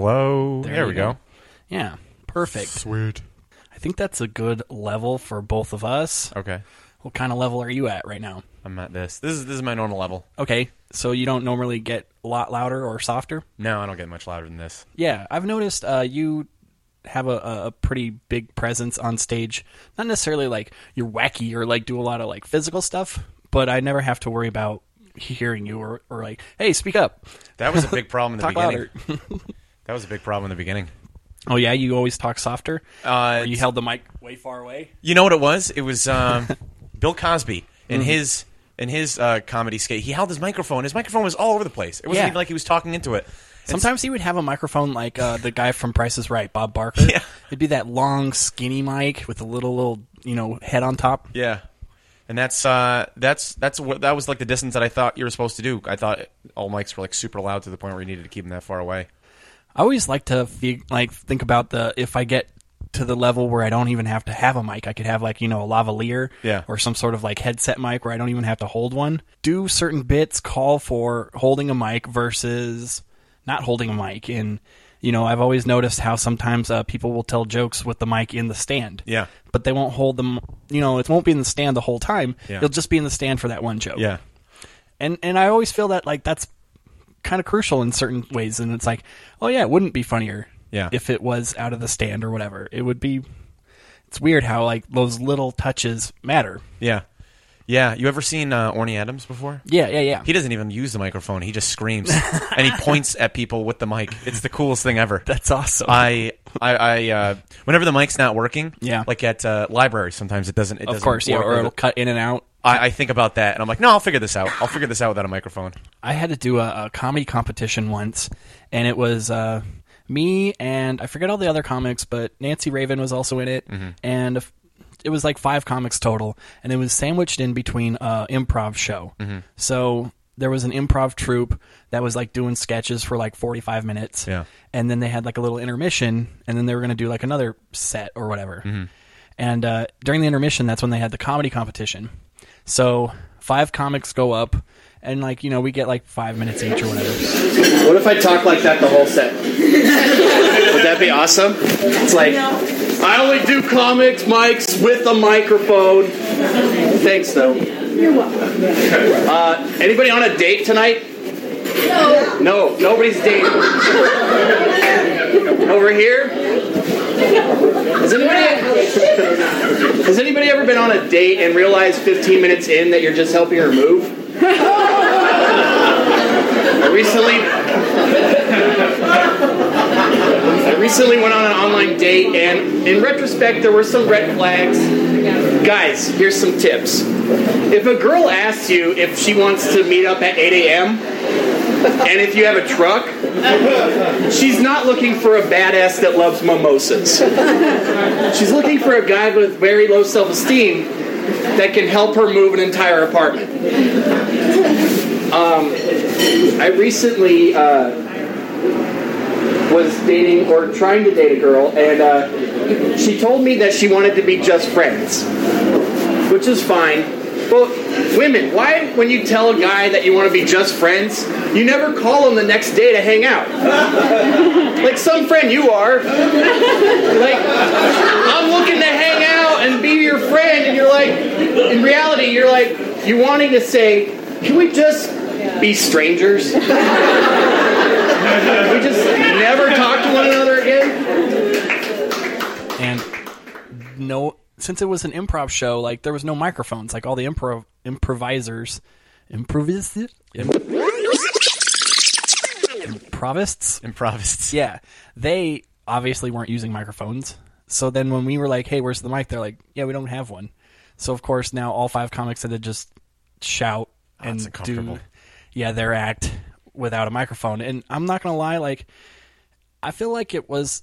Hello. There, There we you go. go. Yeah, perfect. Sweet. I think that's a good level for both of us. Okay. What kind of level are you at right now? I'm at this. This is this is my normal level. Okay, so you don't normally get a lot louder or softer? No, I don't get much louder than this. Yeah, I've noticed uh, you have a- a, a pretty big presence on stage. Not necessarily like you're wacky or like do a lot of like physical stuff, but I never have to worry about hearing you or, or like, hey, speak up, That was a big problem in the talk beginning. louder. That was a big problem in the beginning. Oh yeah, you always talk softer. Uh, Or you held the mic way far away. You know what it was? It was um, Bill Cosby in Mm-hmm. his in his uh, comedy skate. He held his microphone. His microphone was all over the place. It wasn't Yeah. even like he was talking into it. And Sometimes he would have a microphone like uh, the guy from Price is Right, Bob Barker. Yeah. It'd be that long, skinny mic with a little, little, you know, head on top. Yeah, and that's uh, that's that's what that was like the distance that I thought you were supposed to do. I thought all mics were like super loud to the point where you needed to keep them that far away. I always like to fig- like think about the if I get to the level where I don't even have to have a mic, I could have like you know a lavalier, Yeah. or some sort of like headset mic where I don't even have to hold one. Do certain bits call for holding a mic versus not holding a mic? And you know I've always noticed how sometimes uh, people will tell jokes with the mic in the stand, Yeah. but they won't hold them. You know it won't be in the stand the whole time. Yeah. It'll just be in the stand for that one joke Yeah, and and I always feel that like that's kind of crucial in certain ways. And it's like, oh yeah, it wouldn't be funnier, Yeah. if it was out of the stand or whatever. It would be. It's weird how like those little touches matter. yeah, yeah. You ever seen uh, Orny Adams before? Yeah, yeah, yeah. He doesn't even use the microphone. He just screams and he points at people with the mic. It's the coolest thing ever. that's awesome. I I, I uh, whenever the mic's not working, Yeah. like at uh, libraries, sometimes it doesn't. It of doesn't course, yeah. work Or with it'll it. cut in and out. I, I think about that and I'm like, no, I'll figure this out. I'll figure this out without a microphone. I had to do a, a comedy competition once, and it was uh, me and I forget all the other comics, but Nancy Raven was also in it, and a f- it was like five comics total, and it was sandwiched in between uh, improv show. So there was an improv troupe that was like doing sketches for like forty five minutes, Yeah. and then they had like a little intermission, and then they were going to do like another set or whatever. And uh, during the intermission, that's when they had the comedy competition. So five comics go up, and like you know, we get like five minutes each or whatever. What if I talk like that the whole set? Would that be awesome? It's like I only do comics mics with a microphone. Thanks though. You're welcome. Uh, anybody on a date tonight? No. No, nobody's dating. Over here? Has anybody Has anybody ever been on a date and realized 15 minutes in that you're just helping her move? I recently I recently went on an online date and in retrospect there were some red flags. Guys, here's some tips. If a girl asks you if she wants to meet up at 8 a.m. and if you have a truck, she's not looking for a badass that loves mimosas. She's looking for a guy with very low self-esteem that can help her move an entire apartment. Um, I recently uh, was dating or trying to date a girl, and uh, she told me that she wanted to be just friends, which is fine. But women, why, when you tell a guy that you want to be just friends, you never call him the next day to hang out? like some friend you are. Like, I'm looking to hang out and be your friend, and you're like, in reality, you're like, you're wanting to say, can we just be strangers? we just never talk to one another again? And no, since it was an improv show, like there was no microphones. Like all the improv improvisers, improvis, im- improvists. Improvists. Yeah, they obviously weren't using microphones. So then when we were like, "Hey, where's the mic?" They're like, "Yeah, we don't have one." So of course now all five comics had to just shout and Oh, that's do, uncomfortable. yeah, their act without a microphone. And I'm not gonna lie, like I feel like it was,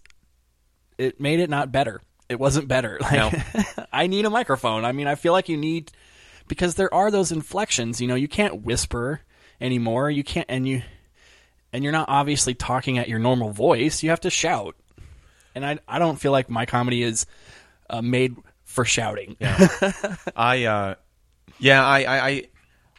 it made it not better. It wasn't better. Like I need a microphone. I mean, I feel like you need because there are those inflections. You know, you can't whisper anymore. You can't, and you and you're not obviously talking at your normal voice. You have to shout. And I, I don't feel like my comedy is uh, made for shouting. I uh, yeah. I I, I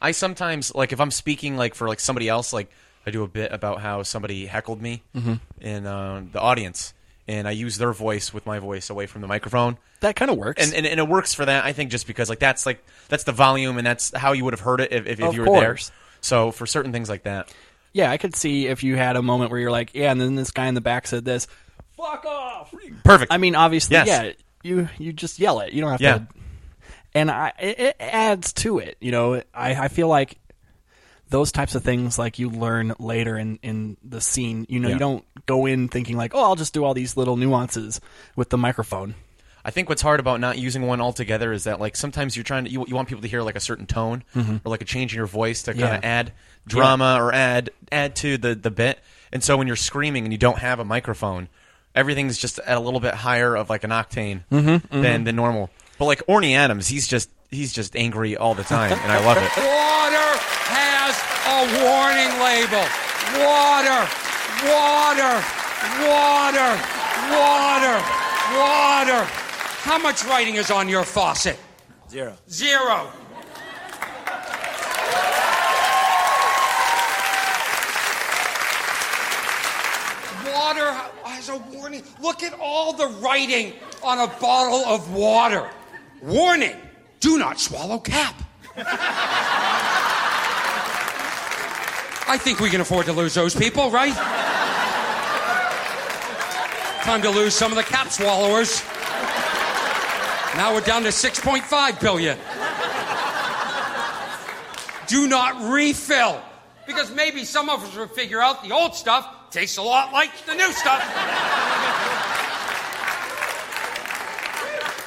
I sometimes like if I'm speaking like for like somebody else, like I do a bit about how somebody heckled me Mm-hmm. in uh, the audience, and I use their voice with my voice away from the microphone. That kind of works. And, and and it works for that, I think, just because like that's like that's the volume and that's how you would have heard it if, if, if Of you were course. there. So for certain things like that, yeah, I could see if you had a moment where you're like, yeah, and then this guy in the back said this. Fuck off. perfect. I mean, obviously, Yes. yeah. You you just yell it. You don't have Yeah. to. And I it, it adds to it. You know, I I feel like those types of things like you learn later in in the scene. You know, Yeah. you don't go in thinking like, oh, I'll just do all these little nuances with the microphone. I think what's hard about not using one altogether is that like sometimes you're trying to you, you want people to hear like a certain tone or like a change in your voice to kind Mm-hmm. Yeah. of add drama or add add to the the bit. And so when you're screaming and you don't have a microphone, everything's just at a little bit higher of like an octane Mm-hmm, than than normal. But like Orny Adams, he's just he's just angry all the time, and I love it. Water has a warning label. Water, water, water, water, water. How much writing is on your faucet? Zero. Zero. Water has a warning. Look at all the writing on a bottle of water. Warning do not swallow cap. I think we can afford to lose those people, right? Time to lose some of the cap swallowers. Now we're down to 6.5 billion. Do not refill. Because maybe some of us will figure out the old stuff tastes a lot like the new stuff.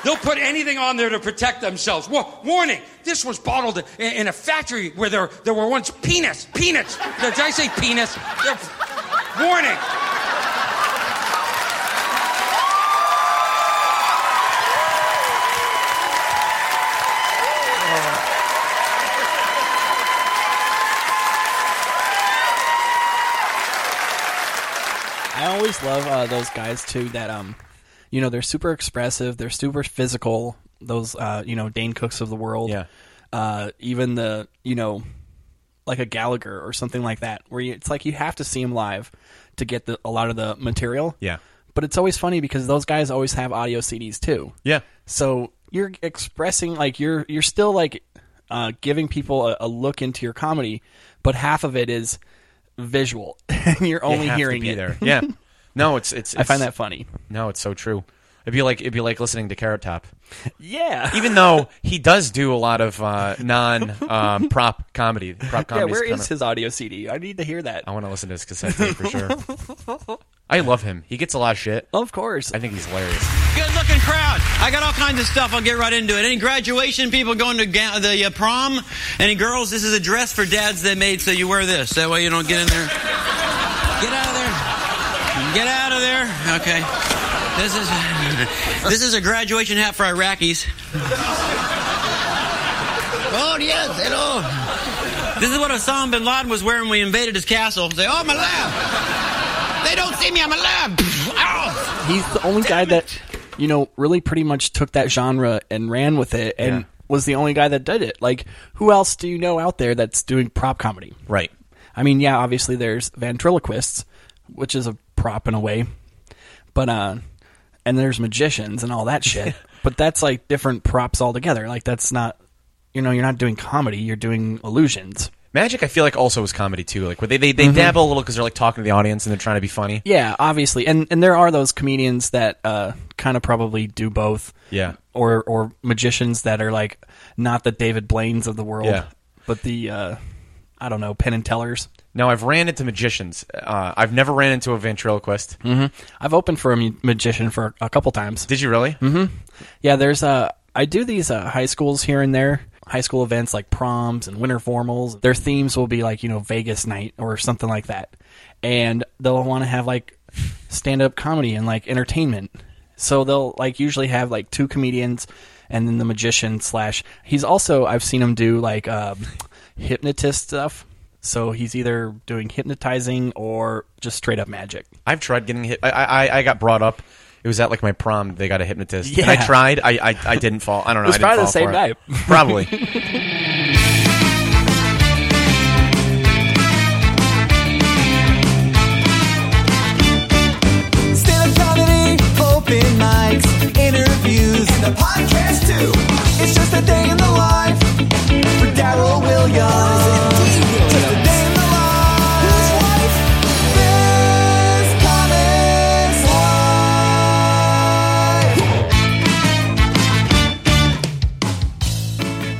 They'll put anything on there to protect themselves. Wa- warning, this was bottled in, in a factory where there, there were once peanuts. Peanuts. Did I say penis? They're- warning. I always love uh, those guys too. That um, you know, they're super expressive. They're super physical. Those uh, you know, Dane Cooks of the world. Yeah. Uh, even the you know, like a Gallagher or something like that, where you, it's like you have to see him live to get the, a lot of the material. Yeah. But it's always funny because those guys always have audio CDs too. Yeah. So you're expressing like you're you're still like uh, giving people a, a look into your comedy, but half of it is visual, and you're only You have to hearing be it. there. Yeah. No, it's it's, I find it's- that funny. no, it's so true. It'd be like it'd be like listening to Carrot Top. Yeah. even though he does do a lot of uh, non um, prop comedy. Prop yeah, comedy. where is his audio CD? I need to hear that. I want to listen to his cassette tape Oh, for sure. I love him. He gets a lot of shit. Of course. I think he's hilarious. Good looking crowd. I got all kinds of stuff. I'll get right into it. Any graduation people going to ga- the uh, prom? Any girls? This is a dress for dads they made, so you wear this. That way you don't get in there. Get out of there. Get out of there. Okay. This is this is a graduation hat for Iraqis. Oh yes, hello. This is what Osama bin Laden was wearing when we invaded his castle. Say, oh, I'm alive. They don't see me. I'm alive. Ow. He's the only guy that, you know, really pretty much took that genre and ran with it and Yeah. was the only guy that did it. Like, who else do you know out there that's doing prop comedy? Right. I mean, yeah, obviously there's ventriloquists, which is a prop in a way, but, uh, and there's magicians and all that shit. but that's like different props altogether. Like, that's not, you know, you're not doing comedy, you're doing illusions. Magic, I feel like also is comedy too. Like where they they, Mm-hmm. they dabble a little because they're like talking to the audience and they're trying to be funny. Yeah, obviously, and and there are those comedians that uh, kind of probably do both. Yeah. or or magicians that are like not the David Blaine's of the world, Yeah. but the uh, I don't know Penn and Tellers. Now I've ran into magicians. Uh, I've never ran into a ventriloquist. Mm-hmm. I've opened for a mu- magician for a couple times. Did you really? Mm-hmm. Yeah, there's uh, I do these uh, high schools here and there, high school events like proms and winter formals. Their themes will be like you know Vegas night or something like that, and they'll want to have like stand up comedy and like entertainment. So they'll like usually have like two comedians and then the magician slash. He's also I've seen him do like um, hypnotist stuff. So he's either doing hypnotizing or just straight up magic. I've tried getting hit. I, I I got brought up. It was at like my prom. They got a hypnotist. And I Yeah. tried. I, I I didn't fall. I don't know. was I didn't probably the fall same for it. Probably.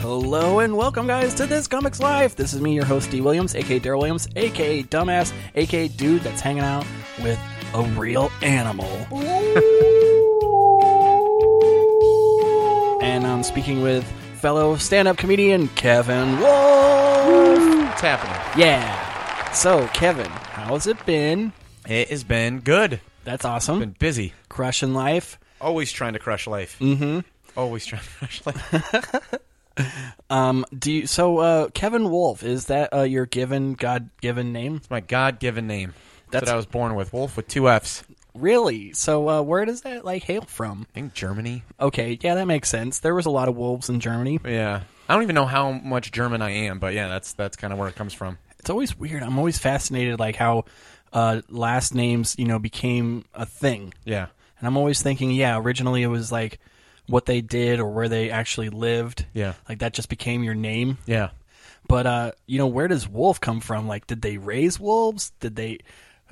to This Comics Live. This is me, your host, D. Williams, aka Daryl Williams, aka Dumbass, aka Dude that's hanging out with a real animal. and I'm speaking with fellow stand up comedian Kevin Wolf. What's happening? Yeah. So, Kevin, how's it been? It has been good. That's awesome. Been busy. Crushing life. Always trying to crush life. Mm-hmm. Always trying to crush life. Um, Do you, so, uh, Kevin Wolf, is that uh, your given, God given name? My God given name. That's- That's what I was born with. Wolf with two F's. Really? So, uh, where does that, like, hail from? I think Germany. Okay, yeah, that makes sense. There was a lot of wolves in Germany. Yeah. I don't even know how much German I am, but yeah, that's that's kind of where it comes from. It's always weird. I'm always fascinated, like, how uh, last names, you know, became a thing. Yeah. And I'm always thinking, yeah, originally it was, like, what they did or where they actually lived. Yeah. Like, that just became your name. Yeah. But uh, you know, where does wolf come from? Like, did they raise wolves? Did they,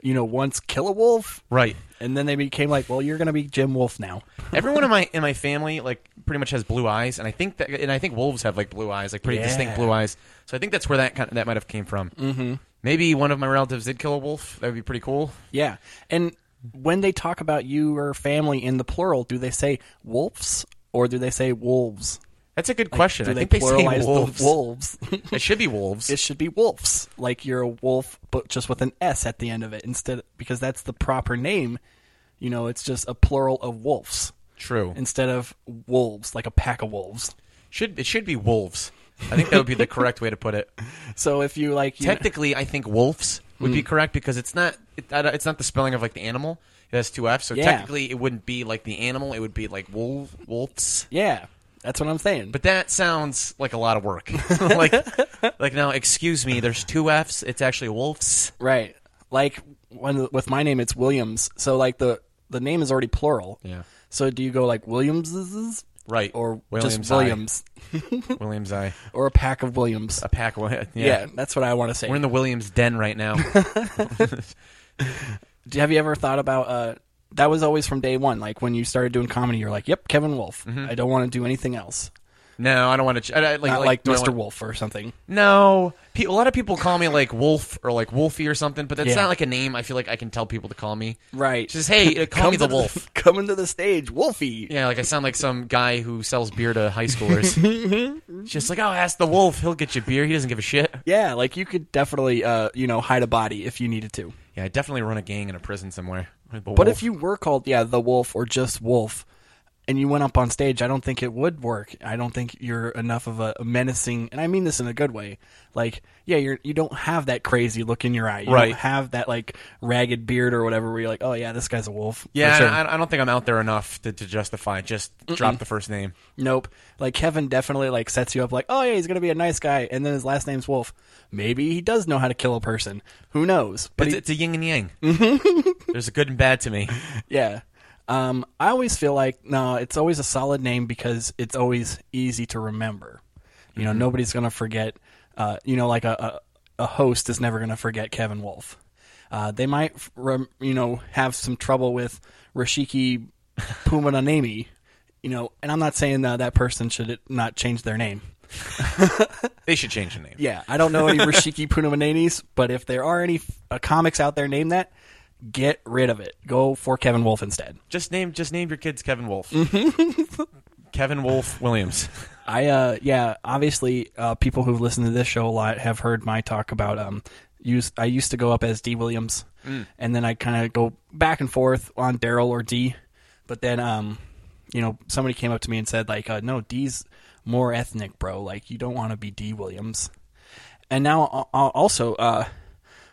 you know, once kill a wolf? Right. And then they became like, well, you're gonna be Jim Wolf now. Everyone in my in my family like pretty much has blue eyes, and I think that and I think wolves have like blue eyes, like pretty Yeah. distinct blue eyes. So I think that's where that kind that might have came from. Mm-hmm. Maybe one of my relatives did kill a wolf. That would be pretty cool. Yeah. And when they talk about you or family in the plural, do they say wolves or do they say wolves? That's a good question. Do I they think they pluralize say wolves. the wolves? It should be wolves. it should be wolves. Like you're a wolf, but just with an S at the end of it instead, because that's the proper name. You know, it's just a plural of wolves True. instead of wolves, like a pack of wolves. Should it should be wolves? I think that would be the correct way to put it. So if you like, you Mm. Technically, I think wolves would be correct because it's not it, I don't- it's not the spelling of like the animal. It has two F's, so Yeah. technically it wouldn't be like the animal. It would be like wolf wolves. yeah, that's what I'm saying. But that sounds like a lot of work. like, like now, excuse me. There's two F's. It's actually wolves. right, like when with my name, it's Williams. So like the the name is already plural. Yeah. So do you go like Williamses, Right. or Williams just I. Williams, Williams, I or a pack of Williams? a pack. Of, yeah. yeah. that's what I want to say. we're in the Williams den right now. Do- Have you ever thought about? uh That was always from day one. Like when you started doing comedy, you're like, "Yep, Kevin Wolf. Mm-hmm. I don't want to do anything else. no, I don't want to. Ch- I, I- like, Not like, do I Mr. want- Wolf or something." No, Pe- a lot of people call me like Wolf or like Wolfie or something, but that's Yeah. not like a name. I feel like I can tell people to call me. Right. Just hey, uh, call Come me the to Wolf. Coming to the stage, Wolfie. Yeah, like I sound like some guy who sells beer to high schoolers. just like, oh, ask the Wolf. He'll get you beer. He doesn't give a shit. Mm-hmm. Yeah, like you could definitely, uh, you know, hide a body if you needed to. Yeah, I definitely run a gang in a prison somewhere. But if you were called, yeah, the wolf or just wolf, and you went up on stage, I don't think it would work. I don't think you're enough of a menacing, and I mean this in a good way. Like, yeah, you're you don't have that crazy look in your eye. You Right. Don't have that like ragged beard or whatever. Where you're like, oh yeah, this guy's a wolf. Yeah, For sure. I, I don't think I'm out there enough to, to justify. Just drop the first name. nope. Like Kevin definitely like sets you up. Like, oh yeah, he's gonna be a nice guy, and then his last name's Wolf. Maybe he does know how to kill a person. Who knows? But It's, he- Mm-hmm. it's a yin and yang. There's a good and bad to me. Yeah. Um, I always feel like no, it's always a solid name because it's always easy to remember. You know, nobody's gonna forget. Uh, you know, like a, a a host is never gonna forget Kevin Wolf. Uh, they might, f- rem, you know, have some trouble with Rashiki Pumananami. You know, and I'm not saying that that person should not change their name. They should change the name. Yeah, I don't know any Rashiki Punamananis, but if there are any uh, comics out there named that, get rid of it. Go for Kevin Wolf instead. Just name just name your kids Kevin Wolf. Mm. Kevin Wolf Williams. I uh yeah, obviously uh people who've listened to this show a lot have heard my talk about um use I used to go up as D Williams Mm. and then I kind of go back and forth on Daryl or D, but then um you know somebody came up to me and said like uh, no D's more ethnic bro like you don't want to be D Williams. And now uh, also uh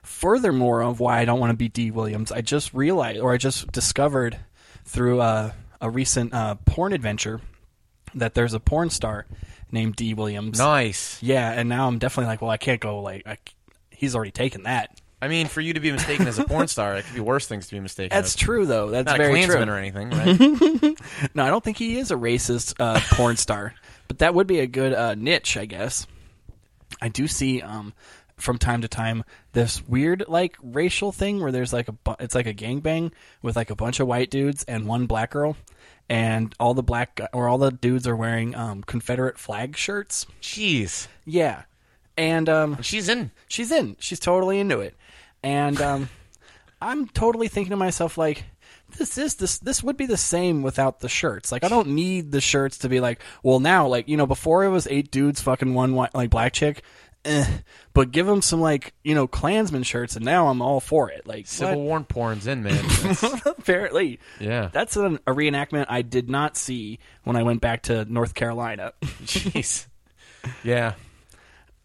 furthermore of why I don't want to be D Williams, I just realized or I just discovered through uh, a recent uh, porn adventure that there's a porn star named D Williams. Nice. Yeah, and now I'm definitely like, well, I can't go like I c he's already taken that. I mean, for you to be mistaken as a porn star, it could be worse things to be mistaken. That's as. true though. That's Not a very true. Klansman or anything, right? No, I don't think he is a racist uh, porn star, but that would be a good uh, niche, I guess. I do see um, from time to time this weird like racial thing where there's like a bu- it's like a gangbang with like a bunch of white dudes and one black girl, and all the black gu- or all the dudes are wearing um, Confederate flag shirts. Jeez. Yeah, and um, She's in. she's in. She's totally into it. And um, I'm totally thinking to myself like this is this this would be the same without the shirts. Like I don't need the shirts to be like, well now like you know before it was eight dudes fucking one white, like black chick. Eh. But give them some like you know Klansman shirts, and now I'm all for it. Like Civil what? War porn's in, man. apparently, Yeah. that's an, a reenactment I did not see when I went back to North Carolina. Jeez. Yeah.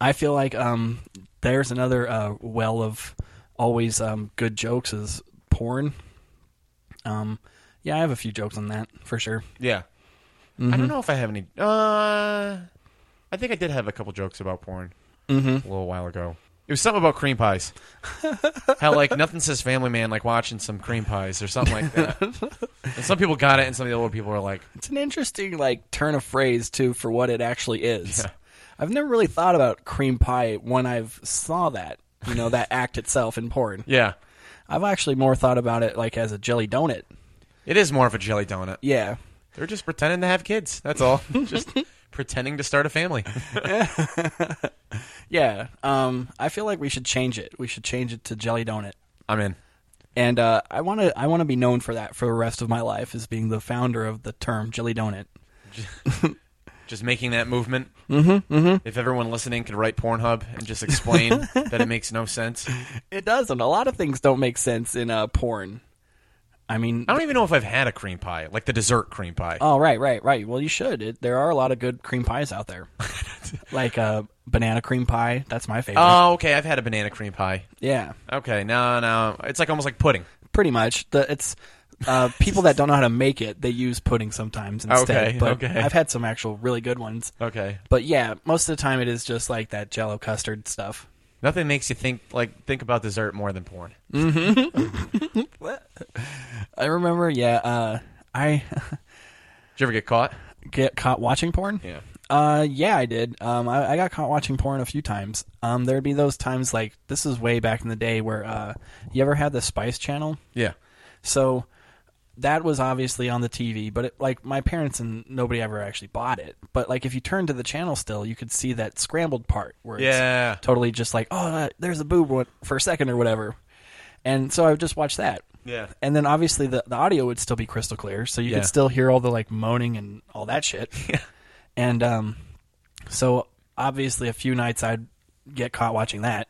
I feel like um, there's another uh, well of always um, good jokes is porn. Um, yeah, I have a few jokes on that for sure. Mm-hmm. Yeah. I don't know if I have any. Uh, I think I did have a couple jokes about porn Mm-hmm. a little while ago. It was something about cream pies. How like nothing says Family Man like watching some cream pies or something like that. and some people got it, and some of the older people were like, It's an interesting like turn of phrase too for what it actually is. I've never really thought about cream pie when I've saw that you know that act itself in porn. "Yeah, I've actually more thought about it like as a jelly donut. it is more of a jelly donut. Yeah, They're just pretending to have kids. That's all. just pretending to start a family." yeah. Um, I feel like we should change it. We should change it to jelly donut. I'm in. and uh, I want to I want to be known for that for the rest of my life as being the founder of the term jelly donut. Just making that movement. Mm-hmm, mm-hmm. If everyone listening could write Pornhub and just explain that it makes no sense. It doesn't. A lot of things don't make sense in uh, porn. I mean, I don't even know if I've had a cream pie, like the dessert cream pie. oh right, right, right. Well, you should. It, there are a lot of good cream pies out there, like uh, banana cream pie. That's my favorite. Oh, okay. I've had a banana cream pie. yeah, Okay, no, no, it's like almost like pudding. pretty much. The, it's uh, people that don't know how to make it, they use pudding sometimes instead. Okay, but okay. I've had some actual really good ones. Okay, But yeah, most of the time it is just like that jello custard stuff. nothing makes you think like think about dessert more than porn. Mm-hmm. I remember, yeah, uh, I Did you ever get caught? get caught watching porn? Yeah. Uh, yeah, I did. Um, I, I got caught watching porn a few times. Um, there'd be those times like this is way back in the day where uh, you ever had the Spice Channel? Yeah, So that was obviously on the TV, but it, like my parents and nobody ever actually bought it. But like if you turned to the channel still, you could see that scrambled part where Yeah. it's totally just like oh uh, there's a boob one- for a second or whatever. And so I would just watch that. Yeah. And then obviously the, the audio would still be crystal clear, so you Yeah. could still hear all the like moaning and all that shit. Yeah. And um so obviously, a few nights I'd get caught watching that,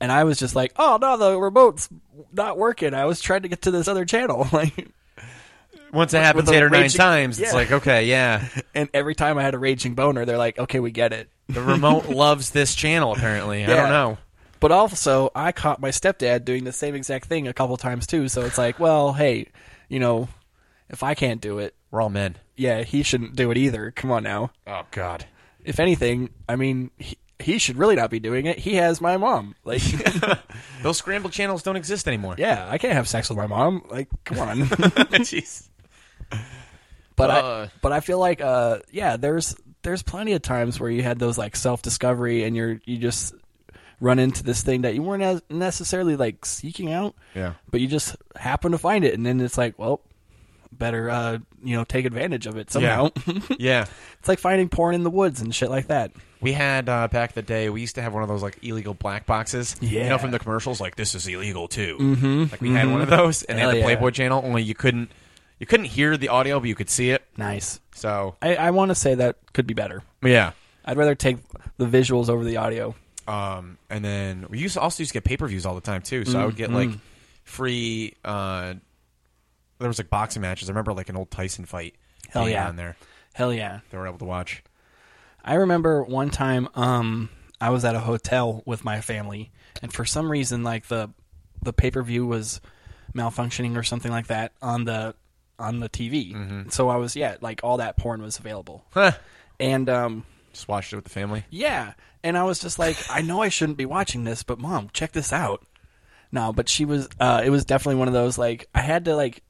and I was just like, "Oh no, the remote's not working." I was trying to get to this other channel, like, once it happens with a eight or nine raging- times, yeah. it's like okay, yeah, and every time I had a raging boner, they're like, "Okay, we get it." the remote loves this channel. Apparently, I don't Yeah. know. But also, I caught my stepdad doing the same exact thing a couple times too. So it's like, well, hey, you know, if I can't do it, We're all men. yeah, he shouldn't do it either. Come on now. Oh God. If anything, I mean, he, he should really not be doing it. He has my mom. Like, Those scrambled channels don't exist anymore. yeah, I can't have sex with my mom. Like, come on. Jeez. but Uh. I but I feel like uh yeah there's there's plenty of times where you had those like self discovery and you're you just run into this thing that you weren't as necessarily like seeking out Yeah. but you just happen to find it and then it's like well better uh you know take advantage of it somehow yeah. it's like finding porn in the woods and shit like that We had uh, back in the day. We used to have one of those like illegal black boxes. you Yeah. know from the commercials, like this is illegal too. Mm-hmm. Like we had one of those, and they had Hell the yeah. Playboy channel. Only you couldn't, you couldn't hear the audio, but you could see it. nice So I I want to say that could be better yeah. I'd rather take the visuals over the audio Um, and then we used to also used to get pay per views all the time too. So I would get Mm-hmm. like free. Uh, there was like boxing matches. I remember like an old Tyson fight. Hell being yeah. On there, hell yeah they were able to watch. I remember one time um I was at a hotel with my family and for some reason like the the pay-per-view was malfunctioning or something like that on the on the TV. So I was yeah, like all that porn was available. Mm-hmm. Huh. And um Just watched it with the family. yeah, and I was just like I know I shouldn't be watching this, but mom, check this out. No, but she was uh it was definitely one of those like I had to like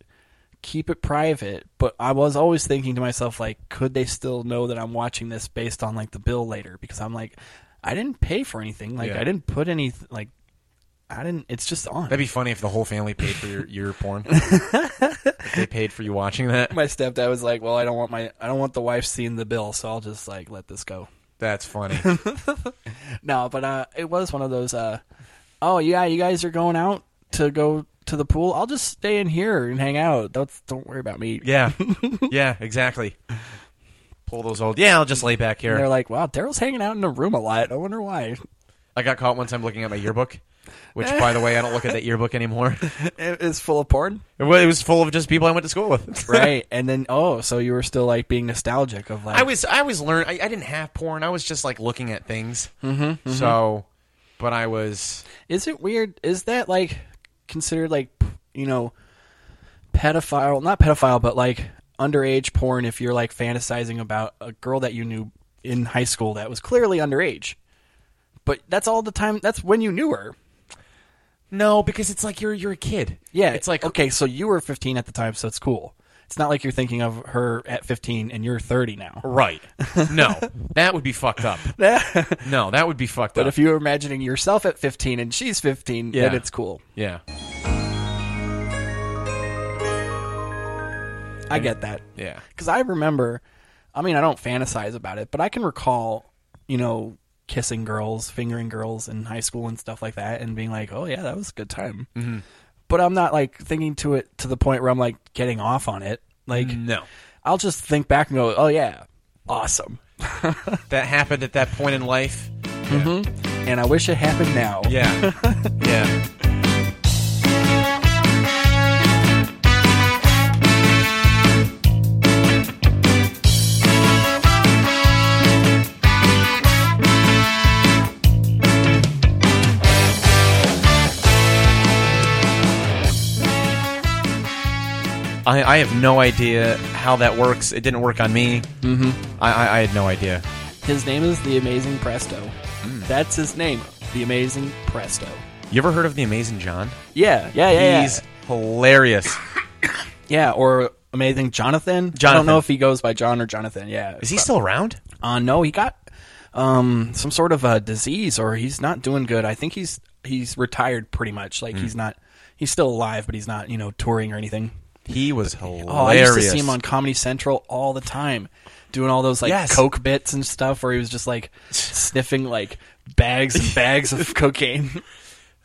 keep it private, but I was always thinking to myself like, could they still know that I'm watching this based on like the bill later? Because I'm like, I didn't pay for anything. Like Yeah. I didn't put any like I didn't. It's just on. That'd be funny if the whole family paid for your, your porn. they paid for you watching that. my stepdad was like, well, I don't want my I don't want the wife seeing the bill, so I'll just like let this go. That's funny. No, but uh, it was one of those. Uh, oh yeah, you guys are going out to go to the pool. I'll just stay in here and hang out. Don't don't worry about me. yeah, yeah, exactly. Pull those old. Yeah, I'll just lay back And they're here. like, wow, Daryl's hanging out in the room a lot. I wonder why. I got caught one time looking at my yearbook, which, by the way, I don't look at that yearbook anymore. It- It's full of porn, It wa- it was full of just people I went to school with. right? and then oh, so you were still like being nostalgic of like I was I was learn. I, I didn't have porn. I was just like looking at things. Mm-hmm, So, but I was Is it weird? Is that like considered like p- you know pedophile? Not pedophile, but like underage porn. If you're like fantasizing about a girl that you knew in high school that was clearly underage, but that's all the time. That's when you knew her. no because it's like you're you're a kid. Yeah, it's like okay, so you were 15 at the time, so it's cool. It's not like you're thinking of her at 15 and you're 30 now. right. No, that would be fucked up. but No, that would be fucked up. if you were imagining yourself at 15 and she's 15, then Yeah. it's cool. yeah, I get that. yeah, because I remember. I mean, I don't fantasize about it, but I can recall, you know, kissing girls, fingering girls in high school and stuff like that, and being like, "Oh yeah, that was a good time." Mm-hmm. But I'm not like thinking to it to the point where I'm like getting off on it. Like, no. I'll just think back and go, "Oh yeah, awesome," That happened at that point in life. Mm-hmm. and I wish it happened now. Yeah, yeah. I, I have no idea how that works. It didn't work on me. Mm-hmm. I, I, I had no idea. His name is the Amazing Presto. That's his name, the Amazing Presto. You ever heard of the Amazing John? Yeah, yeah, yeah. He's yeah. hilarious. yeah, or Amazing Jonathan. I don't Jonathan. know if he goes by John or Jonathan. Yeah, Is he still around? Uh, no, he got um, some sort of a disease, or he's not doing good. I think he's he's retired pretty much. Like Hmm. he's not he's still alive, but he's not you know touring or anything. He was Oh, I hilarious. used to see him on Comedy Central all the time, doing all those like Yes. coke bits and stuff, where he was just like sniffing like bags and bags of cocaine.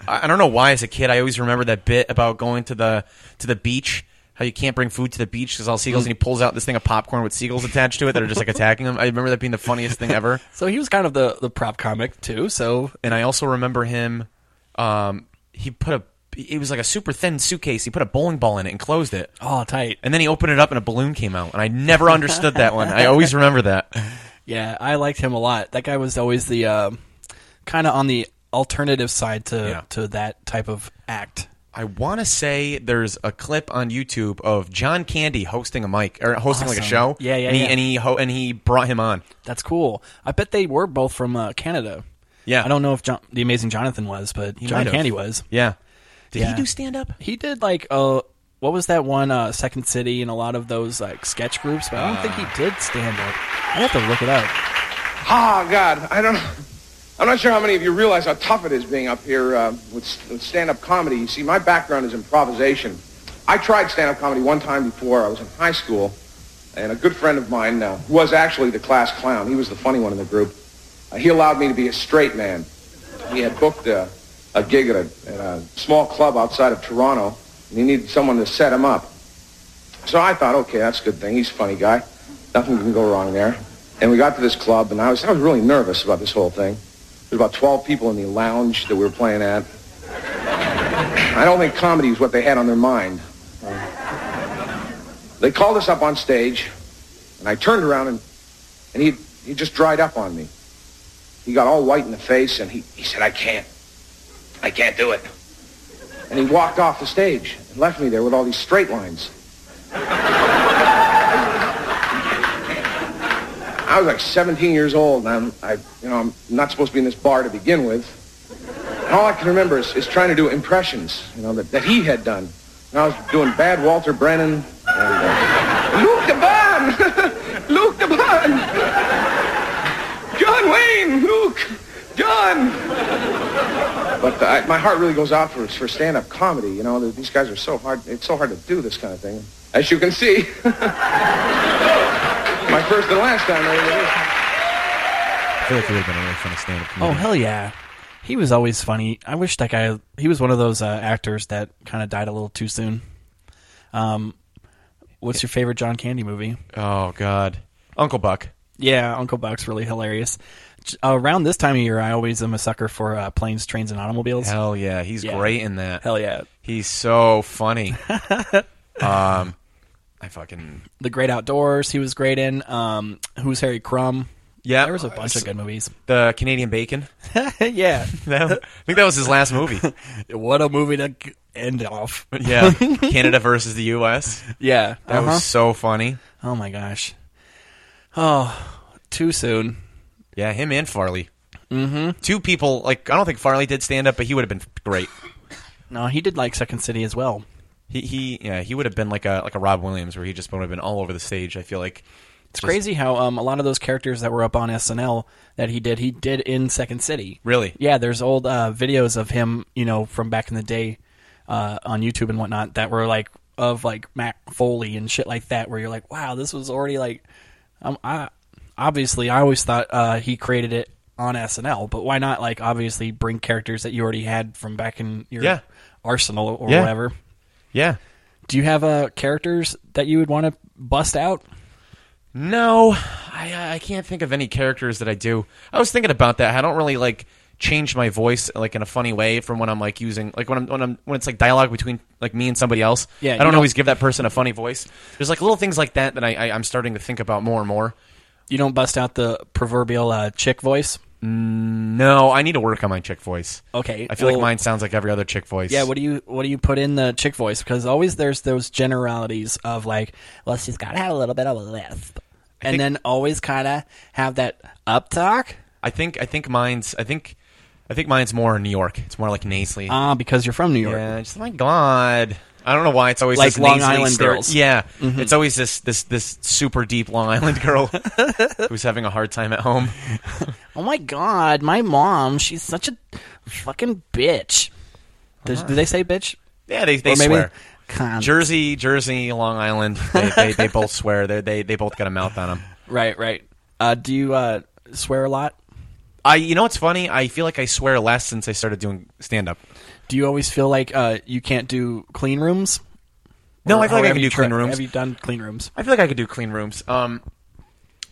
I I don't know why, as a kid, I always remember that bit about going to the to the beach. How you can't bring food to the beach because all seagulls, and he pulls out this thing of popcorn with seagulls attached to it that are just like attacking him. I remember that being the funniest thing ever. So he was kind of the the prop comic too. So And I also remember him. Um, he put a. It was like a super thin suitcase. He put a bowling ball in it and closed it. oh tight. And then he opened it up and a balloon came out. And I never understood that one. I always remember that. Yeah, I liked him a lot. That guy was always the um kind of on the alternative side to Yeah. to that type of act. I want to say there's a clip on YouTube of John Candy hosting a mic or hosting like a Awesome. show. Yeah, yeah, and he, yeah. And he ho- and he brought him on. That's cool. I bet they were both from uh, Canada. Yeah. I don't know if John, the amazing Jonathan was, but John might have. Candy was. Yeah. Did Yeah. he do stand up? He did like uh what was that one uh Second City and a lot of those like sketch groups, but I don't think Ah. he did stand up. I'd have to look it up. Ah, God, I don't know. I'm not sure how many of you realize how tough it is being up here uh, with, with stand-up comedy. You see, my background is improvisation. I tried stand-up comedy one time before. I was in high school, and a good friend of mine uh, who was actually the class clown. He was the funny one in the group. Uh, he allowed me to be a straight man. He had booked a, a gig at a, at a small club outside of Toronto, and he needed someone to set him up. So I thought, okay, that's a good thing. He's a funny guy. Nothing can go wrong there. And we got to this club, and I was, I was really nervous about this whole thing. There was about 12 people in the lounge that we were playing at. I don't think comedy is what they had on their mind. They called us up on stage, and I turned around, and, and he, he just dried up on me. He got all white in the face, and he, he said, I can't. I can't do it. And he walked off the stage and left me there with all these straight lines. I was like 17 years old, and I'm, I, you know, I'm not supposed to be in this bar to begin with. And all I can remember is, is trying to do impressions, you know, that, that he had done. And I was doing bad Walter Brennan. And, Mm-hmm. uh, Luke DeBon! Luke DeBon! John Wayne! Luke! John! But uh, I, my heart really goes out for, for stand-up comedy, you know. These guys are so hard. It's so hard to do this kind of thing. As you can see. my first and last time. I feel like he would have been a really funny stand-up Oh comedian. hell yeah, he was always funny. I wish that guy. He was one of those uh, actors that kind of died a little too soon. Um, what's your favorite John Candy movie? Oh god, Uncle Buck. Yeah, Uncle Buck's really hilarious. J- Around this time of year, I always am a sucker for uh, planes, trains, and automobiles. Hell yeah, he's Yeah. great in that. Hell yeah, he's so funny. um, I fucking The Great Outdoors. He was great in. Um, Who's Harry Crumb? yeah. There was a bunch of uh, good movies. the Canadian Bacon. yeah, That- I think that was his last movie. what a movie to g- eh, end off. Yeah, Canada versus the U.S. Yeah, That uh-huh. was so funny. Oh my gosh. Oh, too soon. Yeah, him and Farley. Mm-hmm. Two people. Like I don't think Farley did stand up, but he would have been great. No, he did like Second City as well. He he yeah he would have been like a like a Rob Williams where he just would have been all over the stage. I feel like It's crazy how um, a lot of those characters that were up on SNL that he did, he did in Second City. Really? Yeah, there's old uh, videos of him, you know, from back in the day uh, on YouTube and whatnot that were like of like Matt Foley and shit like that, where you're like, wow, this was already like, um, I obviously I always thought uh, he created it on SNL, but why not like obviously bring characters that you already had from back in your Yeah. arsenal or Yeah. whatever. yeah Do you have uh, characters that you would want to bust out? No, I I can't think of any characters that I do. I was thinking about that. I don't really like change my voice like in a funny way from when I'm like using like when I'm when I'm when it's like dialogue between like me and somebody else. Yeah, I you don't don't- always give that person a funny voice. There's like little things like that that I, I I'm starting to think about more and more. You don't bust out the proverbial uh, chick voice. Mm, No, I need to work on my chick voice. Okay, I feel well- like mine sounds like every other chick voice. Yeah, what do you what do you put in the chick voice? Because always there's those generalities of like, well, she's got to have a little bit of a lisp, and think- then always kind of have that uh, up talk. I think I think mine's I think I think mine's more in New York. It's more like nasally. Ah, because you're from New York. Yeah, just oh my God. I don't know why it's always Like this Long nasally Island stero- girls. Mm-hmm. Yeah, it's always this this this super deep Long Island girl who's having a hard time at home. Oh my god, my mom, she's such a fucking bitch. Does, do they say bitch? Ah. Yeah, they they or maybe swear. Con- Jersey, Jersey, Long Island. They they, they both swear. They they they both got a mouth on them. right, right. Uh, do you uh, swear a lot? I you know what's funny? I feel like I swear less since I started doing stand up. Do you always feel like uh, you can't do clean rooms? No, Or- I feel like or I have can you do clean tri- rooms. Have you done clean rooms? I feel like I could do clean rooms. Um,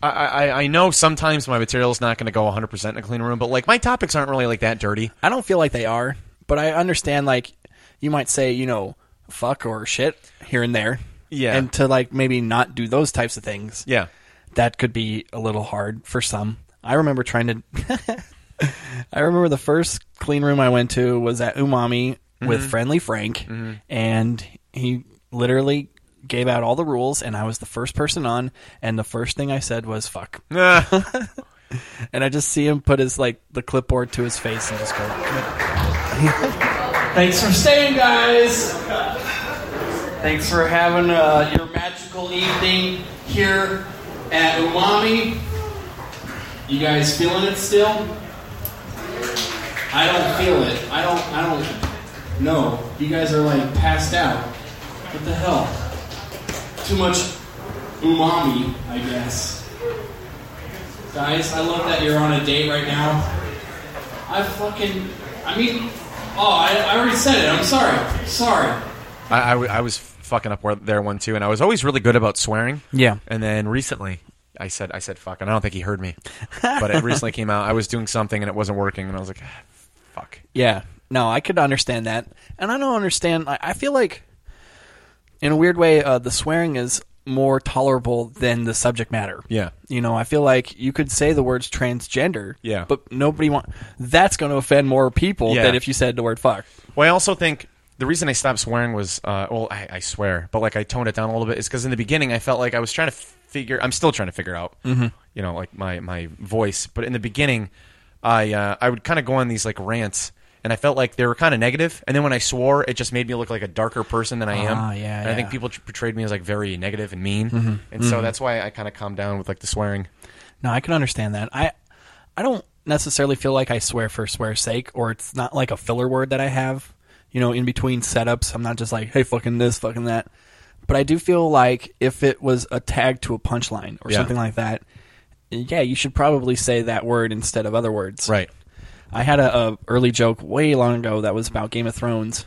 I, I I know sometimes my material's not going to go 100 percent in a clean room, but like my topics aren't really like that dirty. I don't feel like they are, but I understand like you might say, you know, fuck or shit here and there. Yeah. And to like maybe not do those types of things. Yeah. That could be a little hard for some. I remember trying to I remember the first clean room I went to was at Umami with Mm-hmm. Friendly Frank and he literally gave out all the rules and I was the first person on and the first thing I said was fuck. Ah. And I just see him put his like the clipboard to his face and just go Thanks for staying, guys. Thanks for having uh, your magical evening here at Umami. You guys feeling it still? I don't feel it. I don't. I don't. No, you guys are like passed out. What the hell? Too much umami, I guess. Guys, I love that you're on a date right now. I fucking. I mean, oh, I, I already said it. I'm sorry. Sorry. I, I w- I was fucking up where- there one too, and I was always really good about swearing. Yeah. And then recently, I said I said fuck, and I don't think he heard me. But it recently came out. I was doing something and it wasn't working, and I was like, "Ah, fuck. Yeah. No, I could understand that. And I don't understand. I, I feel like, in a weird way, uh, the swearing is more tolerable than the subject matter. Yeah. You know, I feel like you could say the words transgender. Yeah. But nobody want. That's going to offend more people Yeah. than if you said the word fuck. Well, I also think the reason I stopped swearing was, uh, well, I, I swear, but like I toned it down a little bit is because in the beginning I felt like I was trying to figure. I'm still trying to figure out, Mm-hmm. you know, like my my voice. But in the beginning, I uh, I would kind of go on these like rants. And I felt like they were kind of negative, and then when I swore, it just made me look like a darker person than I am. Ah, yeah, and I yeah. think Mm-hmm, people tr- portrayed me as like very negative and mean, and so that's why I kind of calmed down with like the swearing. No, I can understand that. I I don't necessarily feel like I swear for swear's sake, or it's not like a filler word that I have. You know, in between setups, I'm not just like, hey, fucking this, fucking that. But I do feel like if it was a tag to a punchline or Yeah. something like that, yeah, you should probably say that word instead of other words. Right. I had a, a early joke way long ago that was about Game of Thrones,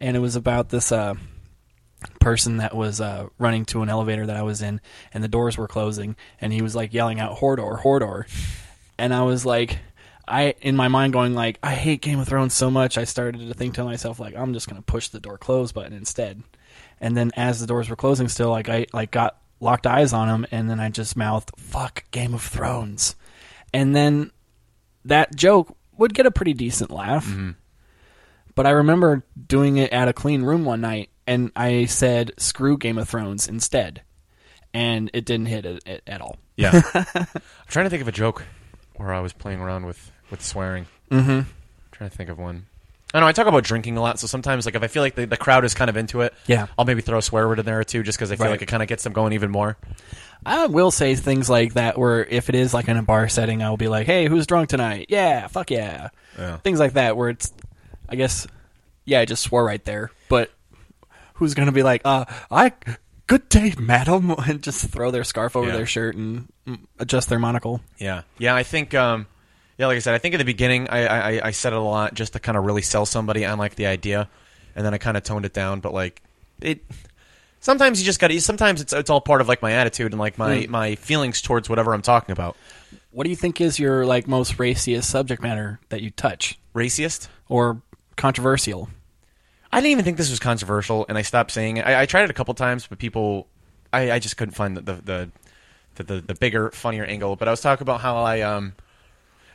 and it was about this uh, person that was uh, running to an elevator that I was in, and the doors were closing, and he was like yelling out "Hordor, Hordor," and I was like, I in my mind going like, I hate Game of Thrones so much. I started to think to myself like, I'm just gonna push the door close button instead, and then as the doors were closing, still like I like got locked eyes on him, and then I just mouthed "Fuck Game of Thrones," and then that joke would get a pretty decent laugh. Mm-hmm. But I remember doing it at a clean room one night, and I said "screw Game of Thrones" instead, and it didn't hit it, it at all. Yeah. I'm trying to think of a joke where I was playing around with with swearing. Mm-hmm. trying to think of one. I don't know I talk about drinking a lot, so sometimes like if I feel like the, the crowd is kind of into it, Yeah. I'll maybe throw a swear word in there or two, just because I feel Right. like it kind of gets them going even more. I will say things like that, where if it is like in a bar setting, I will be like, "Hey, who's drunk tonight? Yeah, fuck yeah." Things like that, where it's, I guess, yeah, I just swore right there. But who's gonna be like, "Uh, I." Good day, madam, and just throw their scarf over Yeah. their shirt and mm, adjust their monocle. Yeah, yeah. I think, um, yeah, like I said, I think at the beginning I, I, I- I said it a lot just to kind of really sell somebody on like the idea, and then I kind of toned it down. But like it, sometimes you just got to. Sometimes it's it's all part of like my attitude and like my my feelings towards whatever I'm talking about. Mm. What do you think is your like most raciest subject matter that you touch Raciest. or controversial? I didn't even think this was controversial, and I stopped saying it. I, I tried it a couple times, but people, I, I just couldn't find the the, the the the the bigger, funnier angle. But I was talking about how I um,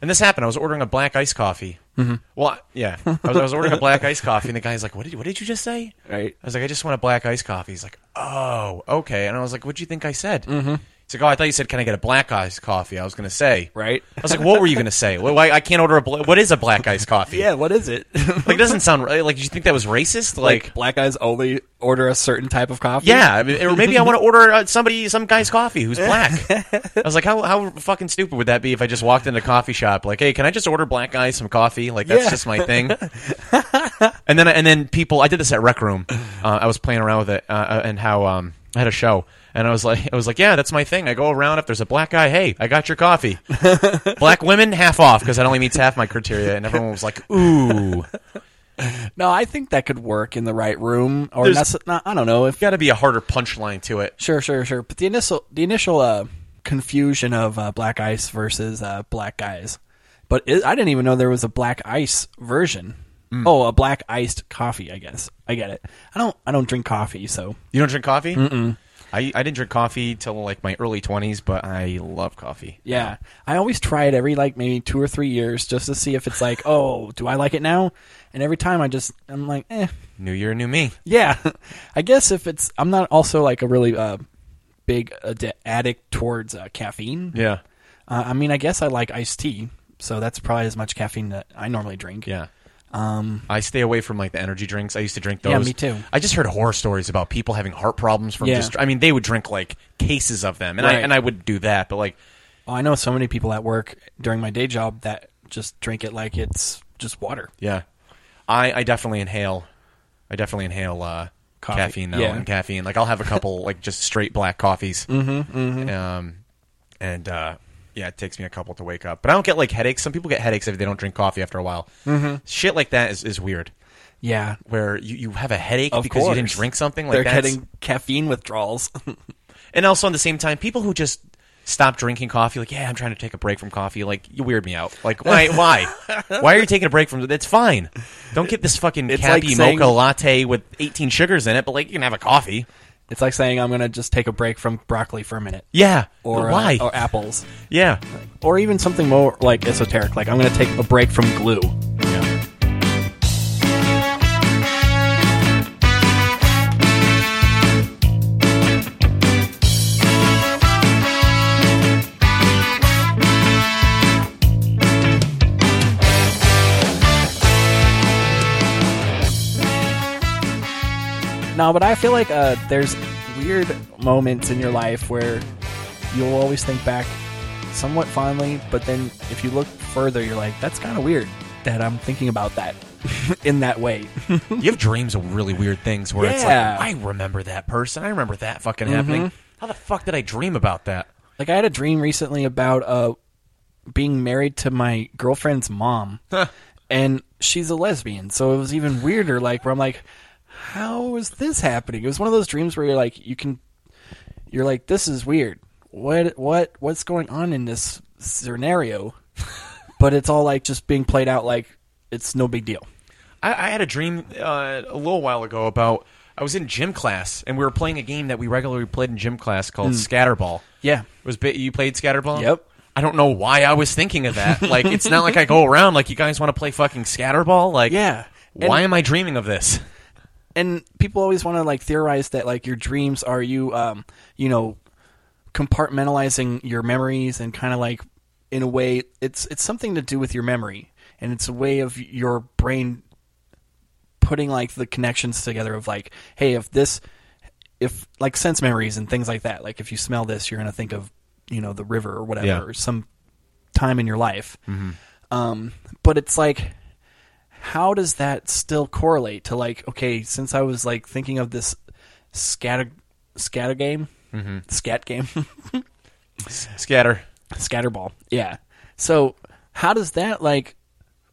and this happened. I was ordering a black iced coffee. Mm-hmm. Well, I- yeah, I was, I was ordering a black iced coffee, and the guy's like, "What did what did you just say?" Right. I was like, "I just want a black iced coffee." He's like, "Oh, okay." And I was like, "What do you think I said?" Mm-hmm. He's like, "Oh, I thought you said can I get a black iced coffee?" I was gonna say, Right. I was like, "What were you gonna say? Well, why I can't order a bla- what is a black iced coffee?" what is it? Like it doesn't sound right. Like, do you think that was racist? like black guys only order a certain type of coffee. Yeah, I mean, or maybe I want to order uh, somebody some guy's coffee who's black. I was like, how how fucking stupid would that be if I just walked into a coffee shop like, hey, can I just order black guys some coffee? Like that's Yeah. just my thing. and then and then people, I did this at Rec Room. Uh, I was playing around with it uh, uh, and how um I had a show. And I was like, I was like, yeah, that's my thing. I go around if there's a black guy, hey, I got your coffee. black women, half off because that only meets half my criteria. And everyone was like, ooh, No, I think that could work in the right room, or There's- nece- not, I don't know if got to be a harder punchline to it. sure, sure, sure. But the initial the initial uh, confusion of uh, black ice versus uh, black guys. But it, I didn't even know there was a black ice version. Mm. Oh, a black iced coffee. I guess I get it. I don't. I don't drink coffee, so You don't drink coffee? Mm-mm. I, I didn't drink coffee till like my early 20s, but I love coffee. Yeah. I always try it every like maybe two or three years just to see if it's like, oh, do I like it now? And every time I just I'm like, eh. New year, new me. Yeah. I guess if it's I'm not also like a really uh, big ad- addict towards uh, caffeine. Yeah. Uh, I mean, I guess I like iced tea, so that's probably as much caffeine that I normally drink. Yeah. Um, I stay away from like the energy drinks. I used to drink those. Yeah, me too. I just heard horror stories about people having heart problems from Yeah. just. I mean, they would drink like cases of them, and I Right. and I would do that, but like, Oh, I know so many people at work during my day job that just drink it like it's just water. yeah, I I definitely inhale. I definitely inhale uh, Coffee. caffeine though, Yeah. and caffeine. Like I'll have a couple like just straight black coffees. Mm-hmm, Um, and uh, yeah, it takes me a couple to wake up, but I don't get like headaches. Some people get headaches if they don't drink coffee after a while. Mm-hmm. Shit like that is, is weird. Yeah. Where you, you have a headache Of because you didn't course. drink something like They're that's- getting caffeine withdrawals. and also at the same time, people who just stop drinking coffee, like, yeah, I'm trying to take a break from coffee. Like, you weird me out. Like, why? Why? why are you taking a break from? That's fine. Don't get this fucking It's cappy like saying- mocha latte with 18 sugars in it. But like, you can have a coffee. it's like saying I'm going to just take a break from broccoli for a minute. Yeah. or uh, why? or apples, yeah. or even something more like esoteric. Like I'm going to take a break from glue. yeah. No, but I feel like uh, there's weird moments in your life where you'll always think back somewhat fondly, but then if you look further, you're like, that's kind of weird that I'm thinking about that in that way. You have dreams of really weird things where it's like, Yeah. Mm-hmm. I remember that person. I remember that fucking happening. How the fuck did I dream about that? Like I had a dream recently about uh being married to my girlfriend's mom. and she's a lesbian, so it was even weirder like where I'm like how is this happening? It was one of those dreams where you're like you can you're like this is weird. What what what's going on in this scenario? but it's all like just being played out like it's no big deal. I, I had a dream uh, a little while ago about I was in gym class and we were playing a game that we regularly played in gym class called Scatterball. Mm. Yeah. It was bit you played Scatterball? Yep. I don't know why I was thinking of that. Like it's not like I go around like you guys want to play fucking Scatterball. Like Yeah. And- why am I dreaming of this? and people always want to like theorize that like your dreams are you um you know compartmentalizing your memories and kind of like in a way it's it's something to do with your memory and it's a way of your brain putting like the connections together of like hey if this if like sense memories and things like that like if you smell this you're going to think of you know the river or whatever Yeah. or some time in your life Mm-hmm. um but it's like how does that still correlate to like okay since i was like thinking of this scatter scatter game scat game Mm-hmm. Scatter. scatterball yeah so how does that like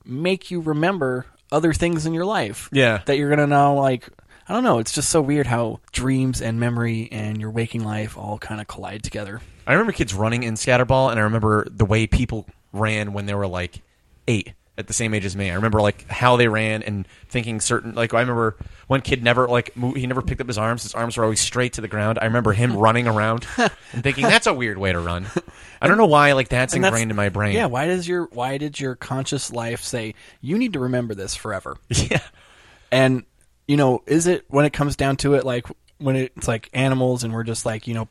make you remember other things in your life Yeah. that you're gonna now like i don't know it's just so weird how dreams and memory and your waking life all kind of collide together I remember kids running in Scatterball, and I remember the way people ran when they were like eight, at the same age as me. I remember like how they ran and thinking certain. Like I remember one kid never like mo- he never picked up his arms. His arms were always straight to the ground. I remember him running around and thinking that's a weird way to run. I don't know why like that's And that's- ingrained in my brain. yeah why does your why did your conscious life say you need to remember this forever yeah, And you know, is it when it comes down to it, like when it's like animals and we're just like you know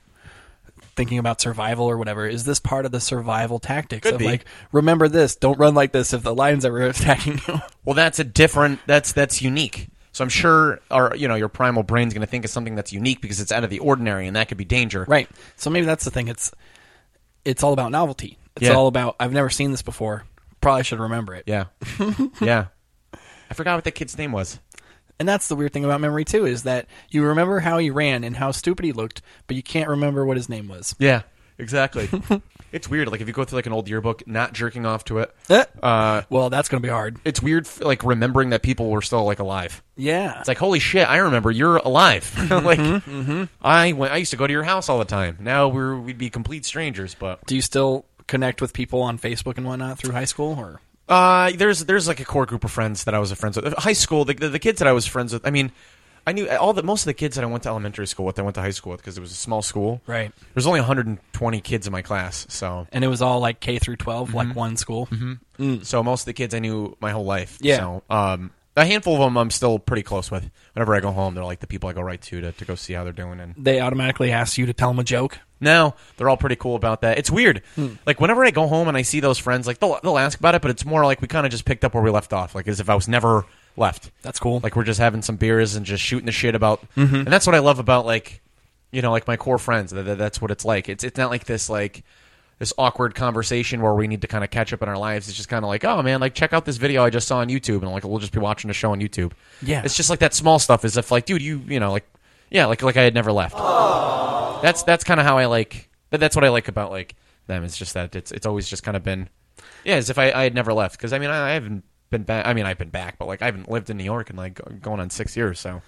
thinking about survival or whatever? Is this part of the survival tactics Could of be. like remember this, don't run like this if the lions ever attacking you? Well, that's a different. That's that's unique. So I'm sure our you know your primal brain's going to think of something that's unique because it's out of the ordinary and that could be danger. right. So maybe that's the thing. It's it's all about novelty. It's Yeah. all about I've never seen this before. Probably should remember it. Yeah. yeah. I forgot what that kid's name was. And that's the weird thing about memory too is that you remember how he ran and how stupid he looked, but you can't remember what his name was. Yeah, exactly. it's weird. Like if you go through like an old yearbook, not jerking off to it. Eh. Uh, well, that's going to be hard. it's weird. f- Like remembering that people were still like alive. Yeah. Mm-hmm, It's like holy shit, I remember you're alive. like I went, I used to go to your house all the time. Now we're we'd be complete strangers, but do you still connect with people on Facebook and whatnot through high school or Uh, there's there's like a core group of friends that I was friends with. High school, the, the, the kids that I was friends with. I mean, I knew all the most of the kids that I went to elementary school with. I went to high school with because it was a small school. Right. There's only 120 kids in my class, so Mm-hmm. and it was all like K through 12 like one school so most of the kids I knew my whole life. Yeah. So, um, a handful of them I'm still pretty close with. Whenever I go home, they're like the people I go right to to, to go see how they're doing. And they automatically asked you to tell them a joke No, they're all pretty cool about that. It's weird. Hmm. Like whenever I go home and I see those friends, like they'll they'll ask about it, but it's more like we kind of just picked up where we left off, like as if I was never left. That's cool. Mm-hmm. Like we're just having some beers and just shooting the shit about, and that's what I love about like, you know, like my core friends. That, that- that's what it's like. It's it's not like this like this awkward conversation where we need to kind of catch up in our lives. It's just kind of like, oh man, like check out this video I just saw on YouTube, and like we'll just be watching a show on YouTube. Yeah. it's just like that small stuff. As if like, dude, you you know like. Yeah, like like I had never left that's that's kind of how I like. That, that's what I like about like them. It's just that it's it's always just kind of been, yeah, as if I, I had never left. Because I mean I, I haven't been back. I mean I've been back, but like I haven't lived in New York in like go- going on six years. So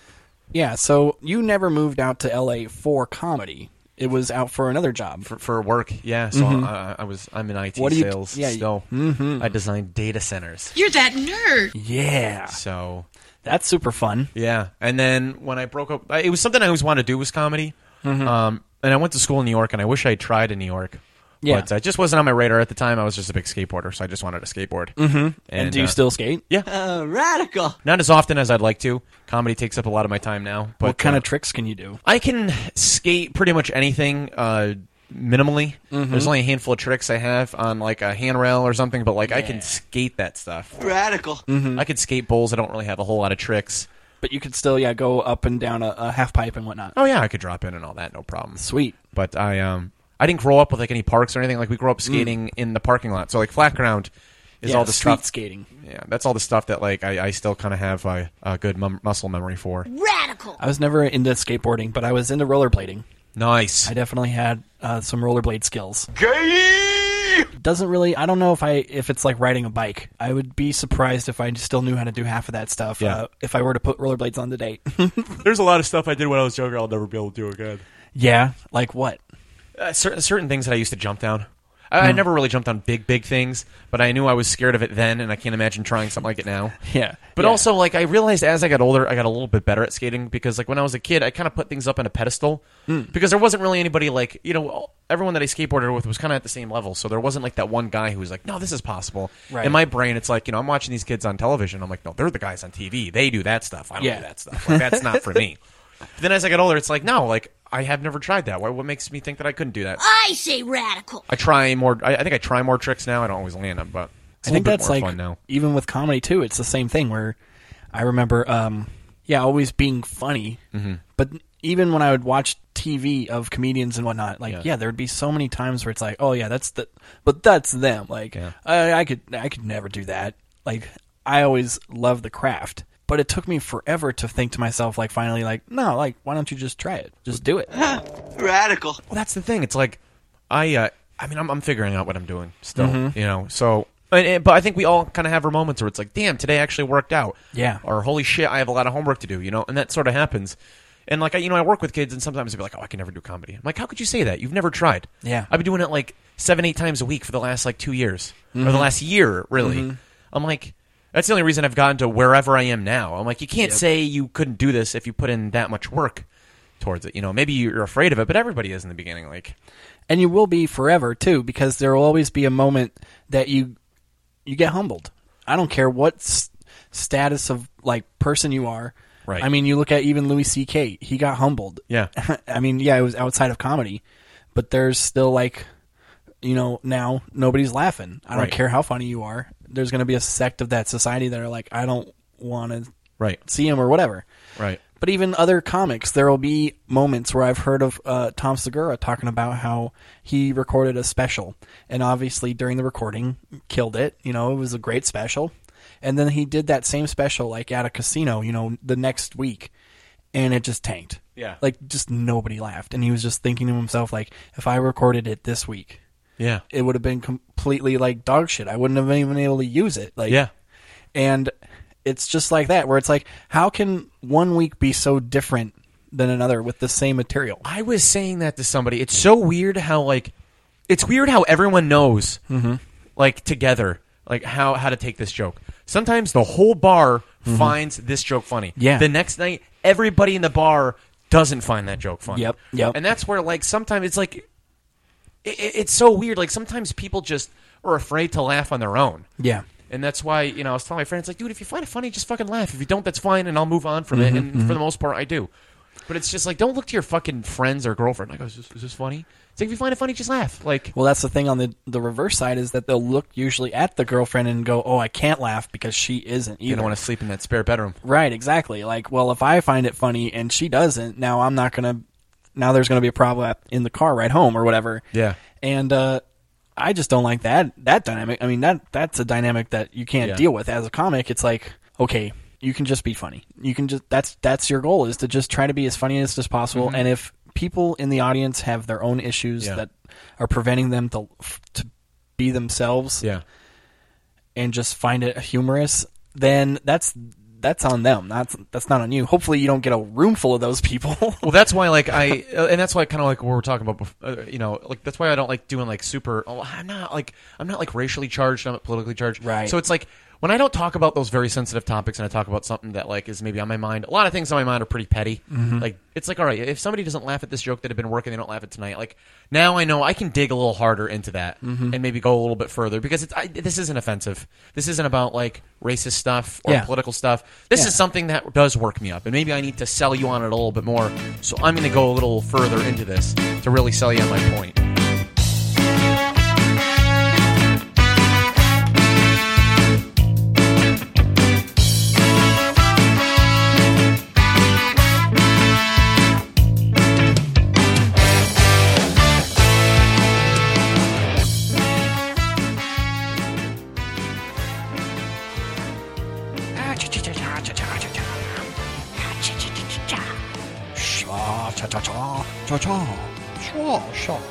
yeah so you never moved out to LA for comedy it was out for another job for, for work, yeah. So I, I was I'm in IT Mm-hmm. What do you- sales yeah, mm-hmm. you- still. I designed data centers. You're that nerd. yeah So that's super fun Yeah, and then when I broke up, I- it was something I always wanted to do was comedy. Mm-hmm. Um, and I went to school in New York, and I wish I had tried in New York. Yeah. but uh, it just wasn't on my radar at the time. I was just a big skateboarder, so I just wanted to skateboard. Mm-hmm. And, and, do you uh, still skate Yeah. Uh, radical. Not as often as I'd like to. Comedy takes up a lot of my time now. But what kind uh, of tricks can you do I can skate pretty much anything uh, minimally. Mm-hmm. There's only a handful of tricks I have on like a handrail or something, but like I can skate that stuff. Radical. Mm-hmm. I could skate bowls. I don't really have a whole lot of tricks. but you could still yeah go up and down a, a half pipe and whatnot Oh yeah, I could drop in and all that, no problem. sweet but I um I didn't grow up with like any parks or anything. Like we grew up skating in the parking lot, so like flat ground is Mm. yeah, all the street stuff. skating Yeah, that's all the stuff that like I, I still kind of have a, a good mum muscle memory for. Radical. I was never into skateboarding but I was into rollerblading Nice. I definitely had uh, some rollerblade skills. Doesn't really. I don't know if I if it's like riding a bike. I would be surprised if I still knew how to do half of that stuff. Yeah. Uh, if I were to put rollerblades on today. There's a lot of stuff I did when I was younger I'll never be able to do again. yeah. Like what? Hmm. Uh, certain certain things that I used to jump down. I, I never really jumped on big big things, but I knew I was scared of it then, and I can't imagine trying something like it now. Yeah. But Yeah. also, like, I realized as I got older, I got a little bit better at skating because, like, when I was a kid, I kind of put things up on a pedestal Hmm. because there wasn't really anybody, like, you know, all- everyone that I skateboarded with was kind of at the same level. So there wasn't, like, that one guy who was like, no, this is possible. Right. In my brain, it's like, you know, I'm watching these kids on television. I'm like, no, they're the guys on TV. They do that stuff. I don't Yeah. do that stuff. Like, that's not for me. But then as I got older, it's like, no, like, I have never tried that. Why, what makes me think that I couldn't do that? I say radical. I try more. I, I think I try more tricks now. I don't always land them, but it's I a little think bit that's more like fun now. even with comedy too. It's the same thing where I remember, um, yeah, always being funny, Mm-hmm. but even when I would watch TV of comedians and whatnot, like yeah. there would be so many times where it's like, oh yeah, that's the, but that's them. Like I, I could, I could never do that. Like I always loved the craft. But it took me forever to think to myself, like, finally, like, no, like, why don't you just try it? Just do it. Radical. Well, that's the thing. It's like I, uh, I mean, I'm, I'm figuring out what I'm doing still. Mm-hmm. You know, so. and- and- but I think we all kind of have our moments where it's like, damn, today actually worked out. Yeah. Or holy shit, I have a lot of homework to do. You know, and that sort of happens. And like, I, you know, I work with kids, and sometimes they'll be like, oh, I can never do comedy. I'm like, how could you say that? You've never tried. Yeah. I've been doing it like seven, eight times a week for the last like two years or Mm-hmm. the last year, really. I'm like. That's the only reason I've gotten to wherever I am now. I'm like, you can't say you couldn't do this if you put in that much work towards it. You know, maybe you're afraid of it, but everybody is in the beginning. Like, and you will be forever too because there will always be a moment that you you get humbled i don't care what s- status of like person you are Right. i mean you look at even louis ck he got humbled Yeah. i mean yeah it was outside of comedy but there's still like you know now nobody's laughing i don't Right. care how funny you are there's going to be a sect of that society that are like i don't want to Right. see him or whatever Right. but even other comics, there will be moments where I've heard of uh, Tom Segura talking about how he recorded a special, and obviously during the recording, killed it. You know, it was a great special, and then he did that same special like at a casino. You know, the next week, and it just tanked. Yeah. like just nobody laughed, and he was just thinking to himself like, if I recorded it this week, Yeah. it would have been completely like dog shit. I wouldn't have even been able to use it. Like Yeah. and it's just like that where it's like how can one week be so different than another with the same material I was saying that to somebody. It's so weird how like it's weird how everyone knows Mm-hmm. like together like how how to take this joke. Sometimes the whole bar finds this joke funny. Mm-hmm. Yeah. The next night, everybody in the bar doesn't find that joke funny. Yep, yep. And that's where like sometimes it's like it, it- it's so weird. Like sometimes people just are afraid to laugh on their own. yeah And that's why, you know, I was telling my friends, like, dude, if you find it funny, just fucking laugh. If you don't, that's fine, and I'll move on from Mm-hmm, it. And for the most part, I do. But it's just like, don't look to your fucking friends or girlfriend. Like, oh, is this, is this funny? It's like, if you find it funny, just laugh. Like, well that's the thing on the the reverse side is that they'll look usually at the girlfriend and go oh i can't laugh because she isn't you either don't want to sleep in that spare bedroom. right exactly like well if i find it funny and she doesn't now i'm not gonna now there's gonna be a problem at- in the car ride home or whatever Yeah. and uh i just don't like that that dynamic i mean that that's a dynamic that you can't Yeah. deal with as a comic it's like okay you can just be funny you can just that's that's your goal is to just try to be as funny as as possible and if people in the audience have their own issues Mm-hmm. Yeah. that are preventing them to to be themselves Yeah. and just find it humorous, then that's that's on them. That's that's not on you. Hopefully, you don't get a room full of those people. Well, that's why, like, I, uh, and that's why, kind of like what we we're talking about, before, uh, you know, like that's why I don't like doing like super. Oh, I'm not like I'm not like racially charged. I'm not politically charged. Right. So it's like when I don't talk about those very sensitive topics, and I talk about something that like is maybe on my mind. A lot of things on my mind are pretty petty. Mm-hmm. Like it's like all right, if somebody doesn't laugh at this joke that had been working, they don't laugh at tonight. Like now I know I can dig a little harder into that Mm-hmm. and maybe go a little bit further because it's I, this isn't offensive. This isn't about like racist stuff or Yeah. political stuff. This Yeah. is something that does work me up, and maybe I need to sell you on it a little bit more. So I'm going to go a little further into this to really sell you on my point. ah,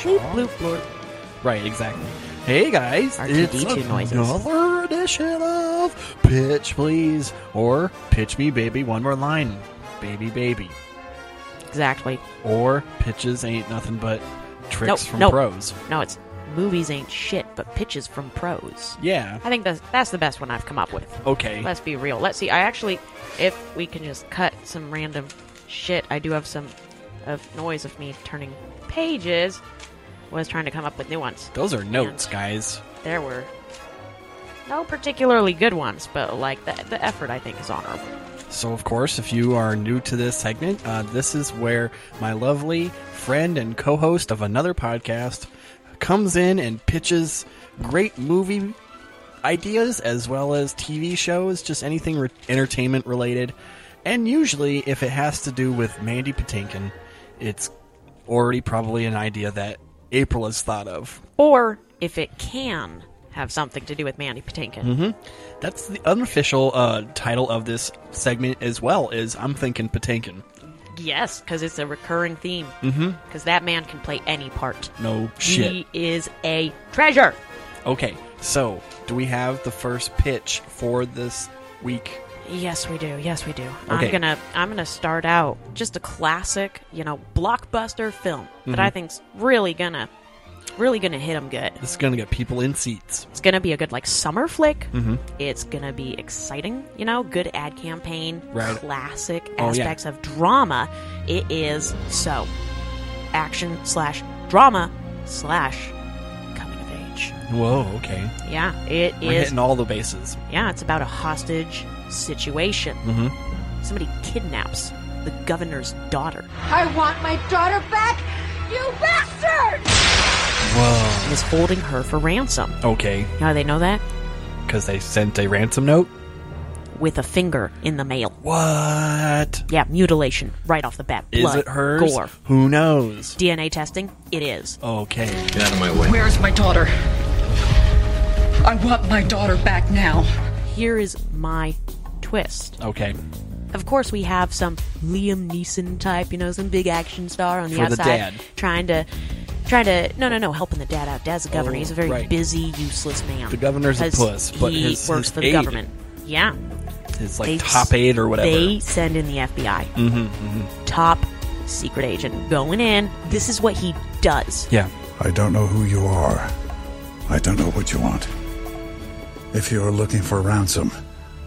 Bloop, bloop, bloop. Right, exactly. Hey guys, it's R2D2 noises. another edition of Pitch Please or Pitch Me Baby One More Line, Baby Baby, Exactly. or Pitches Ain't Nothing But Tricks Nope, from nope. Pros. No, it's movies ain't shit, but pitches from pros. Yeah. I think that's that's the best one I've come up with. Okay. Let's be real. Let's see. I actually, if we can just cut some random shit, I do have some of noise of me turning pages. Was trying to come up with new ones. Those are notes, guys. There were no particularly good ones, but like the the effort I think is honorable. So, of course, if you are new to this segment, uh, this is where my lovely friend and co host of another podcast comes in and pitches great movie ideas as well as TV shows, just anything re- entertainment related. And usually, if it has to do with Mandy Patinkin, it's already probably an idea that April has thought of. Or if it can have something to do with Mandy Patinkin. Mm-hmm. That's the unofficial uh, title of this segment as well. Is I'm thinking Patinkin. Yes, because it's a recurring theme. Mm-hmm. Because that man can play any part. No shit. He is a treasure. Okay, so do we have the first pitch for this week? Yes, we do. Yes, we do. Okay. I'm gonna I'm gonna start out just a classic, you know, blockbuster film that Mm-hmm. I think's really gonna really gonna hit them good. This is gonna get people in seats. It's gonna be a good like summer flick. Mm-hmm. Mm-hmm. It's gonna be exciting, you know, good ad campaign, Right. classic Oh, yeah. aspects of drama. It is so action slash drama slash coming of age. Whoa, okay. Yeah, it We're is- hitting all the bases. yeah, it's about a hostage situation. Mm-hmm. Mm. Somebody kidnaps the governor's daughter. I want my daughter back, you bastard! Whoa. and is holding her for ransom. Okay, Now they know that? because they sent a ransom note? With a finger in the mail. What? Yeah, mutilation right off the bat. Is Blood, it hers? Gore. Who knows? DNA testing? It is. Okay. Get out of my way. Where's my daughter? I want my daughter back now. Here is my twist. Okay. Of course, we have some Liam Neeson type, you know, some big action star on the For the outside, dad. trying to, trying to, no, no, no, helping the dad out. Dad's a governor. Oh, He's a very right. busy, useless man. The governor's a 'Cause puss, but he his- works his for the aide- government. Yeah, It's like They- top eight or whatever. Mm-hmm, They send in the FBI. Top secret agent going in. This is what he does. Yeah. I don't know who you are. I don't know what you want. If you are looking for ransom,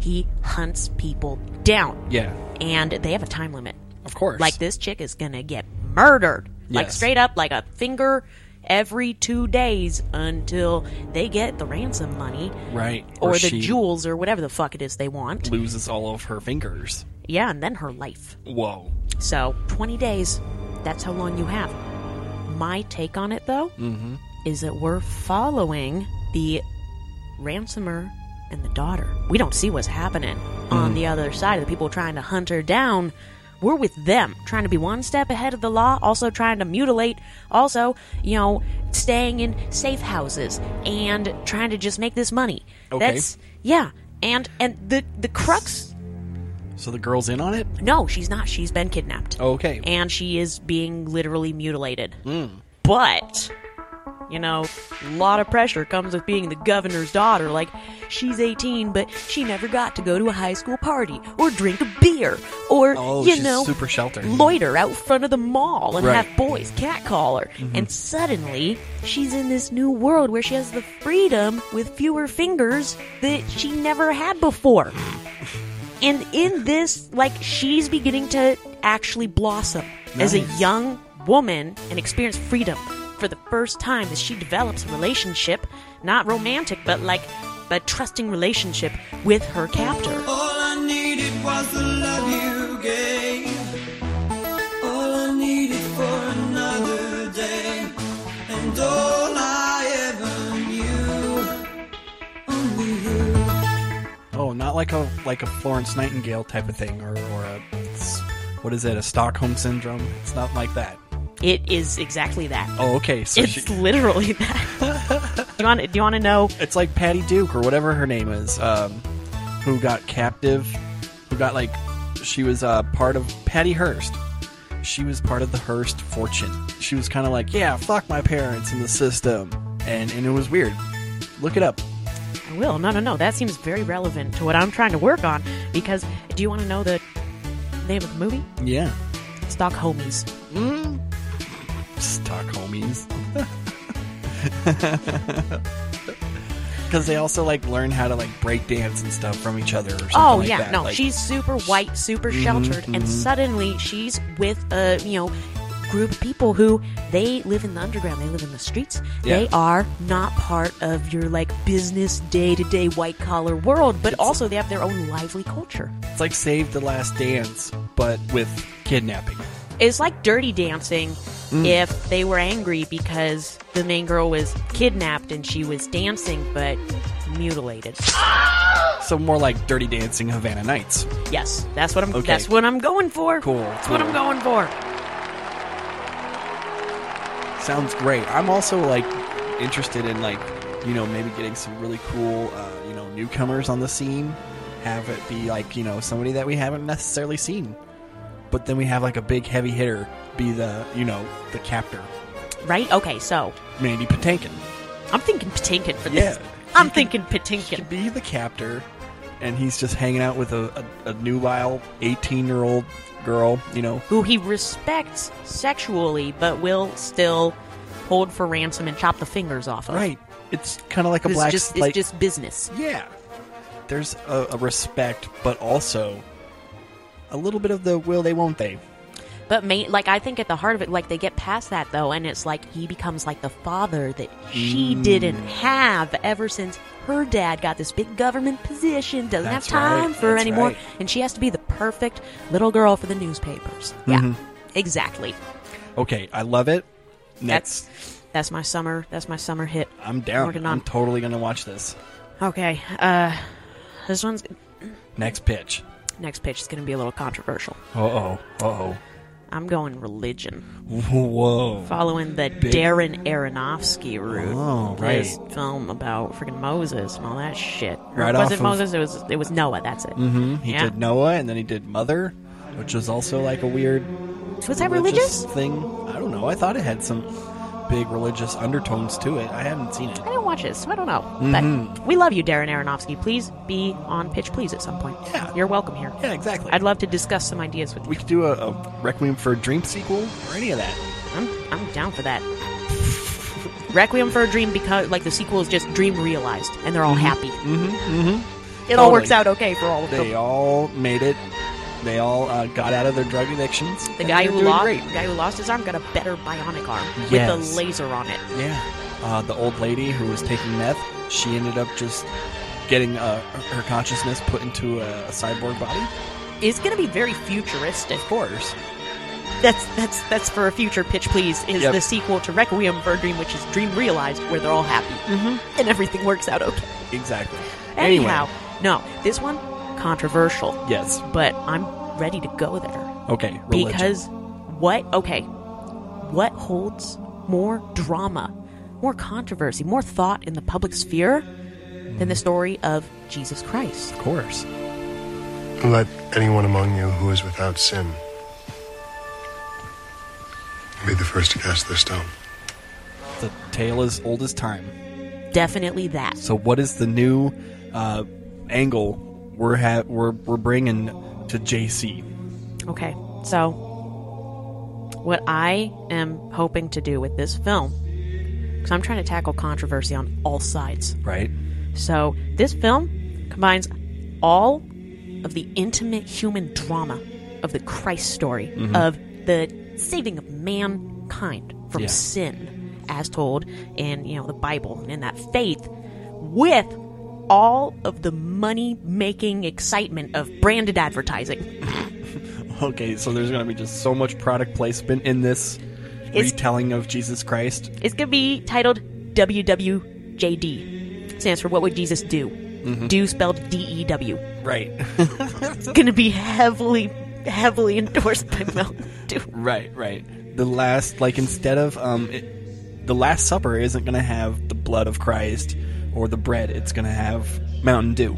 He hunts people down, Yeah. and they have a time limit. Of course. Like this chick is gonna get murdered, like Yes. straight up, like a finger every two days until they get the ransom money Right. or, the she jewels or whatever the fuck it is they want. loses all of her fingers. Yeah, and then her life. Whoa. So, 20 days, that's how long you have. My take on it, though, Mm-hmm. is that we're following the ransomer and the daughter. We don't see what's happening on the other side of the people trying to hunt her down. We're with them, trying to be one step ahead of the law, also trying to mutilate, also, you know, staying in safe houses and trying to just make this money. Okay. That's yeah. And and the the crux So the girl's in on it? no, she's not. She's been kidnapped Okay. Hmm. and she is being literally mutilated. But, you know, a lot of pressure comes with being the governor's daughter. Like, she's 18, but she never got to go to a high school party or drink a beer or, Oh, you she's know, super sheltered. loiter out front of the mall and Right. Mm-hmm. have boys catcall her. And suddenly, she's in this new world where she has the freedom with fewer fingers that she never had before. And in this, like, she's beginning to actually blossom as a Nice. young woman and experience freedom for the first time as she develops a relationship, not romantic, but like a trusting relationship with her captor. All I needed was the love you gave. All I needed for another day. Oh, like a like a Florence Nightingale type of thing, or or a it's- what is it? A Stockholm syndrome? It's not like that. It is exactly that. Oh, okay. So it's she, literally that. do you want? Do you want to know? it's like Patty Duke or whatever her name is, um, who got captive, who got like she was uh, part of Patty Hearst. She was part of the Hearst fortune. She was kind of like, yeah, fuck my parents and the system, and and it was weird. Look it up. I will. No, no, no. That seems very relevant to what I'm trying to work on. Because do you want to know the name of the movie? Yeah, Mm. Stockhomies. Stockholmies. Because they also like learn how to like break dance and stuff from each other. Or something Oh like yeah, that. no. Like, Mm-hmm. she's super white, super sheltered, and suddenly she's with a you know group of people who they live in the underground. They live in the streets. Yeah. They are not part of your like business day to day white collar world, but also they have their own lively culture. it's like Save the Last Dance, but with kidnapping. It's like dirty dancing Mm. if they were angry because the main girl was kidnapped and she was dancing but mutilated. So more like Dirty Dancing Havana Nights. Yes, that's what I'm Okay. that's what I'm going for. Cool, That's what cool. I'm going for. Sounds great. I'm also like interested in like you know maybe getting some really cool uh, you know newcomers on the scene. Have it be like you know somebody that we haven't necessarily seen, but then we have like a big heavy hitter be the you know the captor Right? Okay, so Mandy Patinkin. I'm thinking Patinkin for Yeah. this. I'm He thinking He could Patinkin. be the captor, and he's just hanging out with a, a, a nubile eighteen year old girl. You know, Who he respects sexually but will still hold for ransom and chop the fingers off of. right? It's kind of like a It's black just like it's just business. Yeah. There's a, a respect, but also a little bit of the will they, won't they. But main, like I think at the heart of it, like they get past that though, and it's like he becomes like the father that she Mm. didn't have ever since her dad got this big government position, doesn't That's have time right, for that's anymore, right. and she has to be the perfect little girl for the newspapers. Yeah, Mm-hmm. exactly. Okay, I love it. Next, That's that's my summer. That's my summer hit. I'm down. Working I'm on. totally going to watch this. okay, uh, this one's Next pitch. next pitch is going to be a little controversial. Uh oh. Uh I'm going religion, oh. Whoa. following the Darren Aronofsky route. Oh, this right. film about freaking Moses and all that shit. Or Right was off it of- Moses? It was it was Noah. That's it. Mm-hmm. He yeah. did Noah, and then he did Mother, which was also like a weird Was that religious? thing. I don't know. I thought it had some big religious undertones to it. I haven't seen it. I didn't watch it, so I don't know. Mm-hmm. But we love you, Darren Aronofsky. Please be on Pitch Please at some point. Yeah. You're welcome here. Yeah, exactly. I'd love to discuss some ideas with you. we could do a, a Requiem for a Dream sequel or any of that. I'm, I'm down for that. Requiem for a Dream, because like the sequel is just Dream realized, and they're all happy. Mm-hmm. Mm-hmm. It all Totally. works out okay for all of them. They all made it. They all uh, got out of their drug addictions. The and guy they're who doing lost, great. the guy who lost his arm, got a better bionic arm with Yes. a laser on it. Yeah. Uh, the old lady who was taking meth, she ended up just getting uh, her consciousness put into a, a cyborg body. It's going to be very futuristic. Of course. That's that's that's for a future pitch, please. Is Yep. the sequel to Requiem for a Dream, which is Dream Realized, where they're all happy mm-hmm. and everything works out okay. Exactly. Anyhow, Anyway, no, this one controversial, yes. but I'm ready to go there Okay. Religion. because what? Okay, what holds more drama, more controversy, more thought in the public sphere than the story of Jesus Christ? Mm. Of course. Let anyone among you who is without sin be the first to cast their stone. The tale is old as time. Definitely that. So what is the new uh, angle we're ha- we're we're bringing to JC? Okay, so what I am hoping to do with this film, because I'm trying to tackle controversy on all sides. Right. So this film combines all of the intimate human drama of the Christ story, Mm-hmm. of the saving of mankind from Yeah. sin, as told in you know the Bible and in that faith, with all of the money-making excitement of branded advertising. Okay, so there's going to be just so much product placement in this It's- retelling of Jesus Christ. It's going to be titled WWJD. Stands for What Would Jesus Do? Dew spelled D E W. Right. It's going to be heavily, heavily endorsed by Mountain Dew. Right, right. The last, like, instead of um, it, the Last Supper isn't going to have the blood of Christ or the bread. It's going to have Mountain Dew.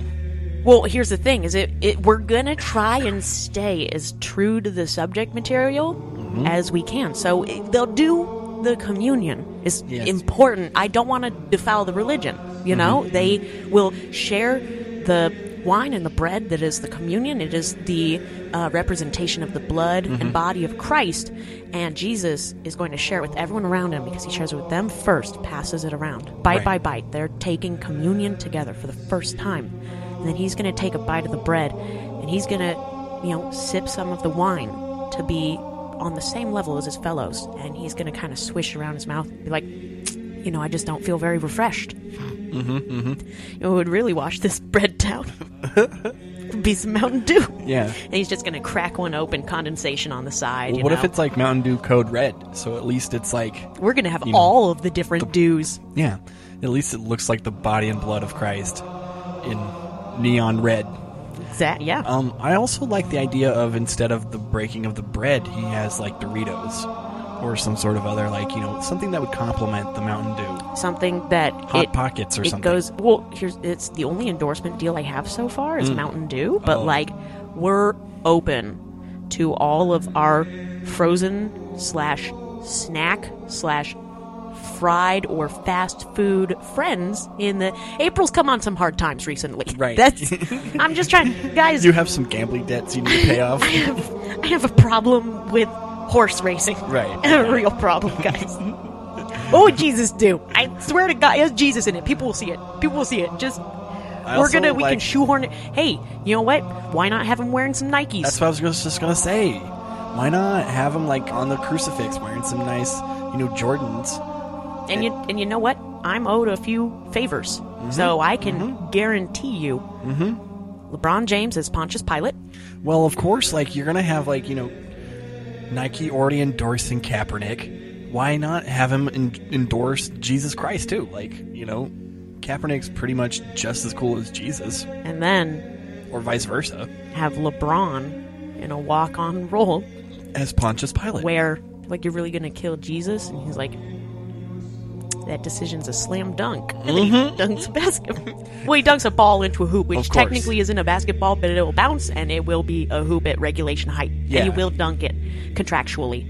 Well, here's the thing: is it, it we're gonna try and stay as true to the subject material as we can. So it, they'll do the communion is Yes. important. I don't want to defile the religion. You know, they will share the wine and the bread that is the communion. It is the uh, representation of the blood and body of Christ, and Jesus is going to share it with everyone around him because he shares it with them first, passes it around, bite by Right. bite. They're taking communion together for the first time, and then he's going to take a bite of the bread, and he's going to, you know, sip some of the wine to be on the same level as his fellows, and he's going to kind of swish around his mouth, and be like, you know, I just don't feel very refreshed. It would really wash this bread down. Be some Mountain Dew. Yeah. And he's just going to crack one open, condensation on the side. Well, you what if know? it's like Mountain Dew Code Red? So at least it's like, We're going to have you know, all of the different dews. yeah, at least it looks like the body and blood of Christ in neon red. Exact, yeah. Um, I also like the idea of instead of the breaking of the bread, he has like Doritos or some sort of other like you know something that would complement the Mountain Dew. something that Hot it, Pockets or it something. goes well here's it's the only endorsement deal i have so far Mm. is mountain dew Oh. but like we're open to all of our frozen slash snack slash fried or fast food friends in the april's come on some hard times recently Right. that's i'm just trying guys You have some gambling debts you need to pay off. I, have, I have a problem with horse racing Right. I have a real problem guys what would jesus do i swear to god it has jesus in it people will see it people will see it just I we're also gonna we can like- shoehorn it hey you know what why not have him wearing some nikes That's what I was gonna- just gonna say. Why not have him like on the crucifix wearing some nice you know Jordans? and you and you know what i'm owed a few favors Mm-hmm. so i can guarantee you Mm-hmm. lebron james is pontius pilate Well, of course, like you're gonna have like you know, Nike already endorsing Kaepernick. Why not have him en- endorse Jesus Christ too? Like you know, Kaepernick's pretty much just as cool as Jesus, and then or vice versa, have lebron in a walk-on role as Pontius Pilate. where like you're really gonna kill Jesus, and he's like, that decision's a slam dunk, and then he dunks a basketball. well, he dunks a ball into a Mm-hmm. hoop, Of which course. technically isn't a basketball, but it will bounce and it will be a hoop at regulation height, Yeah. and you will dunk it contractually.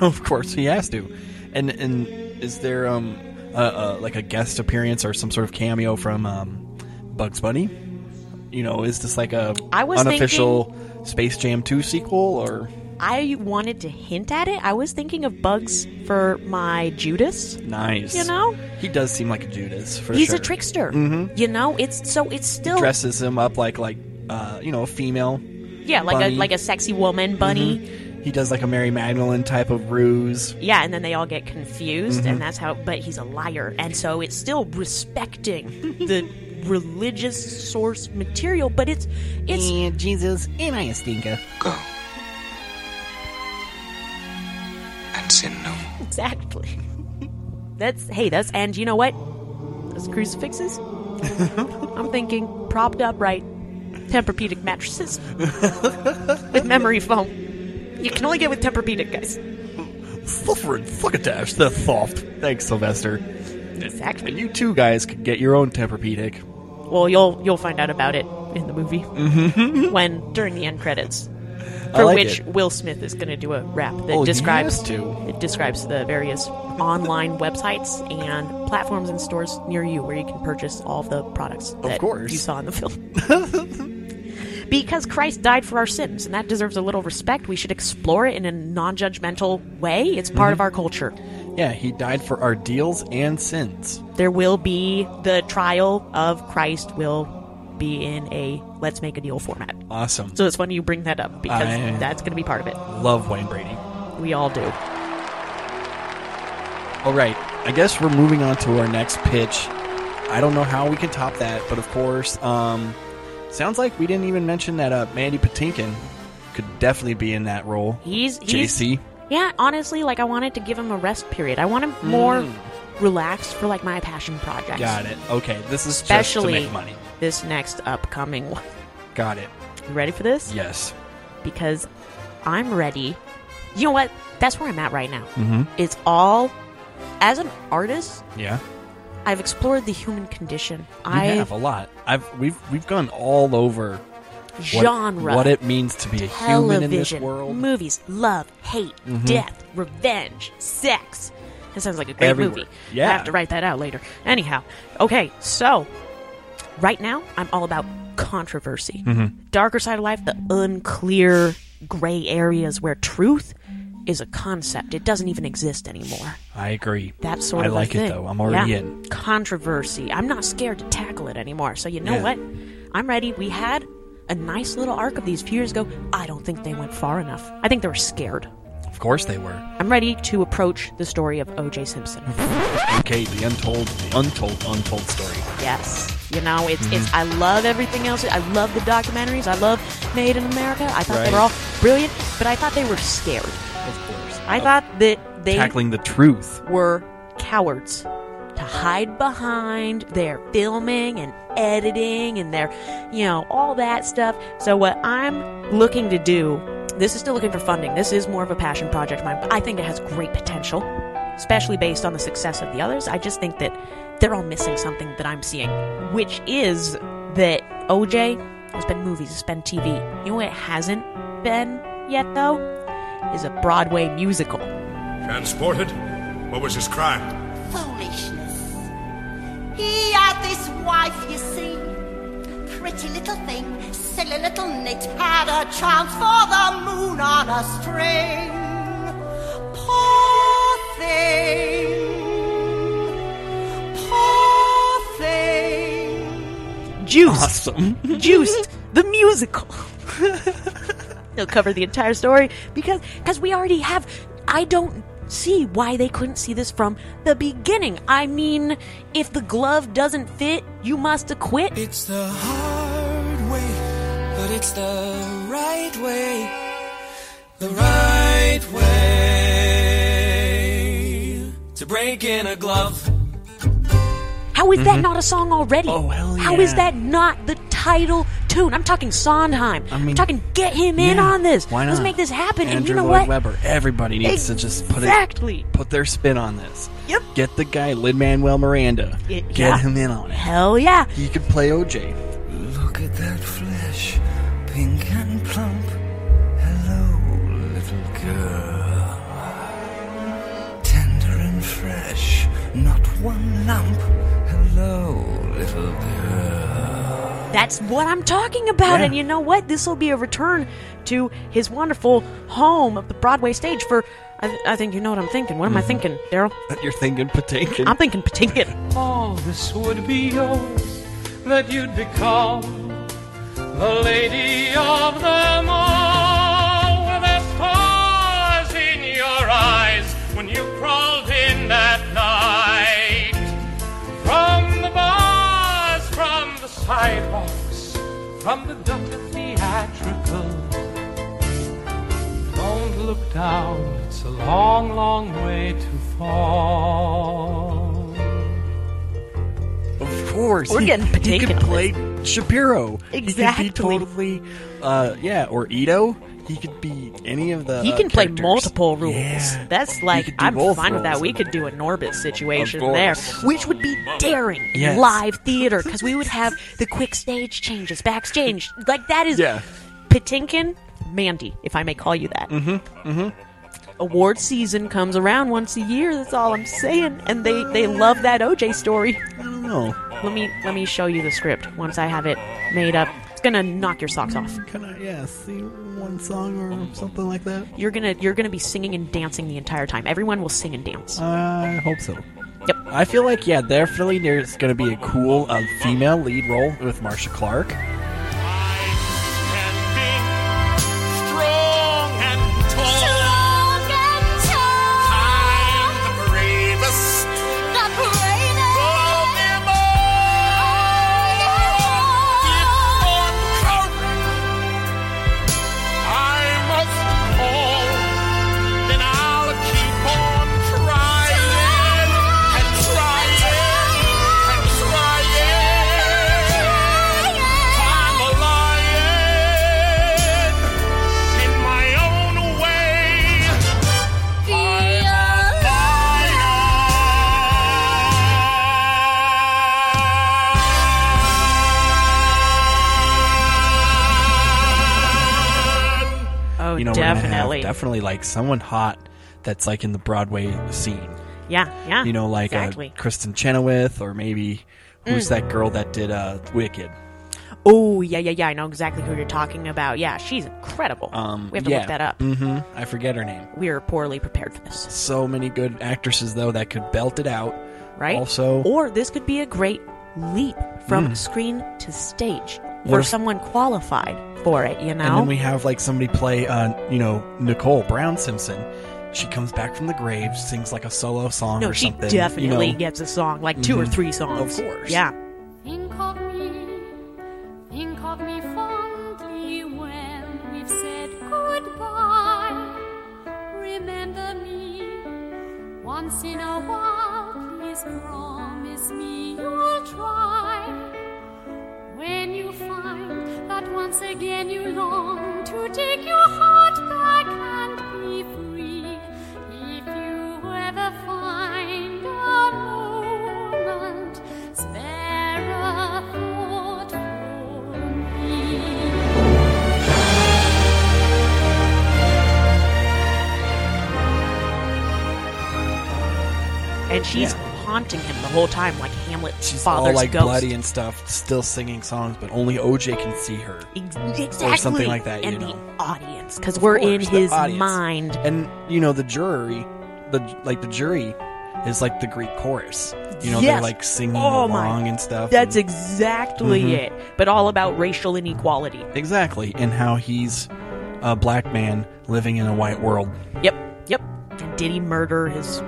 of course, he has to. And and is there um uh, uh, like a guest appearance or some sort of cameo from um, Bugs Bunny? You know, is this like a I was unofficial Space Jam two sequel or I wanted to hint at it. I was thinking of Bugs for my Judas. nice? You know? he does seem like a Judas for He's sure. Mm-hmm. a trickster. You know, it's so it's still dresses him up like like uh, you know a female. yeah, like bunny. Mm-hmm. a like a sexy woman bunny. He does like a Mary Magdalene type of ruse. Yeah, and then they all get confused, Mm-hmm. and that's how. But he's a liar, and so it's still respecting the religious source material, but it's it's Jesus and I stinker. Go. And sin no more. exactly. That's hey, that's and you know what? Those crucifixes. I'm thinking propped upright, Tempur-Pedic mattresses with memory foam. You can only get with Tempur-Pedic, guys. Suffering fuckatash, that's soft. Thanks, Sylvester. Exactly. And you two guys could get your own Tempur-Pedic. Well, you'll you'll find out about it in the movie when during the end credits, for Mm-hmm. like which it. Will Smith is going to do a rap that Oh, he describes has to. it describes the various online websites and platforms and stores near you where you can purchase all of the products that course. you saw in the film. because Christ died for our sins, and that deserves a little respect. We should explore it in a non-judgmental way. It's Mm-hmm. part of our culture. Yeah, he died for our deals and sins. There will be the trial of Christ will be in a let's make a deal format. Awesome. So it's funny you bring that up because I- that's going to be part of it. Love Wayne Brady. We all do. All right, I guess we're moving on to our next pitch. I don't know how we can top that, but of course, um, sounds like we didn't even mention that uh, Mandy Patinkin could definitely be in that role. He's, he's JC. Yeah, honestly, like I wanted to give him a rest period. I want him more relaxed for like my passion projects. Hmm. Got it. Okay, this is Especially just to make money. this next upcoming one. Got it. You ready for this? Yes. Because I'm ready. You know what? That's where I'm at right now. Mhm. It's all, as an artist, Yeah. I've explored the human condition. You I have a lot. I've we've we've gone all over what- Genre. what it means to be a human in this television, world. movies, love, hate, Mhm. death, revenge, sex. That sounds like a great Everywhere. movie. Yeah. I have to write that out later. Anyhow, okay, so right now I'm all about controversy. Mm-hmm. Mhm. Darker side of life, the unclear gray areas where truth is a concept. It doesn't even exist anymore. I agree. That sort I of a like it thing. though. I'm already Yeah. in. Controversy. I'm not scared to tackle it anymore. So you know Yeah. what? I'm ready. We had a nice little arc of these a few years ago. I don't think they went far enough. I think they were scared. Of course they were. I'm ready to approach the story of O.J. Simpson. Okay, the untold, the untold, untold story. yes. You know, it's, it's, Mm-hmm. I love everything else. I love the documentaries. I love Made in America. I thought they were Right. all brilliant, but I thought they were scared. Of course. I thought that they Tackling the truth. were cowards to hide behind their filming and editing and their, you know, all that stuff. So, what I'm looking to do, this is still looking for funding. This is more of a passion project of mine, but I think it has great potential, especially based on the success of the others. I just think that they're all missing something that I'm seeing, which is that OJ has been movies, it's been TV. You know what it hasn't been yet, though? Is a Broadway musical. Transported? What was his crime? Foolishness. He had this wife, you see. Pretty little thing, silly little nit, had a chance for the moon on a string. Poor thing. Poor thing. Juiced. Juiced the musical. They'll cover the entire story because because we already have. I don't see why they couldn't see this from the beginning. I mean, if the glove doesn't fit, you must acquit. It's the hard way. But it's the right way. The right way. To break in a glove. How is Mhm. that not a song already? Oh hell How is yeah. that not the title tune? I'm talking Sondheim. I am talking get him in Yeah, on this. Why not? Let's make this happen. Andrew and you know Lloyd what? Webber. Everybody needs to just put Exactly. it, put their spin on this. Yep. Get the guy Lin Manuel Miranda. It- Get yeah. him in on it. Hell yeah. He could play OJ. Look at that flesh, pink and plump. Hello, little girl. Tender and fresh, not one lump. Hello, little girl. That's what I'm talking about. Yeah. And you know what? This will be a return to his wonderful home of the Broadway stage for. I, th- I think you know what I'm thinking. What am I Mhm. thinking, Daryl? You're thinking Patinkin. I'm thinking Patinkin. All this would be yours, that you'd become the lady of them all. With that pause in your eyes when you crawled in that night. From the bars, from the sidewalks, from the gutter theatrical. Don't look down, it's a long, long way to fall. Of course. We're he, getting He Patinkin could on play Shapiro. Exactly. He could be totally, uh, yeah, or Ito. He could be any of the. he uh, can play characters. multiple rules. Yeah. That's like could do I'm both fine with that. roles. We could do a Norbit situation course. there, which would be daring in Yes. live theater because we would have the quick stage changes backstage. Like that is Yeah. Patinkin, Mandy, if I may call you that. Mm-hmm. Mm-hmm. award season comes around once a year. That's all I'm saying. And they they love that OJ story. No. Let me let me show you the script once I have it made up. It's gonna knock your socks off. Oh. Can I, yeah, sing one song or something like that? You're gonna you're gonna be singing and dancing the entire time. Everyone will sing and dance. I hope so. Yep. I feel like, yeah, definitely there's going to be a cool uh, female lead role with Marsha Clark. Strong and tall. I'm the bravest. Of them all. If one count, I must fall. Then I'll keep on trying and trying and trying. know we're gonna have. Oh, Definitely. Oh, definitely like someone hot that's like in the Broadway scene. Yeah, yeah. You know, like exactly. uh, Kristen Chenoweth, or maybe who's Mm. that girl that did uh, Wicked? Oh yeah, yeah, yeah. I know exactly who you're talking about. Yeah, she's incredible. Um, we have to yeah. look that up. hmm I forget her name. We are poorly prepared for this, So many good actresses though that could belt it out. right? Also, or this could be a great leap from Mm. screen to stage What for if- someone qualified for it. You know, And then we have like somebody play, uh, you know, Nicole Brown Simpson. She comes back from the grave, sings like a solo song no, or she something. definitely you know. gets a song, like 2 or Mhm. three songs. Of course. yeah. Think of me, think of me fondly when we've said goodbye. Remember me once in a while. Please promise me you'll try. When you find that once again you long to take your heart back and be free, if you ever find a moment, spare a thought for And she's haunting him the whole time, like Hamlet's all father's like ghost. bloody and stuff, still singing songs, but only OJ can see her. Ex- Exactly. Or something like that, you And know. the audience, because Of we're in course, the his audience. mind. And you know the jury, the like the jury is like the Greek chorus. You know they're Yes. like singing Oh, my. along and stuff. That's and- exactly Mhm. it. But all about racial inequality. exactly and how he's a black man living in a white world. Yep, yep. And did he murder his.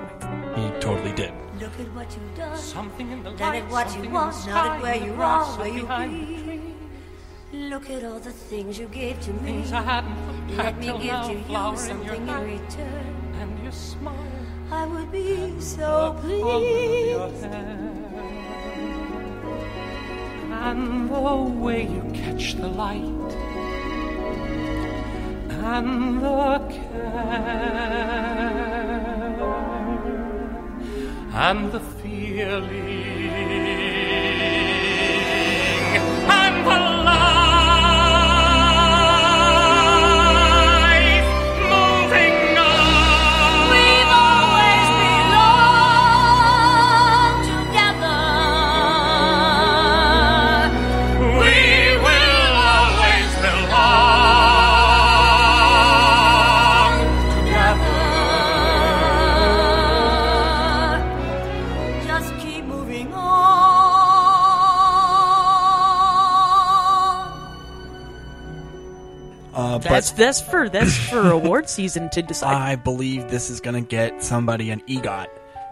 He totally did. Look at what you've done. Something in the Done light, at what something you in want, the not sky, at where you the are, grass where you behind the be. Look at all the things you gave to me. Things I hadn't thought Let back me till give now, to flower you in your something in hand. return. And you smile. I would be so pleased. And the way you catch the light, and the care, and the feeling, and the life moving on. We've always belonged together. We will always belong together. Just keep moving on. Uh, That's, but that's for that's for award season to decide. I believe this is going to get somebody an EGOT.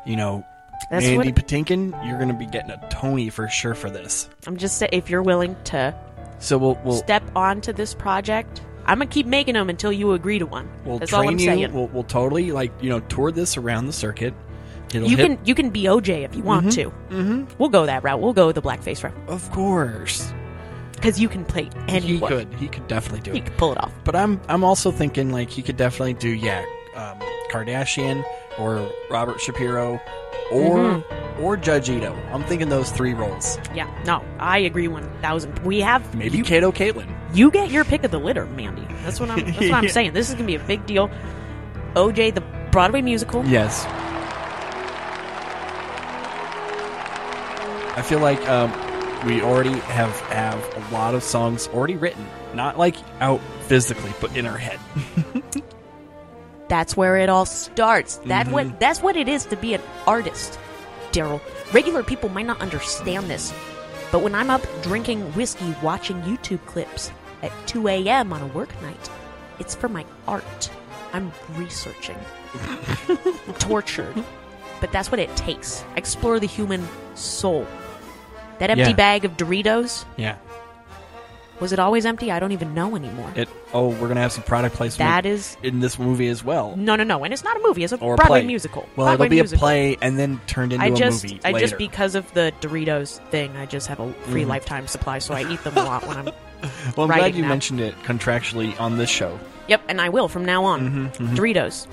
You know, That's Andy what- Patinkin, you're going to be getting a Tony for sure for this. I'm just saying, if you're willing to So we'll we'll, step onto this project, I'm going to keep making them until you agree to one. we'll that's train all I'm you. saying. We'll, we'll totally like you know tour this around the circuit. It'll you hit, can you can be OJ if you want Mhm, to. Mm-hmm. We'll go that route. We'll go the blackface route of course. because you can play He anyone. could he could definitely do He it. could pull it off. But I'm I'm also thinking like he could definitely do yeah, um, Kardashian or Robert Shapiro or Mm-hmm. or Judge Ito. I'm thinking those three roles. Yeah, no, I agree one thousand. We have Maybe Kato Caitlin. you get your pick of the litter, Mandy. That's what I'm. That's what I'm Yeah. saying. This is gonna be a big deal. OJ, the Broadway musical. Yes. I feel like um, we already have have a lot of songs already written, not like out physically, but in our head. That's where it all starts. That Mhm. what that's what it is to be an artist, Daryl. Regular people might not understand this, but when I'm up drinking whiskey, watching YouTube clips at 2 a.m. on a work night, it's for my art. I'm researching, I'm tortured, but that's what it takes. I explore the human soul. That empty Yeah. bag of Doritos yeah. was it always empty? I don't even know anymore. It. Oh, we're gonna have some product placement. That is- in this movie as well. no, no, no, and it's not a movie. It's a or a Broadway play. musical. Well, Broadway it'll be musical. a play and then turned into I just, a movie. I later. just because of the Doritos thing, I just have a free Mhm. lifetime supply, so I eat them a lot when I'm. Well, I'm glad writing you now. mentioned it contractually on this show. Yep, and I will from now on. Mhm, mhm. Doritos.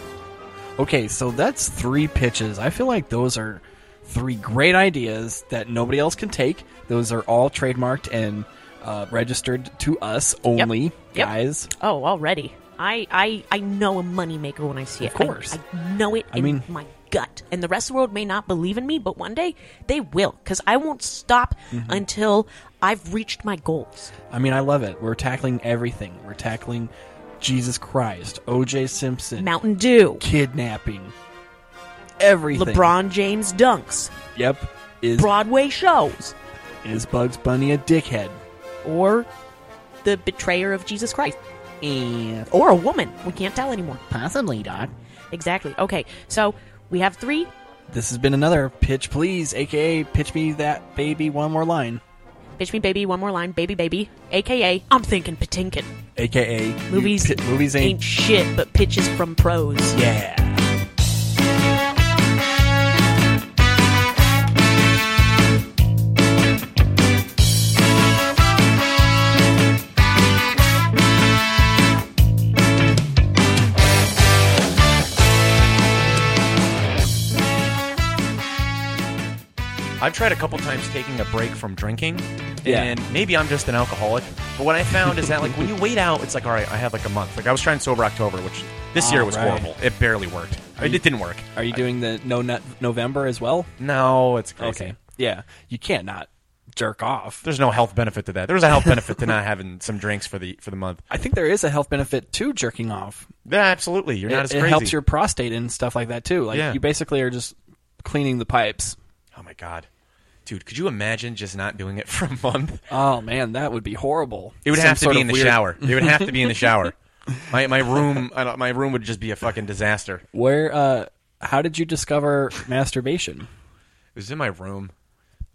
Okay, so that's three pitches. I feel like those are three great ideas that nobody else can take. Those are all trademarked and uh, registered to us only, Yep. guys. Oh, already. I, I, I know a moneymaker when I see it. Of course. I, I know it I in mean- my gut. And the rest of the world may not believe in me, but one day they will because I won't stop Mhm. until I've reached my goals. I mean, I love it. We're tackling everything. We're tackling Jesus Christ, O.J. Simpson, Mountain Dew, kidnapping, everything. LeBron James dunks, Yep. Is Broadway shows, is Bugs Bunny a dickhead? or the betrayer of Jesus Christ. or a woman. We can't tell anymore. Possibly, Doc. Exactly. Okay, so we have three. This has been another pitch, please, aka pitch me that baby one more line, Bitch me baby, one more line, baby baby, aka I'm thinking Patinkin. aka you Movies pi- movies ain't ain't. shit, but pitches from pros. Yeah. I've tried a couple times taking a break from drinking, Yeah. and maybe I'm just an alcoholic. But what I found is that like when you wait out, it's like all right, I have like a month. Like I was trying sober October, which this year All was right. horrible. It barely worked. Are it you- didn't work. Are you doing the no Nut November as well? No, it's crazy. Okay. Yeah, you can't not jerk off. There's no health benefit to that. There was a health benefit to not having some drinks for the for the month. I think there is a health benefit to jerking off. Yeah, absolutely. You're it, not as it crazy. helps your prostate and stuff like that too. Like Yeah. you basically are just cleaning the pipes. Oh my god, dude, could you imagine just not doing it for a month? Oh man, that would be horrible. It would Some have to sort be of in the weird- shower. It would have to be in the shower. My my room I don't- my room would just be a fucking disaster. It Where? uh How did you discover masturbation? was in my room.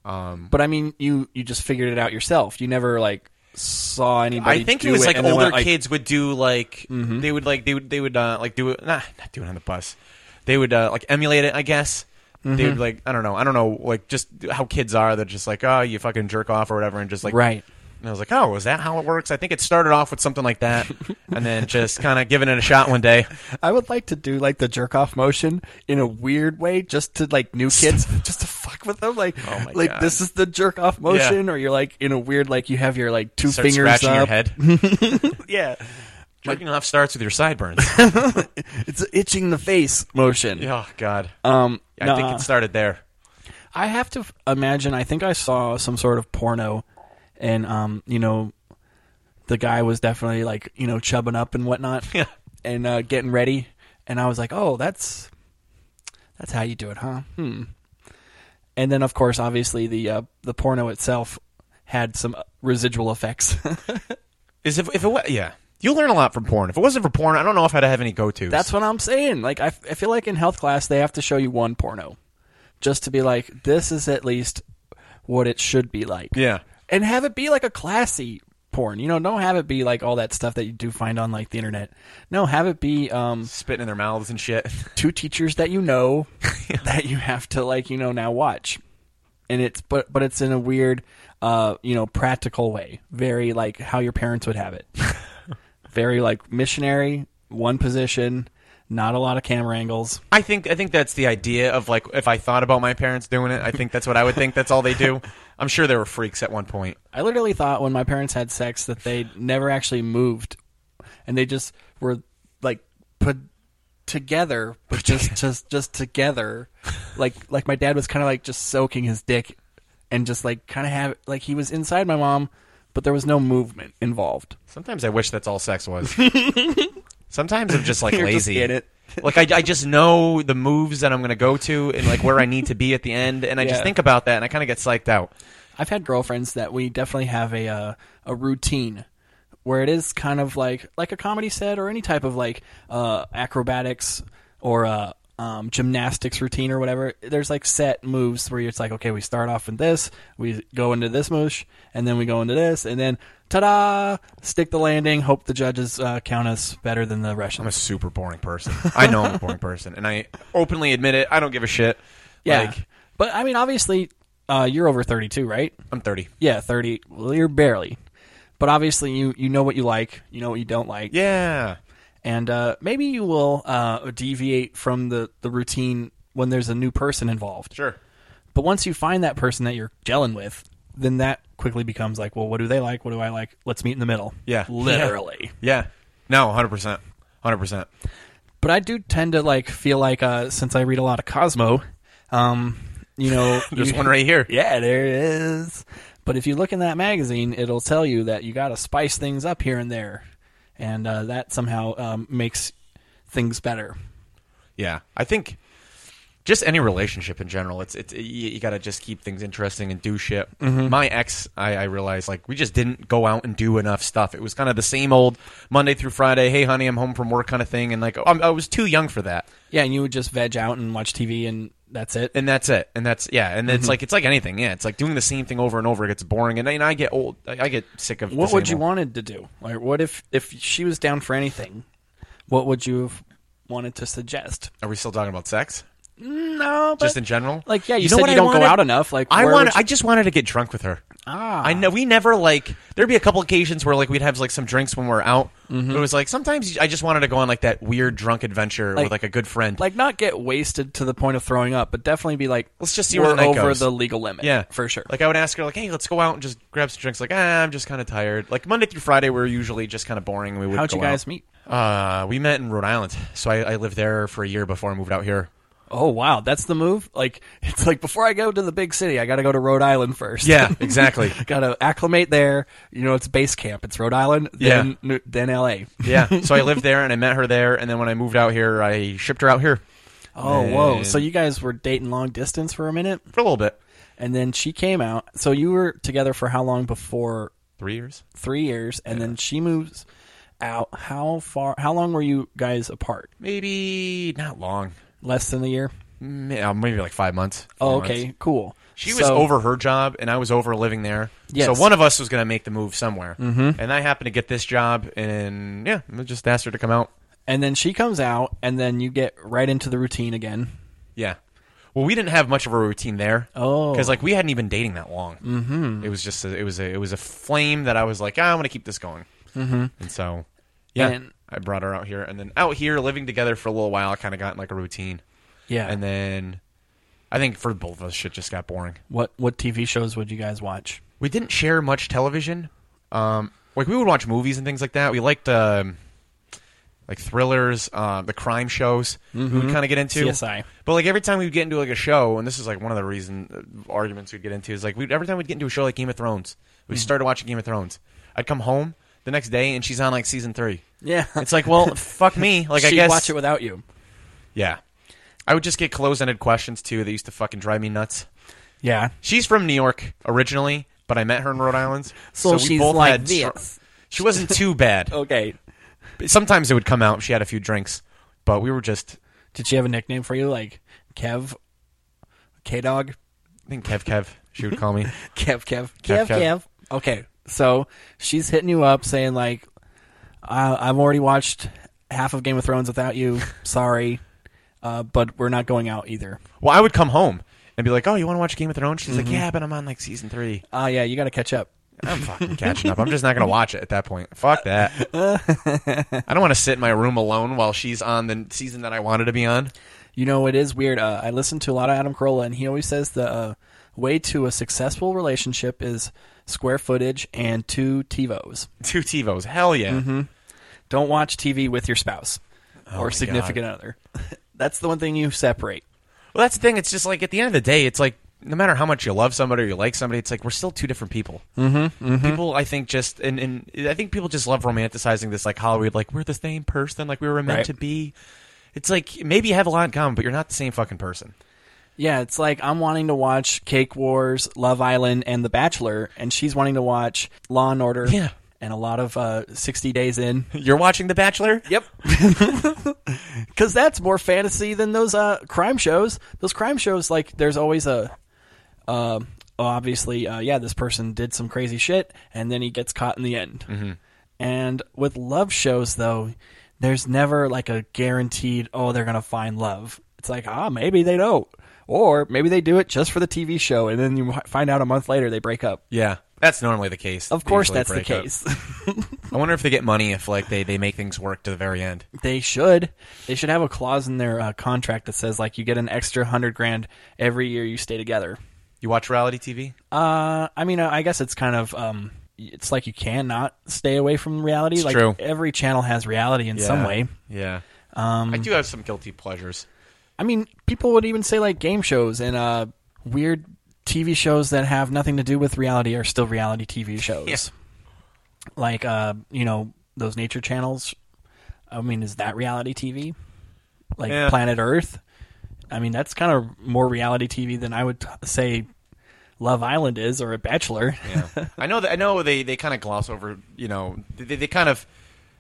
Um, But I mean, you you just figured it out yourself. You never like saw anybody. I think do it was like and then older went, like, Mm-hmm. kids would do like they would like they would they would uh, like do it nah, not do it on the bus. They would uh, like emulate it, I guess. They Mhm. would like I don't know I don't know like just how kids are. They're just like oh you fucking jerk off or whatever and just like Right. And I was like oh is that how it works? I think it started off with something like that and then just kind of giving it a shot one day. I would like to do like the jerk off motion in a weird way, just to like new kids, just to fuck with them. Like, Oh my like God. this is the jerk off motion, or you're like in a weird like you have your like two Start fingers scratching up. your head. yeah, Jerking off starts with your sideburns. it's itching the face motion. oh God. Um, I nah. think it started there. I have to f- imagine. I think I saw some sort of porno, and um, you know, the guy was definitely like you know chubbing up and whatnot, Yeah. and uh, getting ready. And I was like, oh, that's that's how you do it, huh? Hmm. And then, of course, obviously the uh, the porno itself had some uh, residual effects. Is if if it wa- yeah you learn a lot from porn. If it wasn't for porn, I don't know if I'd have any go tos. That's what I'm saying. Like I, f- I feel like in health class they have to show you one porno, just to be like, this is at least what it should be like. Yeah. and have it be like a classy porn. You know, don't have it be like all that stuff that you do find on like the internet. No, have it be um, spitting in their mouths and shit. two teachers that you know that you have to like you know now watch, and it's but but it's in a weird uh you know practical way, very like how your parents would have it, very like missionary one position. Not a lot of camera angles. I think I think that's the idea of like if I thought about my parents doing it, I think that's what I would think. That's all they do. I'm sure they were freaks at one point. I literally thought when my parents had sex that they never actually moved, and they just were like put together, but just just just together, like like my dad was kind of like just soaking his dick, and just like kind of have like he was inside my mom, but there was no movement involved. Sometimes I wish that's all sex was. Sometimes I'm just like You're just lazy. in it. like I, I just know the moves that I'm gonna go to and like where I need to be at the end, and I Yeah. just think about that and I kind of get psyched out. I've had girlfriends that we definitely have a uh, a routine where it is kind of like like a comedy set or any type of like uh, acrobatics or uh, um, gymnastics routine or whatever. There's like set moves where it's like okay, we start off with this, we go into this moosh, and then we go into this, and then ta-da, stick the landing. Hope the judges uh, count us better than the Russians. I'm a super boring person. I know I'm a boring person, and I openly admit it. I don't give a shit. Yeah. Like, but I mean, obviously, uh, you're over 32, right? I'm 30. Yeah, 30. Well, you're barely. But obviously, you, you know what you like, you know what you don't like. Yeah. And uh, maybe you will uh, deviate from the, the routine when there's a new person involved. Sure. But once you find that person that you're gelling with, then that quickly becomes like, well, what do they like? What do I like? Let's meet in the middle. Yeah. Literally. Yeah. No, 100. percent hundred percent. But I do tend to like feel like uh, since I read a lot of Cosmo, um, you know, There's you- one right here. Yeah, there it is. But if you look in that magazine, it'll tell you that you got to spice things up here and there, and uh, that somehow um, makes things better. Yeah, I think just any relationship in general, it's it's you, you got to just keep things interesting and do shit. Mhm. My ex, I, I realized like we just didn't go out and do enough stuff. It was kind of the same old Monday through Friday. Hey, honey, I'm home from work kind of thing, and like I'm, I was too young for that. Yeah, and you would just veg out and watch TV, and that's it. And that's it. And that's yeah. And it's Mhm. like it's like anything. Yeah, it's like doing the same thing over and over. It gets boring, and, I- and I get old. I, I get sick of the what same would you old- wanted to do? Like, what if if she was down for anything? What would you have wanted to suggest? Are we still talking about sex? No, but Just in general, Like, yeah, you, know said what you I don't wanted? go out enough. Like, I where want. would I you- just wanted to get drunk with her. Ah. I know we never like. There'd be a couple occasions where like we'd have like some drinks when we were out. Mm-hmm. It was like sometimes I just wanted to go on like that weird drunk adventure Like- with like a good friend. like not get wasted to the point of throwing up, but definitely be like, let's just see we're where the night over goes. the legal limit. Yeah, for sure. Like I would ask her like, "Hey, let's go out and just grab some drinks." Like, ah, I'm just kind of tired. Like Monday through Friday, we're usually just kind of boring. We would. How'd you go out. guys meet? Uh, we met in Rhode Island, so I, I lived there for a year before I moved out here. Oh wow, that's the move. Like it's like before I go to the big city, I got to go to Rhode Island first. Yeah, exactly. got to acclimate there. You know, it's base camp. It's Rhode Island. Then, New- then L.A. Yeah, so I lived there and I met her there, and then when I moved out here, I shipped her out here. Oh whoa! And- So you guys were dating long distance for a minute, for a little bit, and then she came out. So you were together for how long before? Three years. Three years, and then she moves out. How far? How long were you guys apart? maybe not long, Less than a year. May- uh, maybe like five months. Oh, four okay, months. cool. She was So- over her job, and I was over living there. So Yes. one of us was going to make the move somewhere, Mhm. and I happened to get this job, and yeah, I just asked her to come out. And then she comes out, and then you get right into the routine again. Yeah. Well, we didn't have much of a routine there. Oh. because like we hadn't even dating that long. Mhm. It was just a, it was a it was a flame that I was like, ah, I'm going to keep this going. Mhm. And so, yeah, And- I brought her out here, and then out here living together for a little while, I kind of got in like a routine. Yeah. and then I think for both of us, shit just got boring. What what TV shows would you guys watch? We didn't share much television. Um, like we would watch movies and things like that. We liked um, like thrillers, uh, the crime shows. We would Mhm. kind of get into CSI. But like every time we'd get into like a show, and this is like one of the reason uh, arguments we'd get into is like we every time we'd get into a show like Game of Thrones, we Mhm. started watching Game of Thrones. I'd come home the next day and she's on like season three. Yeah. it's like well, fuck me. Like I She'd guess watch it without you. Yeah, I would just get close-ended questions too. They used to fucking drive me nuts. Yeah. She's from New York originally, but I met her in Rhode Island. So we she's both like had str- this. she wasn't too bad. okay. Sometimes it would come out. She had a few drinks, but we were just. Did she have a nickname for you like Kev, K Dog, I think Kev Kev. She would call me Kev Kev Kev Kev, Kev. Kev? Okay, so she's hitting you up saying like, I- "I've already watched half of Game of Thrones without you. Sorry, uh, but we're not going out either." Well, I would come home and be like, "Oh, you want to watch Game of Thrones?" She's Mhm. like, "Yeah, but I'm on like season three. Ah, yeah, you got to catch up. I'm fucking catching up. I'm just not gonna watch it at that point. Fuck that. I don't want to sit in my room alone while she's on the season that I wanted to be on. You know, it is weird. Uh, I listen to a lot of Adam Carolla, and he always says the uh, way to a successful relationship is square footage and two TiVos. Two TiVos. Hell yeah. hmm Don't watch TV with your spouse Oh my or significant God. other. that's the one thing you separate. Well, that's the thing. It's just like at the end of the day, it's like no matter how much you love somebody or you like somebody, it's like we're still two different people. Mm-hmm, mhm. People, I think, just and, and I think people just love romanticizing this like Hollywood, like we're the same person, like we were meant Right. to be. It's like maybe you have a lot in common, but you're not the same fucking person. Yeah, it's like I'm wanting to watch Cake Wars, Love Island, and The Bachelor, and she's wanting to watch Law and Order. Yeah. And a lot of uh, 60 Days In. You're watching The Bachelor? Yep. Because that's more fantasy than those uh, crime shows. Those crime shows, like, there's always a. Uh, obviously, uh, yeah, this person did some crazy shit, and then he gets caught in the end. Mhm. And with love shows, though, there's never like a guaranteed, oh, they're going to find love. It's like, ah, maybe they don't. Or maybe they do it just for the TV show, and then you find out a month later they break up. Yeah, that's normally the case. Of They course usually that's the break up. case. I wonder if they get money if like they they make things work to the very end. They should. They should have a clause in their uh, contract that says like you get an extra hundred grand every year you stay together. You watch reality TV? Uh, I mean, I I guess it's kind of um, it's like you cannot stay away from reality. It's like true. every channel has reality in some Yeah. way. Yeah. Um, I do have some guilty pleasures. I mean, people would even say like game shows and uh, weird TV shows that have nothing to do with reality are still reality TV shows. Like uh, you know those nature channels. I mean, is that reality TV? Like Yeah. Planet Earth. I mean, that's kind of more reality TV than I would t- say Love Island is or a Bachelor. Yeah. I know that I know they, they kind of gloss over, you know, they, they kind of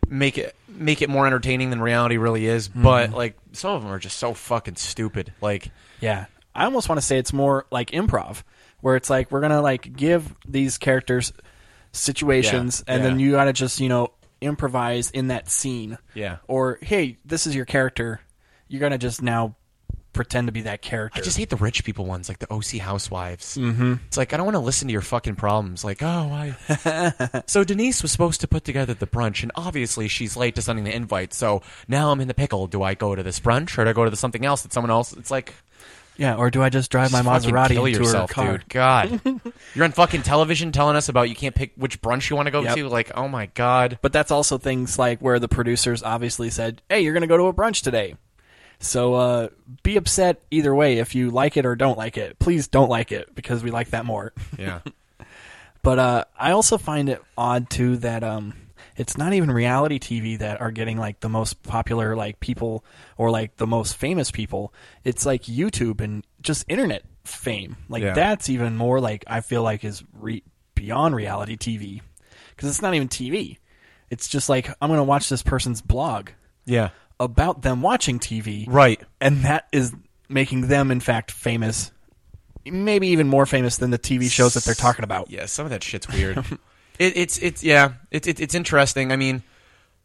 make it make it more entertaining than reality really is, but Mhm. like some of them are just so fucking stupid. Like Yeah. I almost want to say it's more like improv, where it's like we're gonna like give these characters situations Yeah, and then yeah. you gotta just, you know, improvise in that scene. Yeah. Or hey, this is your character. You're gonna just now pretend to be that character. I just hate the rich people ones, like the OC housewives. Mm. Mhm. It's like I don't want to listen to your fucking problems. Like, oh, I. so Denise was supposed to put together the brunch, and obviously she's late to sending the invite. So now I'm in the pickle. Do I go to this brunch or do I go to the something else that someone else? It's like yeah, or do I just drive my Just fucking Maserati kill into yourself, her car? dude. God, you're on fucking television telling us about you can't pick which brunch you want to go Yep. to. Like, oh my god. But that's also things like where the producers obviously said, "Hey, you're going to go to a brunch today." So uh, be upset either way if you like it or don't like it. Please don't like it because we like that more. Yeah. but uh, I also find it odd too that um, it's not even reality TV that are getting like the most popular like people or like the most famous people. It's like YouTube and just internet fame. Like Yeah. that's even more like I feel like is re- beyond reality TV because it's not even TV. It's just like I'm going to watch this person's blog. Yeah. About them watching TV. Right. And that is making them in fact famous. Maybe even more famous than the TV shows that they're talking about. Yeah, some of that shit's weird. it, it's it's yeah, it's it, it's interesting. I mean,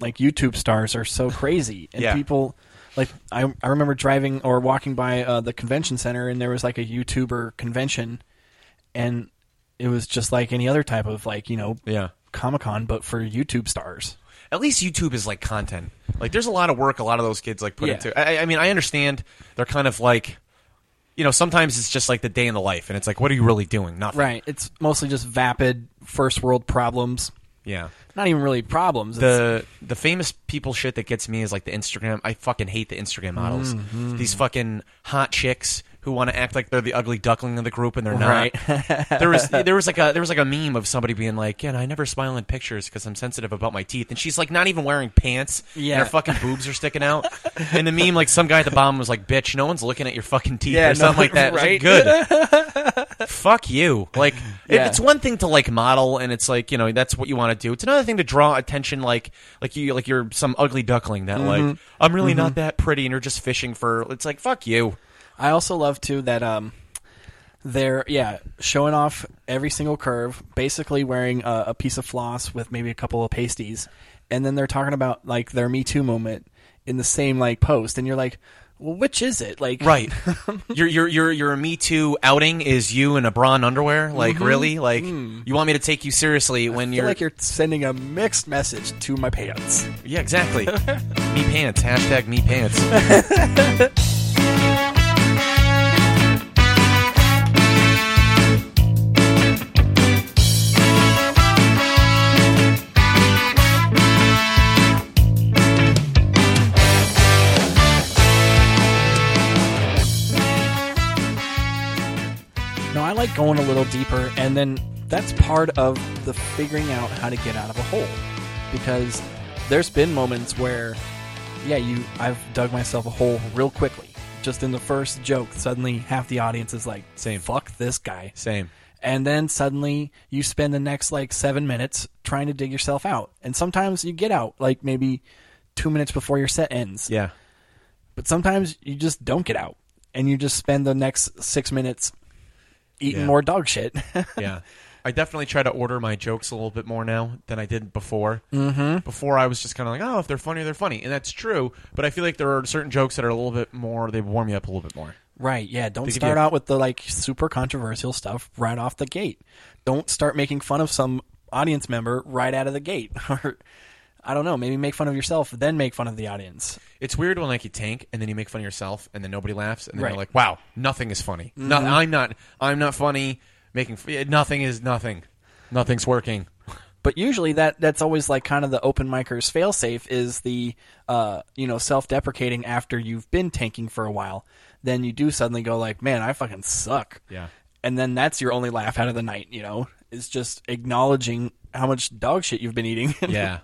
like YouTube stars are so crazy, and Yeah. people like I I remember driving or walking by uh, the convention center, and there was like a YouTuber convention, and it was just like any other type of like you know Yeah. Comic Con, but for YouTube stars. At least YouTube is like content. Like, there's a lot of work a lot of those kids like put Yeah. into. I, I mean, I understand they're kind of like, you know, sometimes it's just like the day in the life, and it's like, what are you really doing? Nothing. Right, it's mostly just vapid first world problems. Yeah. Not even really problems. The the famous people shit that gets me is like the Instagram. I fucking hate the Instagram models. Mhm. These fucking hot chicks who want to act like they're the ugly duckling of the group and they're not. Right. there was there was like a there was like a meme of somebody being like, "Yeah, I never smile in pictures because I'm sensitive about my teeth," and she's like not even wearing pants. and Yeah. her fucking boobs are sticking out. and the meme like some guy at the bottom was like, "Bitch, no one's looking at your fucking teeth Yeah, or something no, like that." It was like, right? Good fuck you. Like it- Yeah. it's one thing to like model and it's like, you know, that's what you want to do. It's another thing to draw attention like like you like you're some ugly duckling that like Mhm. I'm really not Mhm. that pretty and you're just fishing for it's like fuck you. I also love too that um, they're yeah showing off every single curve, basically wearing a, a piece of floss with maybe a couple of pasties, and then they're talking about like their Me Too moment in the same like post, and you're like, well, which is it? Like, Right. your your your your me too outing is you in a bra and underwear? Like Mhm. really? Like Mm. you want me to take you seriously when I you're feel like you're sending a mixed message to my pants. Yeah, exactly. me pants. Hashtag me pants. No, I like going a little deeper, and then that's part of the figuring out how to get out of a hole. Because there's been moments where, yeah, you I've dug myself a hole real quickly. Just in the first joke, suddenly half the audience is like, "Same, fuck this guy." Same. And then suddenly you spend the next like seven minutes trying to dig yourself out, and sometimes you get out like maybe two minutes before your set ends. Yeah. But sometimes you just don't get out, and you just spend the next six minutes eating Yeah. more dog shit. yeah. I definitely try to order my jokes a little bit more now than I did before. Mhm. Before I was just kind of like, oh, if they're funny, they're funny, and that's true. But I feel like there are certain jokes that are a little bit more. They warm you up a little bit more. Right, yeah. Don't They give start you- out with the like super controversial stuff right off the gate. Don't start making fun of some audience member right out of the gate. Or I don't know, maybe make fun of yourself, then make fun of the audience. It's weird when like you tank and then you make fun of yourself and then nobody laughs and then you're Right. like, wow, nothing is funny. No, Mhm. I'm not. I'm not funny. Making f- nothing is nothing. Nothing's working. But usually that that's always like kind of the open micers failsafe is the uh, you know self deprecating after you've been tanking for a while. Then you do suddenly go like, man, I fucking suck. Yeah. And then that's your only laugh out of the night. You know, is just acknowledging how much dog shit you've been eating. Yeah.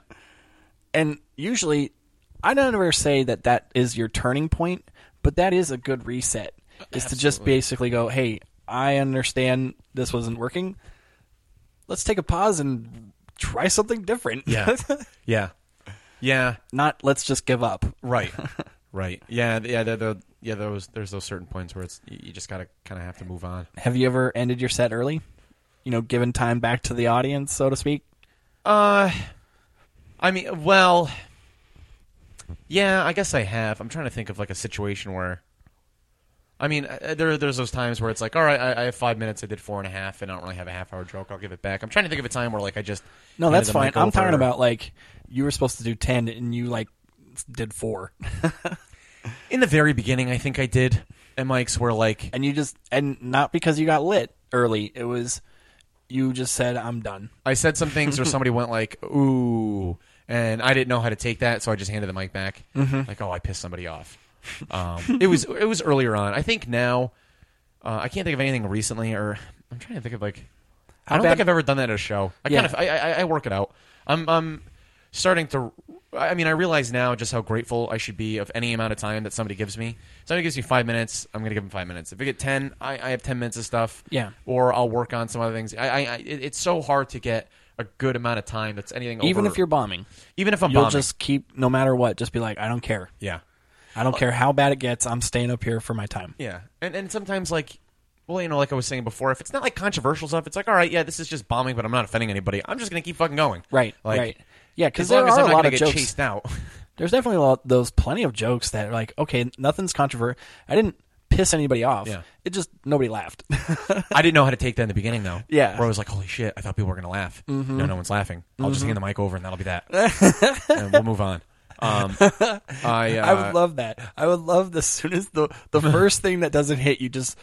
and usually, I don't ever say that that is your turning point, but that is a good reset. Is to just basically go, hey, I understand this wasn't working. Let's take a pause and try something different. Yeah. yeah. Yeah. Not let's just give up. Right. right. Yeah. Yeah. There, there, yeah. Those there's those certain points where it's you you just gotta kind of have to move on. Have you ever ended your set early? You know, given time back to the audience, so to speak. Uh, I mean, well, yeah, I guess I have. I'm trying to think of like a situation where, I mean, uh, there there's those times where it's like, all right, I, I have five minutes, I did four and a half, and I don't really have a half hour joke. I'll give it back. I'm trying to think of a time where like I just No, handed that's the fine. mic I'm talking over. about like you were supposed to do ten and you like did four. in the very beginning. I think I did, and mics were like, and you just and not because you got lit early. It was you just said I'm done. I said some things where somebody went like, "Ooh," and I didn't know how to take that, so I just handed the mic back. Mhm. Like, "Oh, I pissed somebody off." Um, it was it was earlier on. I think now uh, I can't think of anything recently, or I'm trying to think of like How I don't bad- think I've ever done that at a show. I Yeah. kind of I, I I work it out. I'm I'm starting to. I mean, I realize now just how grateful I should be of any amount of time that somebody gives me. Somebody gives me five minutes, I'm going to give them five minutes. If I get ten, I, I have ten minutes of stuff Yeah. or I'll work on some other things. I, I, I it- it's so hard to get a good amount of time that's anything. Even over- if you're bombing. even if I'm You'll bombing, just keep no matter what, just be like, I don't care. Yeah. I don't care how bad it gets, I'm staying up here for my time. yeah, and and sometimes like, well, you know, like I was saying before, if it's not like controversial stuff, it's like, all right, yeah, this is just bombing, but I'm not offending anybody. I'm just going to keep fucking going. Right. Like, right. Yeah, because as there long as are I'm a not lot gonna of get jokes. chased out. There's definitely a lot, those plenty of jokes that are like, okay, nothing's controversial. I didn't piss anybody off. Yeah. It just nobody laughed. I didn't know how to take that in the beginning though. Yeah. where I was like, holy shit, I thought people were going to laugh. Mhm. No, no one's laughing. I'll just Mhm. hand the mic over, and that'll be that, and we'll move on. Um, I uh, would love that. I would love the as soon as the the first thing that doesn't hit, you just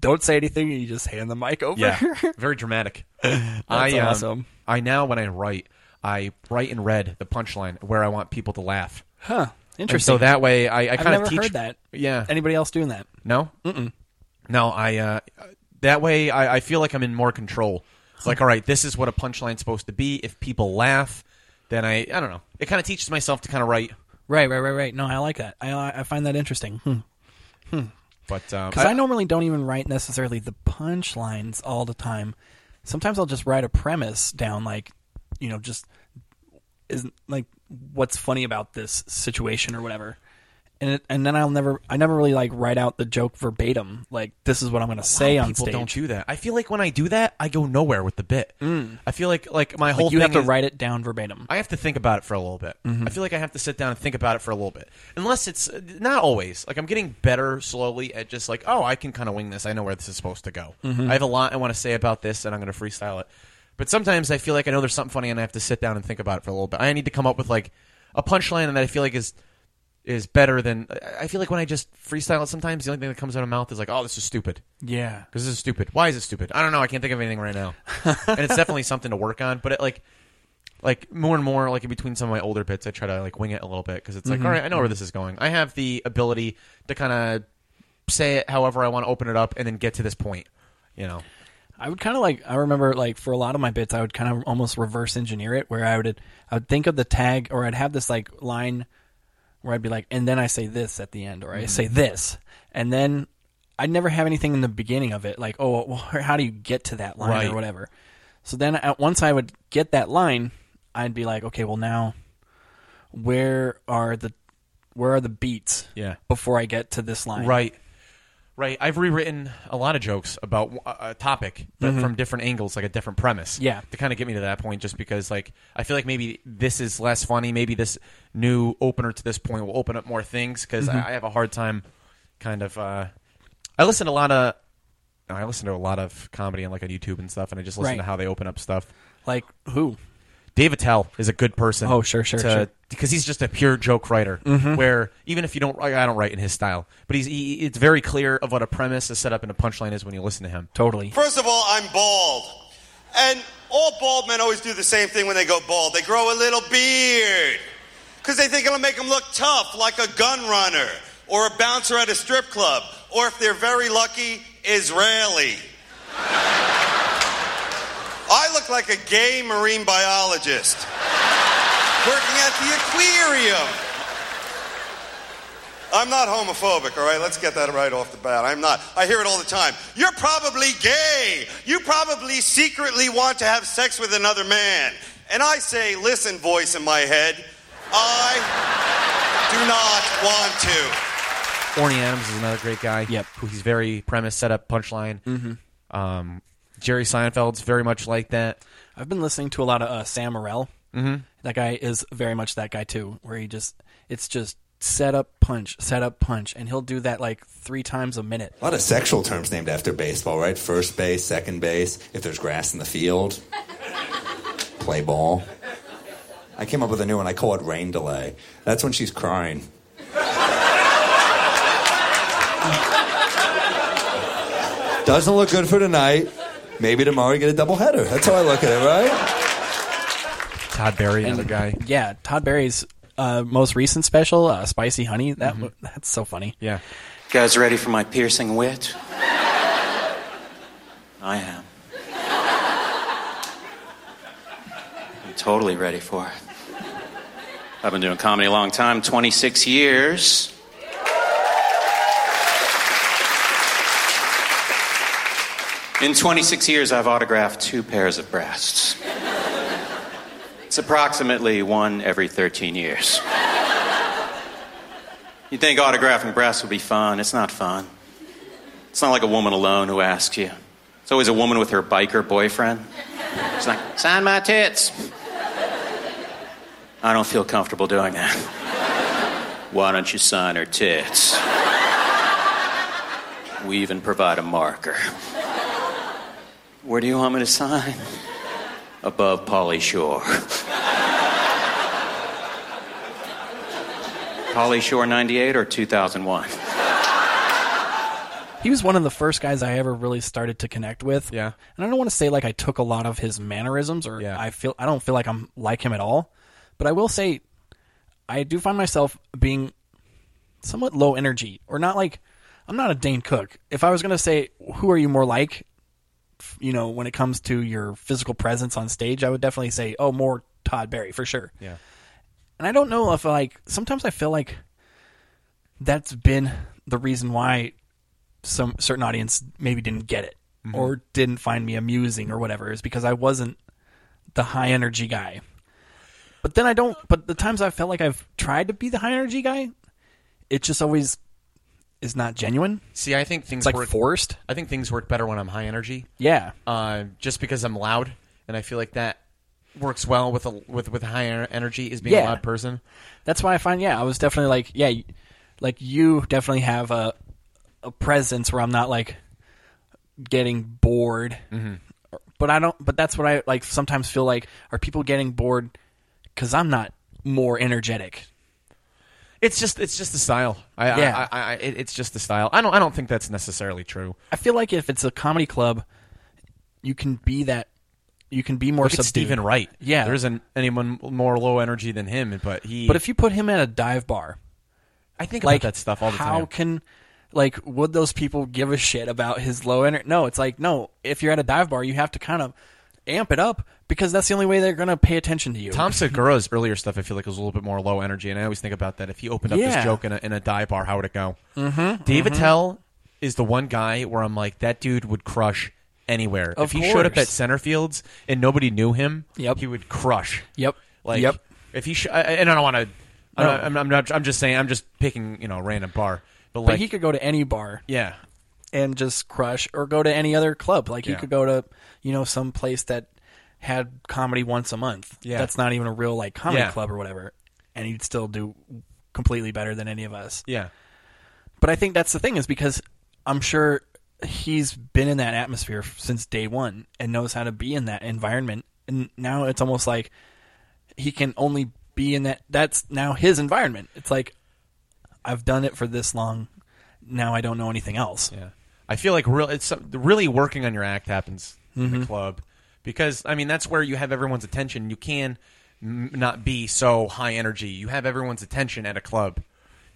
don't say anything and you just hand the mic over. Yeah, very dramatic. I, um, awesome. I now when I write, I write in red the punchline where I want people to laugh. Huh. And Interesting. so that way, I, I I've kind never of teach heard that. Yeah. Anybody else doing that? No. Mm-mm. No, I. Uh, that way, I, I feel like I'm in more control. It's like, all right, this is what a punchline's supposed to be. If people laugh, then I. I don't know. It kind of teaches myself to kind of write. Right, right, right, right. No, I like that. I I find that interesting. Hmm. But um, Because I, normally don't even write necessarily the punchlines all the time. Sometimes I'll just write a premise down, like, you know, just isn't like what's funny about this situation or whatever. And it, and then I'll never I never really like write out the joke verbatim. Like this is what I'm going to say on people stage. don't do that. I feel like when I do that, I go nowhere with the bit. I feel like like my Mm. Like, whole you thing have to is- write it down verbatim. I have to think about it for a little bit. Mhm. I feel like I have to sit down and think about it for a little bit. Unless it's not always. Like I'm getting better slowly at just like, oh, I can kind of wing this. I know where this is supposed to go. Mhm. I have a lot I want to say about this, and I'm going to freestyle it. But sometimes I feel like I know there's something funny, and I have to sit down and think about it for a little bit. I need to come up with like a punchline that I feel like is is better than. I- I feel like when I just freestyle it, sometimes the only thing that comes out of my mouth is like, oh, this is stupid. Yeah. Because this is stupid. Why is it stupid? I don't know. I can't think of anything right now. and it's definitely something to work on. But it, like, like more and more, like in between some of my older bits, I try to like wing it a little bit because it's like, Mhm. all right, I know where this is going. I have the ability to kind of say it however I want to open it up and then get to this point. You know, I would kind of like I remember like for a lot of my bits I would kind of almost reverse engineer it where I would I would think of the tag or I'd have this like line where I'd be like and then I say this at the end or I say Mhm. this and then I'd never have anything in the beginning of it like oh well, how do you get to that line Right. or whatever. So then at once I would get that line I'd be like okay well now where are the where are the beats Yeah. before I get to this line. Right. Right. I've rewritten a lot of jokes about a a topic, but Mhm. from different angles, like a different premise. Yeah. To kind of get me to that point, just because, like, I feel like maybe this is less funny. Maybe this new opener to this point will open up more things because Mhm. I, I have a hard time kind of. Uh, I listen to a lot of. I listen to a lot of comedy and like on YouTube and stuff, and I just listen Right. to how they open up stuff. Like who? Dave Attell is a good person. Oh, sure, sure, to- sure. Because he's just a pure joke writer. Mhm. Where even if you don't, I I don't write in his style, but he's he, it's very clear of what a premise, a setup, and a punchline is when you listen to him. Totally. First of all, I'm bald. And all bald men always do the same thing when they go bald. They grow a little beard because they think it'll make them look tough, like a gun runner or a bouncer at a strip club, or if they're very lucky, Israeli. I look like a gay marine biologist working at the aquarium. I'm not homophobic, all right? Let's get that right off the bat. I'm not. I hear it all the time. You're probably gay. You probably secretly want to have sex with another man. And I say, listen, voice in my head, I do not want to. Orny Adams is another great guy. Yep. Who he's very premise, setup, punchline. Mhm. Um, Jerry Seinfeld's very much like that. I've been listening to a lot of uh, Sam Morril. Mhm. That guy is very much that guy too, where he just it's just set up punch, set up punch, and he'll do that like three times a minute. A lot of sexual terms named after baseball, right? First base, second base, if there's grass in the field, play ball. I came up with a new one. I call it rain delay. That's when she's crying. Doesn't look good for tonight. Maybe tomorrow you get a doubleheader. That's how I look at it, right? Todd Barry, another guy. Yeah, Todd Barry's uh, most recent special, uh, Spicy Honey. That Mm-hmm. w- that's so funny. Yeah. Guys, ready for my piercing wit? I am. I'm totally ready for it. I've been doing comedy a long time 26 years. In 26 years, I've autographed two pairs of breasts. It's approximately one every 13 years. You think autographing breasts would be fun? It's not fun. It's not like a woman alone who asks you. It's always a woman with her biker boyfriend. It's like, sign my tits. I don't feel comfortable doing that. Why don't you sign her tits? We even provide a marker. Where do you want me to sign? Above Polly Shore. Polly Shore 98 or 2001? He was one of the first guys I ever really started to connect with. Yeah. And I don't want to say like I took a lot of his mannerisms or I feel I don't feel like I'm like him at all. But I will say I do find myself being somewhat low energy or not like I'm not a Dane Cook. If I was going to say who are you more like f- you know when it comes to your physical presence on stage, I would definitely say oh more Todd Barry for sure. Yeah. And I don't know if like sometimes I feel like that's been the reason why some certain audience maybe didn't get it Mhm. or didn't find me amusing or whatever is because I wasn't the high energy guy. But then I don't but the times I felt like I've tried to be the high energy guy, it just always is not genuine. See, I think things It's like work, forced. I think things work better when I'm high energy. Yeah. Uh, just because I'm loud, and I feel like that works well with a with with high en- energy is being a Yeah. loud person. That's why I find yeah, I was definitely like yeah, y- like you definitely have a a presence where I'm not like getting bored. Mm-hmm. But I don't but that's what I like sometimes feel like are people getting bored cuz I'm not more energetic. It's just it's just the style. I, Yeah. I, I, I, it- it's just the style. I don't I don't think that's necessarily true. I feel like if it's a comedy club you can be that you can be more Look at subdued. Stephen Wright. Yeah. there isn't anyone more low energy than him. But he. But if you put him at a dive bar, I think like, about that stuff all the how time. can like would those people give a shit about his low energy? No, it's like no. If you're at a dive bar, you have to kind of amp it up because that's the only way they're gonna pay attention to you. Tom Segura's earlier stuff, I feel like was a little bit more low energy, and I always think about that. If he opened up Yeah. this joke in a, in a dive bar, how would it go? Mhm, Dave mhm. Attell is the one guy where I'm like, that dude would crush anywhere. Of if he showed up course. at center fields and nobody knew him, yep. he would crush. Yep. Like, Yep. If he sh- I- I- and I don't want to. No. I'm, I'm not. I'm just saying. I'm just picking. You know, a random bar. But but like, he could go to any bar, yeah. and just crush, or go to any other club. Like he Yeah. could go to you know some place that had comedy once a month. Yeah. that's not even a real like comedy Yeah. club or whatever, and he'd still do completely better than any of us. Yeah. But I think that's the thing is because I'm sure he's been in that atmosphere f- since day one and knows how to be in that environment. And now it's almost like he can only be in that. That's now his environment. It's like I've done it for this long. Now I don't know anything else. Yeah. I feel like real. It's some- really working on your act happens in Mhm. the club because I mean that's where you have everyone's attention. You can m- not be so high energy. You have everyone's attention at a club,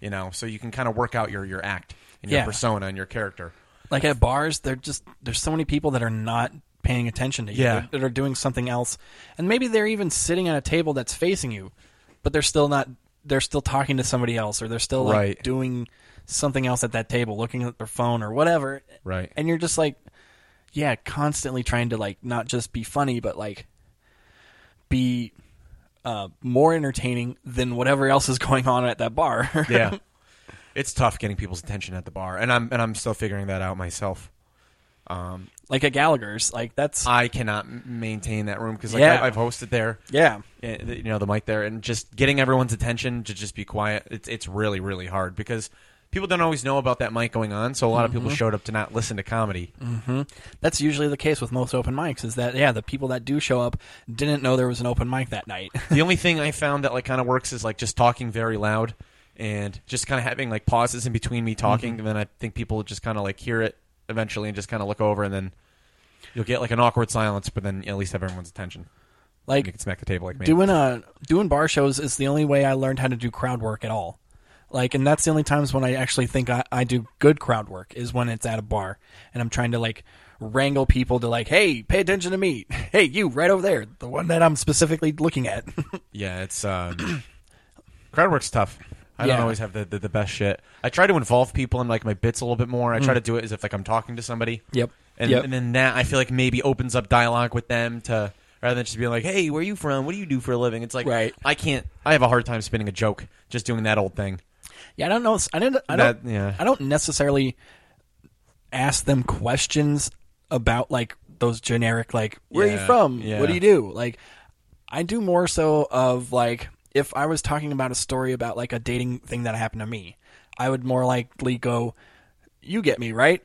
you know, so you can kind of work out your your act and your Yeah. persona and your character. Like at bars, they're just there's so many people that are not paying attention to you. Yeah. That- That are doing something else. And maybe they're even sitting at a table that's facing you, but they're still not they're still talking to somebody else or they're still like Right. doing something else at that table, looking at their phone or whatever. Right. And you're just like yeah, constantly trying to like not just be funny but like be uh, more entertaining than whatever else is going on at that bar. yeah, it's tough getting people's attention at the bar, and I'm and I'm still figuring that out myself. Um, like at Gallagher's, like that's I cannot m- maintain that room because like Yeah. I, I've hosted there. Yeah. Eh, the- you know the mic there, and just getting everyone's attention to just be quiet. It's it's really really hard because people don't always know about that mic going on. So a lot of people Mhm. showed up to not listen to comedy. hmm That's usually the case with most open mics is that yeah, the people that do show up didn't know there was an open mic that night. the only thing I found that like kind of works is like just talking very loud and just kind of having like pauses in between me talking, Mhm. and then I think people just kind of like hear it eventually and just kind of look over, and then you'll get like an awkward silence, but then you at least have everyone's attention. Like, you can smack the table like me. doing uh doing bar shows is the only way I learned how to do crowd work at all. Like and that's the only times when I actually think I, I do good crowd work is when it's at a bar and I'm trying to like wrangle people to like, hey, pay attention to me. Hey, you right over there, the one that I'm specifically looking at. Yeah, it's um, crowd work's tough. I Yeah. don't always have the, the, the best shit. I try to involve people in like my bits a little bit more. I try Mm. to do it as if like I'm talking to somebody. Yep. And, Yep. and then that I feel like maybe opens up dialogue with them to rather than just being like, "Hey, where are you from? What do you do for a living?" It's like right. I can't. I have a hard time spinning a joke just doing that old thing. Yeah, I don't know. I didn't. I don't. That- yeah. I don't necessarily ask them questions about like those generic like where are you Yeah, from? yeah. What do you do? Like, I do more so of like if I was talking about a story about like a dating thing that happened to me, I would more likely go, "You get me right."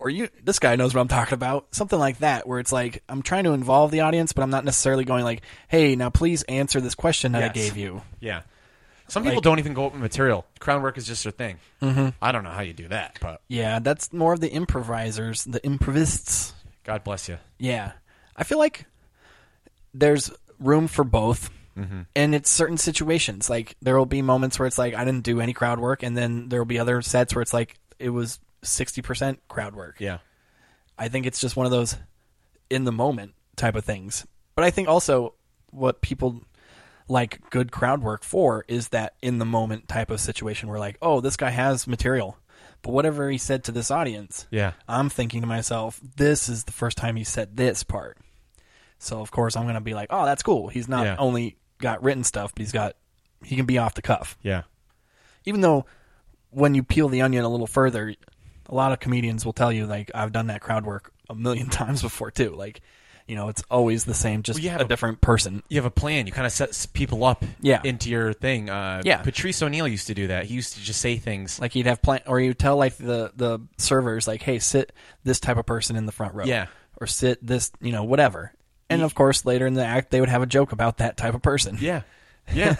Or you, this guy knows what I'm talking about. Something like that, where it's like I'm trying to involve the audience, but I'm not necessarily going like, "Hey, now please answer this question that I Yes. gave you." Yeah. Some Like- people don't even go up with material. Crowd work is just their thing. Mhm. I don't know how you do that, but Yeah, that's more of the improvisers, the improvists. God bless you. Yeah. I feel like there's room for both. Mhm. And it's certain situations. Like there will be moments where it's like I didn't do any crowd work and then there will be other sets where it's like it was 60% crowd work. Yeah. I think it's just one of those in the moment type of things. But I think also what people like good crowd work for is that in the moment type of situation where like, oh, this guy has material. But whatever he said to this audience, Yeah. I'm thinking to myself, this is the first time he said this part. So of course I'm gonna be like, oh, that's cool. He's not Yeah. only got written stuff, but he's got he can be off the cuff Yeah. even though when you peel the onion a little further, a lot of comedians will tell you like I've done that crowd work a million times before too. Like, you know, it's always the same, just Well, you have a, different person. You have a plan. You kind of set s- people up Yeah. into your thing. Uh, Yeah. Patrice O'Neill used to do that. He used to just say things. Like you'd have plan, or you tell like the the servers like, hey, sit this type of person in the front row, Yeah. or sit this, you know, whatever. And of course, later in the act, they would have a joke about that type of person. Yeah, yeah,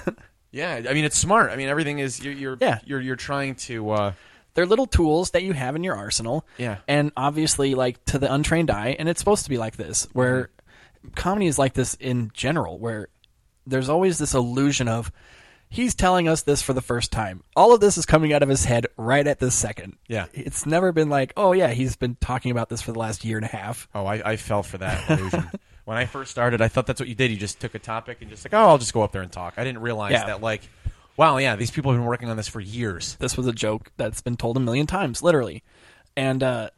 yeah. I mean, it's smart. I mean, everything is you're you're Yeah. you're, you're trying to. Uh, They're little tools that you have in your arsenal. Yeah. And obviously, like to the untrained eye, and it's supposed to be like this, where Mm-hmm. comedy is like this in general, where there's always this illusion of he's telling us this for the first time. All of this is coming out of his head right at this second. Yeah. It's never been like, oh, yeah, he's been talking about this for the last year and a half. oh, I, I fell for that illusion when I first started. I thought that's what you did. You just took a topic and just like, oh, I'll just go up there and talk. I didn't realize Yeah. that like, wow, yeah, these people have been working on this for years. This was a joke that's been told a million times, literally. And, uh,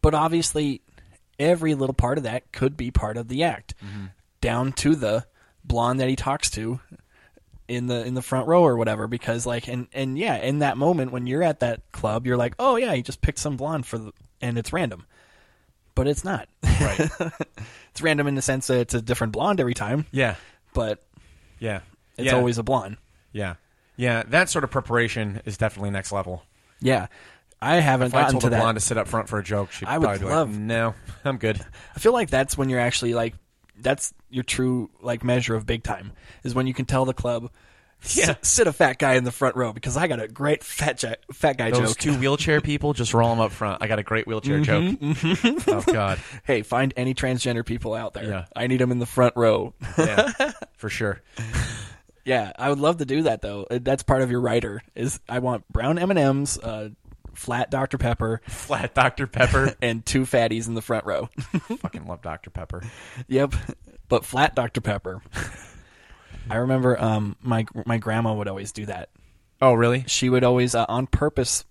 but obviously, every little part of that could be part of the act, down to the blonde that he talks to in the in the front row or whatever. Because like, and and yeah, in that moment when you're at that club, you're like, oh yeah, he just picked some blonde for, the, and it's random, but it's not. Right. it's random in the sense that it's a different blonde every time. Yeah. But Yeah, it's Yeah. always a blonde. Yeah, yeah. That sort of preparation is definitely next level. Yeah. I haven't If I gotten told to a that. blonde to sit up front for a joke, she'd I would probably be love- like, "No, I'm good." I feel like that's when you're actually like that's your true like measure of big time is when you can tell the club, Yeah. sit a fat guy in the front row because I got a great fat ja- fat guy Those joke. two wheelchair people, just roll them up front. I got a great wheelchair joke. Mhm, mhm. Oh God. Hey, find any transgender people out there. Yeah. I need them in the front row. Yeah, for sure. Yeah, I would love to do that though. Uh, That's part of your writer is I want brown M and M's, uh, flat Dr Pepper, flat Dr Pepper, and two fatties in the front row. Fucking love Dr Pepper. Yep, but flat Dr Pepper. I remember um, my my grandma would always do that. Oh, really? She would always uh, on purpose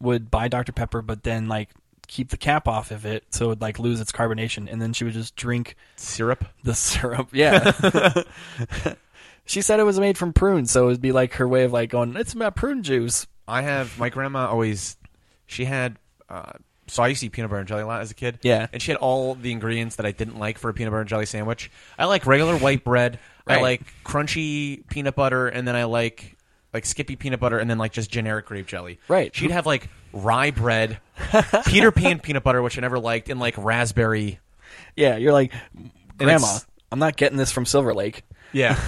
would buy Dr Pepper, but then like keep the cap off of it so it would like lose its carbonation, and then she would just drink syrup. The syrup, yeah. she said it was made from prunes, so it would be like her way of like going, "It's my prune juice." I have my grandma always. She had. Uh, so I used to eat peanut butter and jelly a lot as a kid. Yeah. and she had all the ingredients that I didn't like for a peanut butter and jelly sandwich. I like regular white bread. I Right. like crunchy peanut butter, and then I like like Skippy peanut butter, and then like just generic grape jelly. Right. She'd have like rye bread, Peter Pan peanut butter, which I never liked, and like raspberry. Yeah, you're like, "Grandma, it's- I'm not getting this from Silver Lake." Yeah.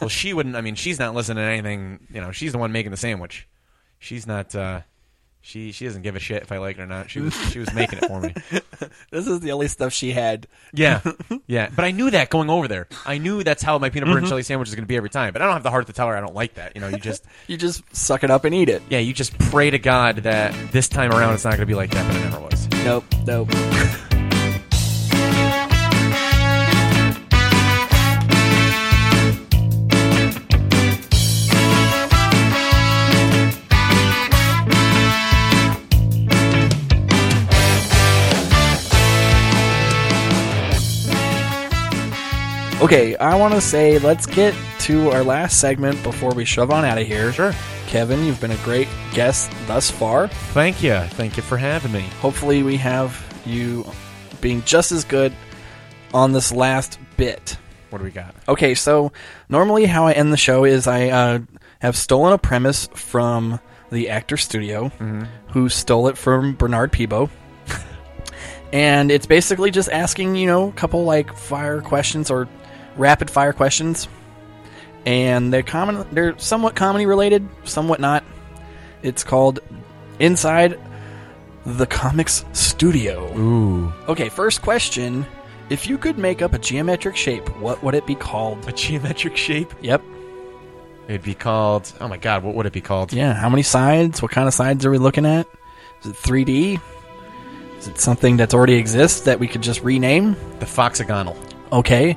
well, she wouldn't. I mean, she's not listening to anything. You know, she's the one making the sandwich. She's not. uh She she doesn't give a shit if I like it or not. She was she was making it for me. This is the only stuff she had. Yeah, yeah. But I knew that going over there. I knew that's how my peanut butter and Mhm. jelly sandwich is going to be every time. But I don't have the heart to tell her I don't like that. You know, you just you just suck it up and eat it. Yeah, you just pray to God that this time around it's not going to be like that, but it never was. Nope, nope. Okay, I want to say let's get to our last segment before we shove on out of here. Sure. Kevin, you've been a great guest thus far. Thank you. Thank you for having me. Hopefully, we have you being just as good on this last bit. What do we got? Okay, so normally how I end the show is I uh, have stolen a premise from the actor studio, who stole it from Bernard Peebo. and it's basically just asking, you know, a couple like fire questions or rapid fire questions. And they're common they're somewhat comedy related, somewhat not. It's called Inside the Comics Studio. Ooh. Okay, first question. If you could make up a geometric shape, what would it be called? A geometric shape? Yep. It'd be called. Oh my God, what would it be called? Yeah, how many sides? What kind of sides are we looking at? Is it 3D? Is it something that's already exists that we could just rename? The foxagonal. Okay.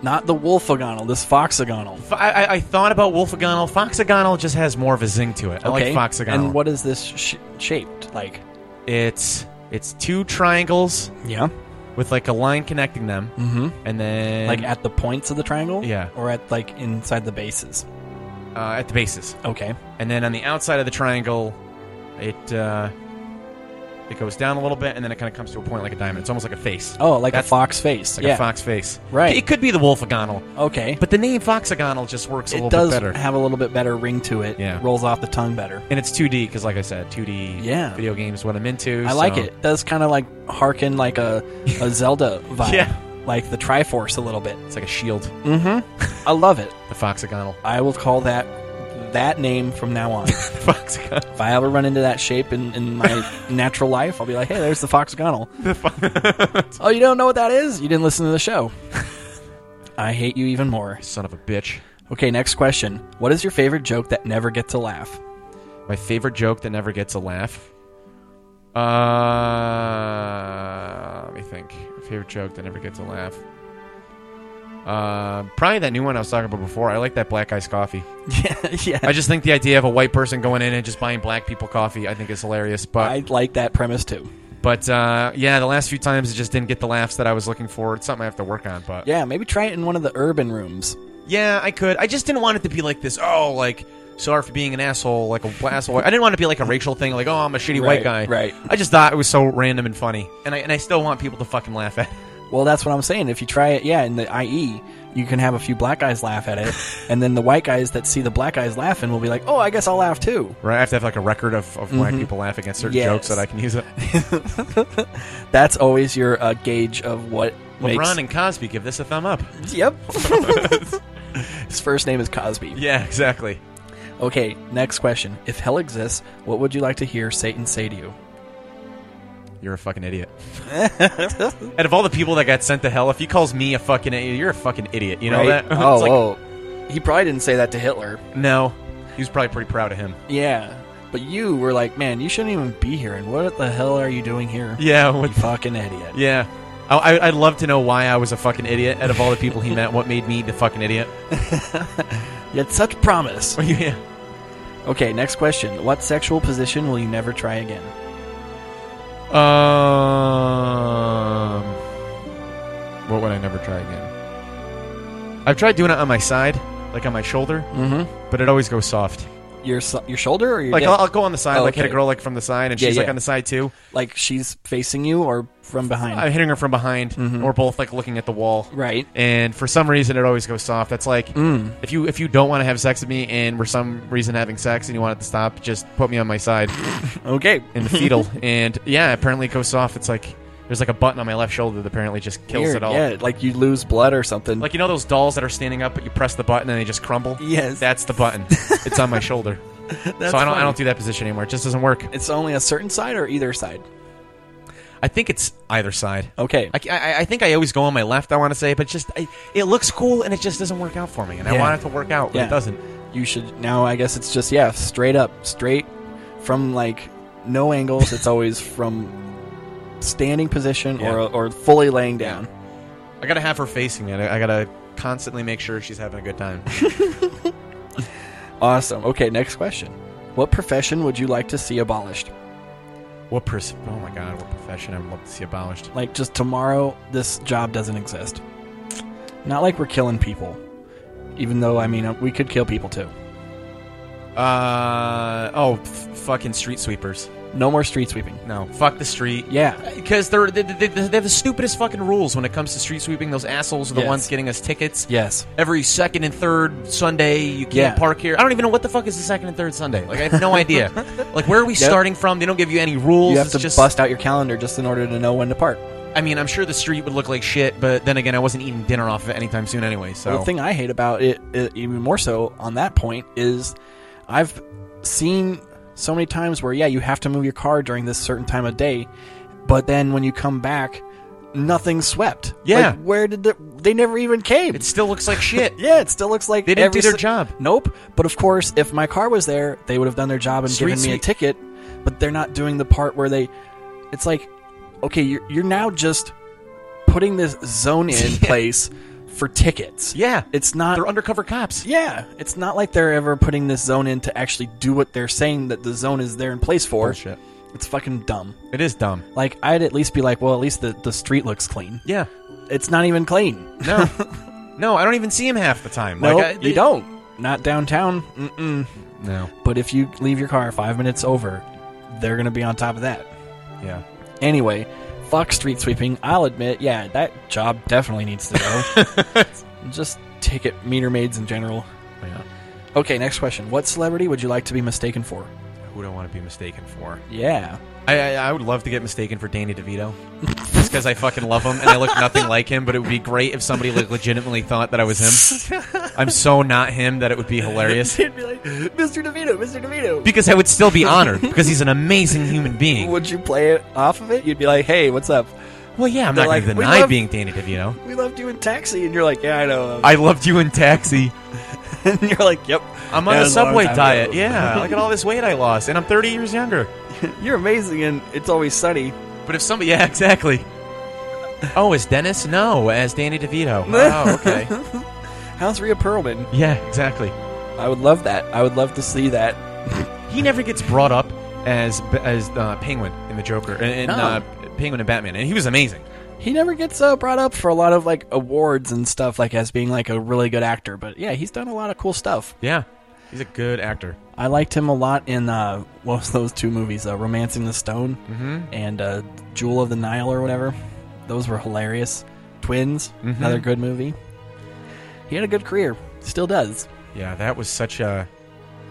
Not the wolfagonal, this foxagonal. F- I, I- I thought about wolfagonal. Foxagonal just has more of a zing to it. I Okay, like foxagonal. and what is this sh- shaped like? It's it's two triangles. Yeah. With like a line connecting them. Mhm. And then like at the points of the triangle? Yeah. Or at like inside the bases? uh, at the bases. Okay. And then on the outside of the triangle, it uh, it goes down a little bit, and then it kind of comes to a point like a diamond. It's almost like a face. Oh, like a fox face. like yeah. a fox face. Right. It could be the wolfagonal. Okay. But the name foxagonal just works a It little does bit better. have a little bit better ring to it. Yeah. Rolls off the tongue better. and it's 2D because, like I said, 2D Yeah. video games what I'm into. I like so- it. It does kind of like harken like a, a Zelda vibe. Yeah. Like the Triforce a little bit. It's like a shield. Mm-hmm. I love it. The foxagonal. I will call that that name from now on. foxagonal. If I ever run into that shape in, in my natural life, I'll be like, hey, there's the foxagonal. oh, you don't know what that is? You didn't listen to the show. I hate you even more. Son of a bitch. Okay, next question. What is your favorite joke that never gets a laugh? My favorite joke that never gets a laugh. Uh, let me think. Favorite joke that never gets a laugh. Uh, probably that new one I was talking about before. I like that black guy's coffee. Yeah, yeah. I just think the idea of a white person going in and just buying black people coffee, I think is hilarious. But I like that premise too. But uh, yeah, the last few times it just didn't get the laughs that I was looking for. It's something I have to work on. But Yeah, maybe try it in one of the urban rooms. Uh, yeah, I could. I just didn't want it to be like this. Oh, like sorry for being an asshole, like a asshole. I didn't want it to be like a racial thing. Like oh, I'm a shitty white guy. Right, right. I just thought it was so random and funny, and I and I still want people to fucking laugh at. it. Well, that's what I'm saying. If you try it, yeah, in the IE, you can have a few black guys laugh at it, and then the white guys that see the black guys laughing will be like, "Oh, I guess I'll laugh too." Right. I have to have like a record of, of black Mhm. people laughing at certain Yes. jokes that I can use. It. That's always your uh, gauge of what LeBron makes. and Cosby give this a thumb up. yep. His first name is Cosby. Yeah, exactly. Okay, next question. If hell exists, what would you like to hear Satan say to you? You're a fucking idiot. Out of all the people that got sent to hell, if he calls me a fucking idiot, you're a fucking idiot. You know Right? that? It's Oh, like, whoa. He probably didn't say that to Hitler. No. He was probably pretty proud of him. Yeah. But you were like, man, you shouldn't even be here. And what the hell are you doing here? Yeah, You what- fucking idiot. Yeah. I, I- I'd love to know why I was a fucking idiot. Out of all the people he met, what made me the fucking idiot? You had such promise. yeah. Okay, next question. What sexual position will you never try again? Um, what would I never try again? I've tried doing it on my side, like on my shoulder, Mhm. but it always goes soft. Your so- your shoulder or your Like dick? I'll, I'll go on the side, Oh, like hit a okay. girl like from the side, and Yeah, she's like yeah. on the side too. Like she's facing you or from behind? I'm hitting her from behind. We're both like looking at the wall, Right. Mm-hmm. And for some reason, it always goes soft. That's like Mm. if you if you don't want to have sex with me, and for some reason having sex, and you want it to stop, just put me on my side. okay. In the fetal, and yeah, apparently it goes soft. It's like there's like a button on my left shoulder that apparently just kills Weird, it all. Yeah, like you lose blood or something. Like you know those dolls that are standing up, but you press the button and they just crumble. Yes. that's the button. it's on my shoulder. so I That's don't I funny. don't do that position anymore. It just doesn't work. It's only a certain side or either side. I think it's either side. Okay. I, I, I think I always go on my left. I want to say, but just I, it looks cool and it just doesn't work out for me. And I Yeah. want it to work out, but Yeah. it doesn't. You should now. I guess it's just yeah, straight up, straight from like no angles. it's always from standing position or Yeah. or fully laying down. I gotta have her facing me. I, I gotta constantly make sure she's having a good time. Awesome. Okay, next question. What profession would you like to see abolished? what pers- Oh my god, what profession I would love to see abolished. Like just tomorrow, this job doesn't exist. Not like we're killing people, even though I mean we could kill people too. Uh oh, f- fucking street sweepers. No more street sweeping. No, fuck the street. Yeah. because they're they, they, they have the stupidest fucking rules when it comes to street sweeping. Those assholes are the Yes. ones getting us tickets. Yes. Every second and third Sunday, you can't Yeah. park here. I don't even know what the fuck is the second and third Sunday. Like I have no idea. Like where are we Yep. starting from? They don't give you any rules. You have It's to just, bust out your calendar just in order to know when to park. I mean, I'm sure the street would look like shit, but then again, I wasn't eating dinner off of it anytime soon anyway. So The thing I hate about it, it, even more so on that point, is I've seen so many times where, yeah, you have to move your car during this certain time of day, but then when you come back, nothing swept. Yeah. Like, where did the, they never even came? it still looks like shit. yeah, it still looks like They didn't every do their si- job. Nope. But of course, if my car was there, they would have done their job and Street given me a sweep. ticket. But they're not doing the part where they. It's like, okay, you're you're now just putting this zone in place for tickets. Yeah, It's not. they're undercover cops. yeah, it's not like they're ever putting this zone in to actually do what they're saying that the zone is there in place for. Bullshit. It's fucking dumb. It is dumb. Like I'd at least be like, well, at least the, the street looks clean. Yeah, It's not even clean. no, no, I don't even see him half the time. No, like, I, you don't. Not downtown. Mm-mm. No, But if you leave your car five minutes over, they're going to be on top of that. yeah. Anyway, fuck street sweeping. I'll admit, yeah, that job definitely needs to go. Just take it, meter maids in general. Yeah. Okay, next question. What celebrity would you like to be mistaken for? Who do I want to be mistaken for? Yeah. I, I, I would love to get mistaken for Danny DeVito, just because I fucking love him and I look nothing like him. But it would be great if somebody like legitimately thought that I was him. I'm so not him that it would be hilarious It'd be like, Mr. DeVito, Mr. DeVito. because I would still be honored because he's an amazing human being. would you play it off of it? You'd be like, hey, what's up? Well, yeah, I'm They're not like, going to "We deny love- being Danny DeVito. We loved you in Taxi. And you're like, yeah, I know. I loved you in Taxi. and you're like, yep. I'm on That a was long Subway time diet. ago. Yeah, look at all this weight I lost, and I'm 30 years younger. You're amazing and It's Always Sunny. But if somebody, yeah, exactly. Oh, as Dennis? No, as Danny DeVito. Oh, okay. How's Rhea Perlman? Yeah, exactly. I would love that. I would love to see that. He never gets brought up as as uh, Penguin in the Joker and, and No. uh, Penguin and Batman, and he was amazing. He never gets uh, brought up for a lot of like awards and stuff, like as being like a really good actor. But yeah, he's done a lot of cool stuff. Yeah, he's a good actor. I liked him a lot in uh, what was those two movies, uh, *Romancing the Stone* Mhm. and uh, *Jewel of the Nile* or whatever. Those were hilarious. *Twins*, Mhm. another good movie. He had a good career. Still does. Yeah, that was such a.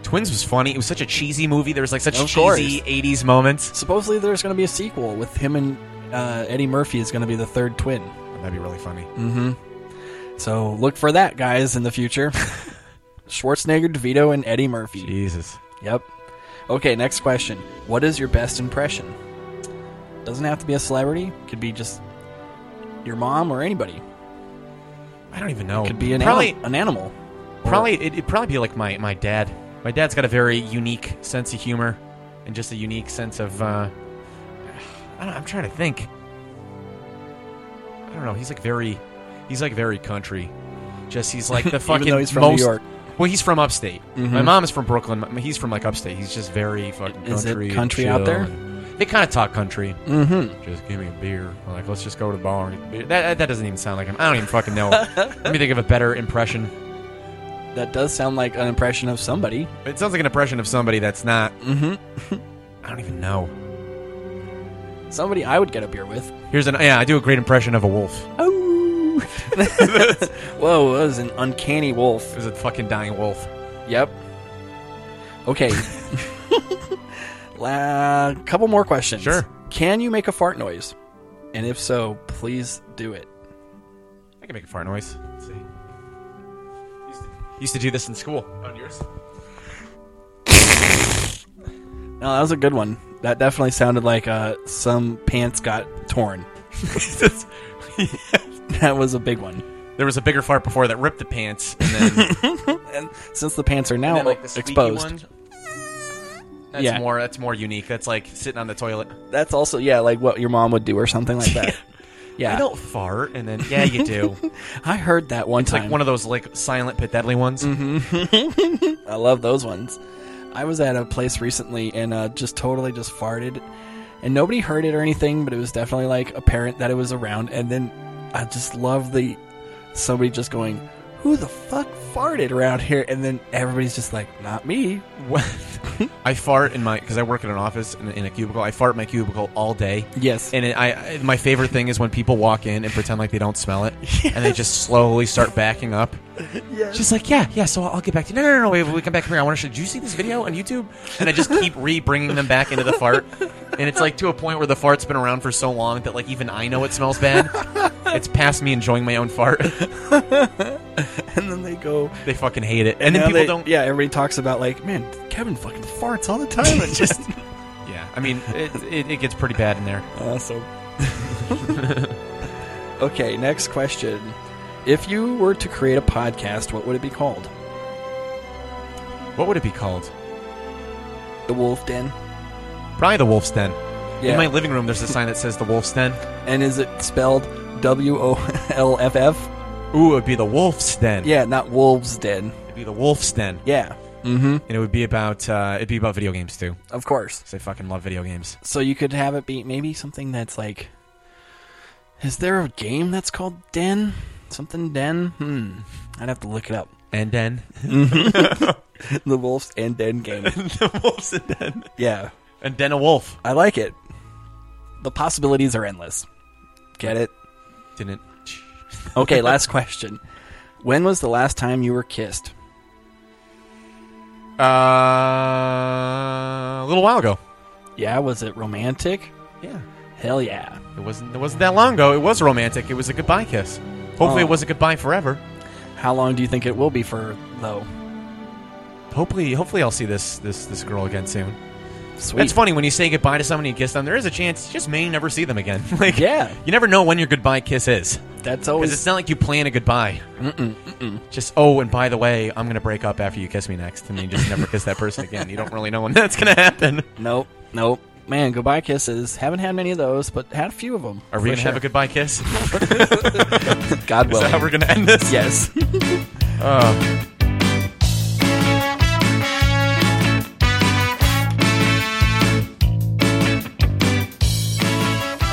Twins was funny. It was such a cheesy movie. There was like such Of course. cheesy '80s moments. Supposedly, there's going to be a sequel with him and uh, Eddie Murphy is going to be the third twin. That'd be really funny. Mm-hmm. So look for that, guys, in the future. Schwarzenegger, DeVito, and Eddie Murphy. Jesus. Yep. Okay, next question. What is your best impression? Doesn't have to be a celebrity. Could be just your mom or anybody. I don't even know. Could be an Probably- ani- an animal. Probably it, it'd probably be like my, my dad. My dad's got a very unique sense of humor and just a unique sense of uh, I don't, I'm trying to think. I don't know. He's like very he's like very country. Just he's like the Even fucking though he's from New most, York. Well, he's from upstate. Mhm. My mom is from Brooklyn. My- He's from like upstate. He's just very fucking Is it country. and country out chill there? and- They kind of talk country. Mhm. Just give me a beer. I'm like, let's just go to the bar. And get beer. That, that doesn't even sound like him. I don't even fucking know. Let me think of a better impression. That does sound like an impression of somebody. It sounds like an impression of somebody that's not. Mm-hmm. I don't even know. Somebody I would get a beer with. Here's an yeah. I do a great impression of a wolf. Oh. Whoa, that was an uncanny wolf. It was a fucking dying wolf. Yep. Okay. La couple more questions. Sure. Can you make a fart noise? And if so, please do it. I can make a fart noise. Let's see. Used to, used to do this in Oh. school. On yours? No, that was a good one. That definitely sounded like uh, some pants got torn. that was a big one. There was a bigger fart before that ripped the pants, and then and since the pants are now then, like, the squeaky exposed, one? that's Yeah. more that's more unique. That's like sitting on the toilet. that's also yeah, like what your mom would do or something like that. yeah, I don't fart, and then yeah, you do. I heard that one it's time. like one of those like silent but deadly ones. Mm-hmm. I love those ones. I was at a place recently and uh, just totally just farted, and nobody heard it or anything, but it was definitely like apparent that it was around. And then I just love the somebody just going, "Who the fuck farted around here?" And then everybody's just like, "Not me." I fart in my because I work in an office in, in a cubicle. I fart in my cubicle all day. Yes, and it, I, I my favorite thing is when people walk in and pretend like they don't smell it, and they just slowly start backing up. She's like, yeah, yeah. So I'll, I'll get back to you. No, no, no, no. Wait, we come back here. I want to show. Did you see this video on YouTube? And I just keep re bringing them back into the fart, and it's like to a point where the fart's been around for so long that like even I know it smells bad. it's past me enjoying my own fart. and then they go. They fucking hate it, and, then now people they- don't. Yeah, everybody talks about like, man, Kevin fucking farts all the time. It's just Yeah, I mean, it, it, it gets pretty bad in there. Awesome. okay, next question. If you were to create a podcast, what would it be called? What would it be called? The Wolf Den. Probably the Wolf's Den. Yeah. In my living room, there's a sign that says the Wolf's Den. And is it spelled W O L F F? Ooh, it would be the Wolf's Den. Yeah, not Wolves Den. It'd be the Wolf's Den. Yeah. Mm-hmm. And it would be about uh, it'd be about video games too. Of course. 'Cause I fucking love video games. So you could have it be maybe something that's like. Is there a game that's called Den? Something Den? Hmm. I'd have to look it up. And Den. Mhm. the Wolves and Den game. the Wolf's and Den. Yeah. And Den a Wolf. I like it. The possibilities are endless. Get it? Didn't. Okay, last question. When was the last time you were kissed? Uh, a little while ago. Yeah, was it romantic? Yeah. Hell yeah. It wasn't. It wasn't that long ago. It was romantic. It was a goodbye kiss. Hopefully, Oh. it wasn't goodbye forever. How long do you think it will be for though? Hopefully, hopefully, I'll see this this this girl again soon. Sweet. That's funny when you say goodbye to somebody and kiss them. There is a chance you just may never see them again. like yeah, you never know when your goodbye kiss is. That's because it's not like you plan a goodbye. Mm-mm, mm-mm. Just oh, and by the way, I'm gonna break up after you kiss me next, and then you just never kiss that person again. You don't really know when that's gonna happen. Nope, nope. Man, goodbye kisses. Haven't had many of those, but had a few of them. Are we gonna have a goodbye kiss? God Is willing. that how we're gonna end this? Yes. Oh.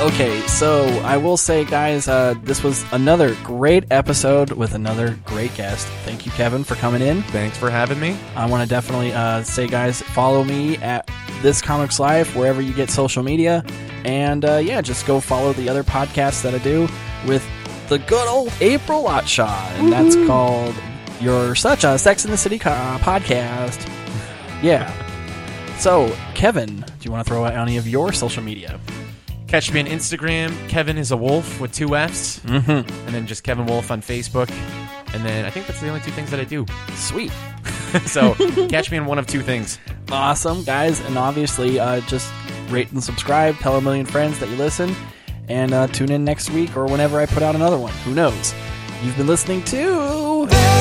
Okay, so I will say, guys, uh, this was another great episode with another great guest. Thank you, Kevin, for coming in. Thanks for having me. I want to definitely uh, say, guys, follow me at This Comics Life wherever you get social media, and uh, yeah, just go follow the other podcasts that I do with the good old April Otshaw, and that's called Your Such a Sex in the City co- uh, podcast. Yeah. So, Kevin, do you want to throw out any of your social media? Catch me on Instagram, Kevin is a wolf with two F's, Mhm. and then just Kevin Wolf on Facebook. And then I think that's the only two things that I do. Sweet. so catch me on one of two things. Awesome, guys. And obviously, uh, just rate and subscribe. Tell a million friends that you listen. And uh, tune in next week or whenever I put out another one. Who knows? You've been listening to.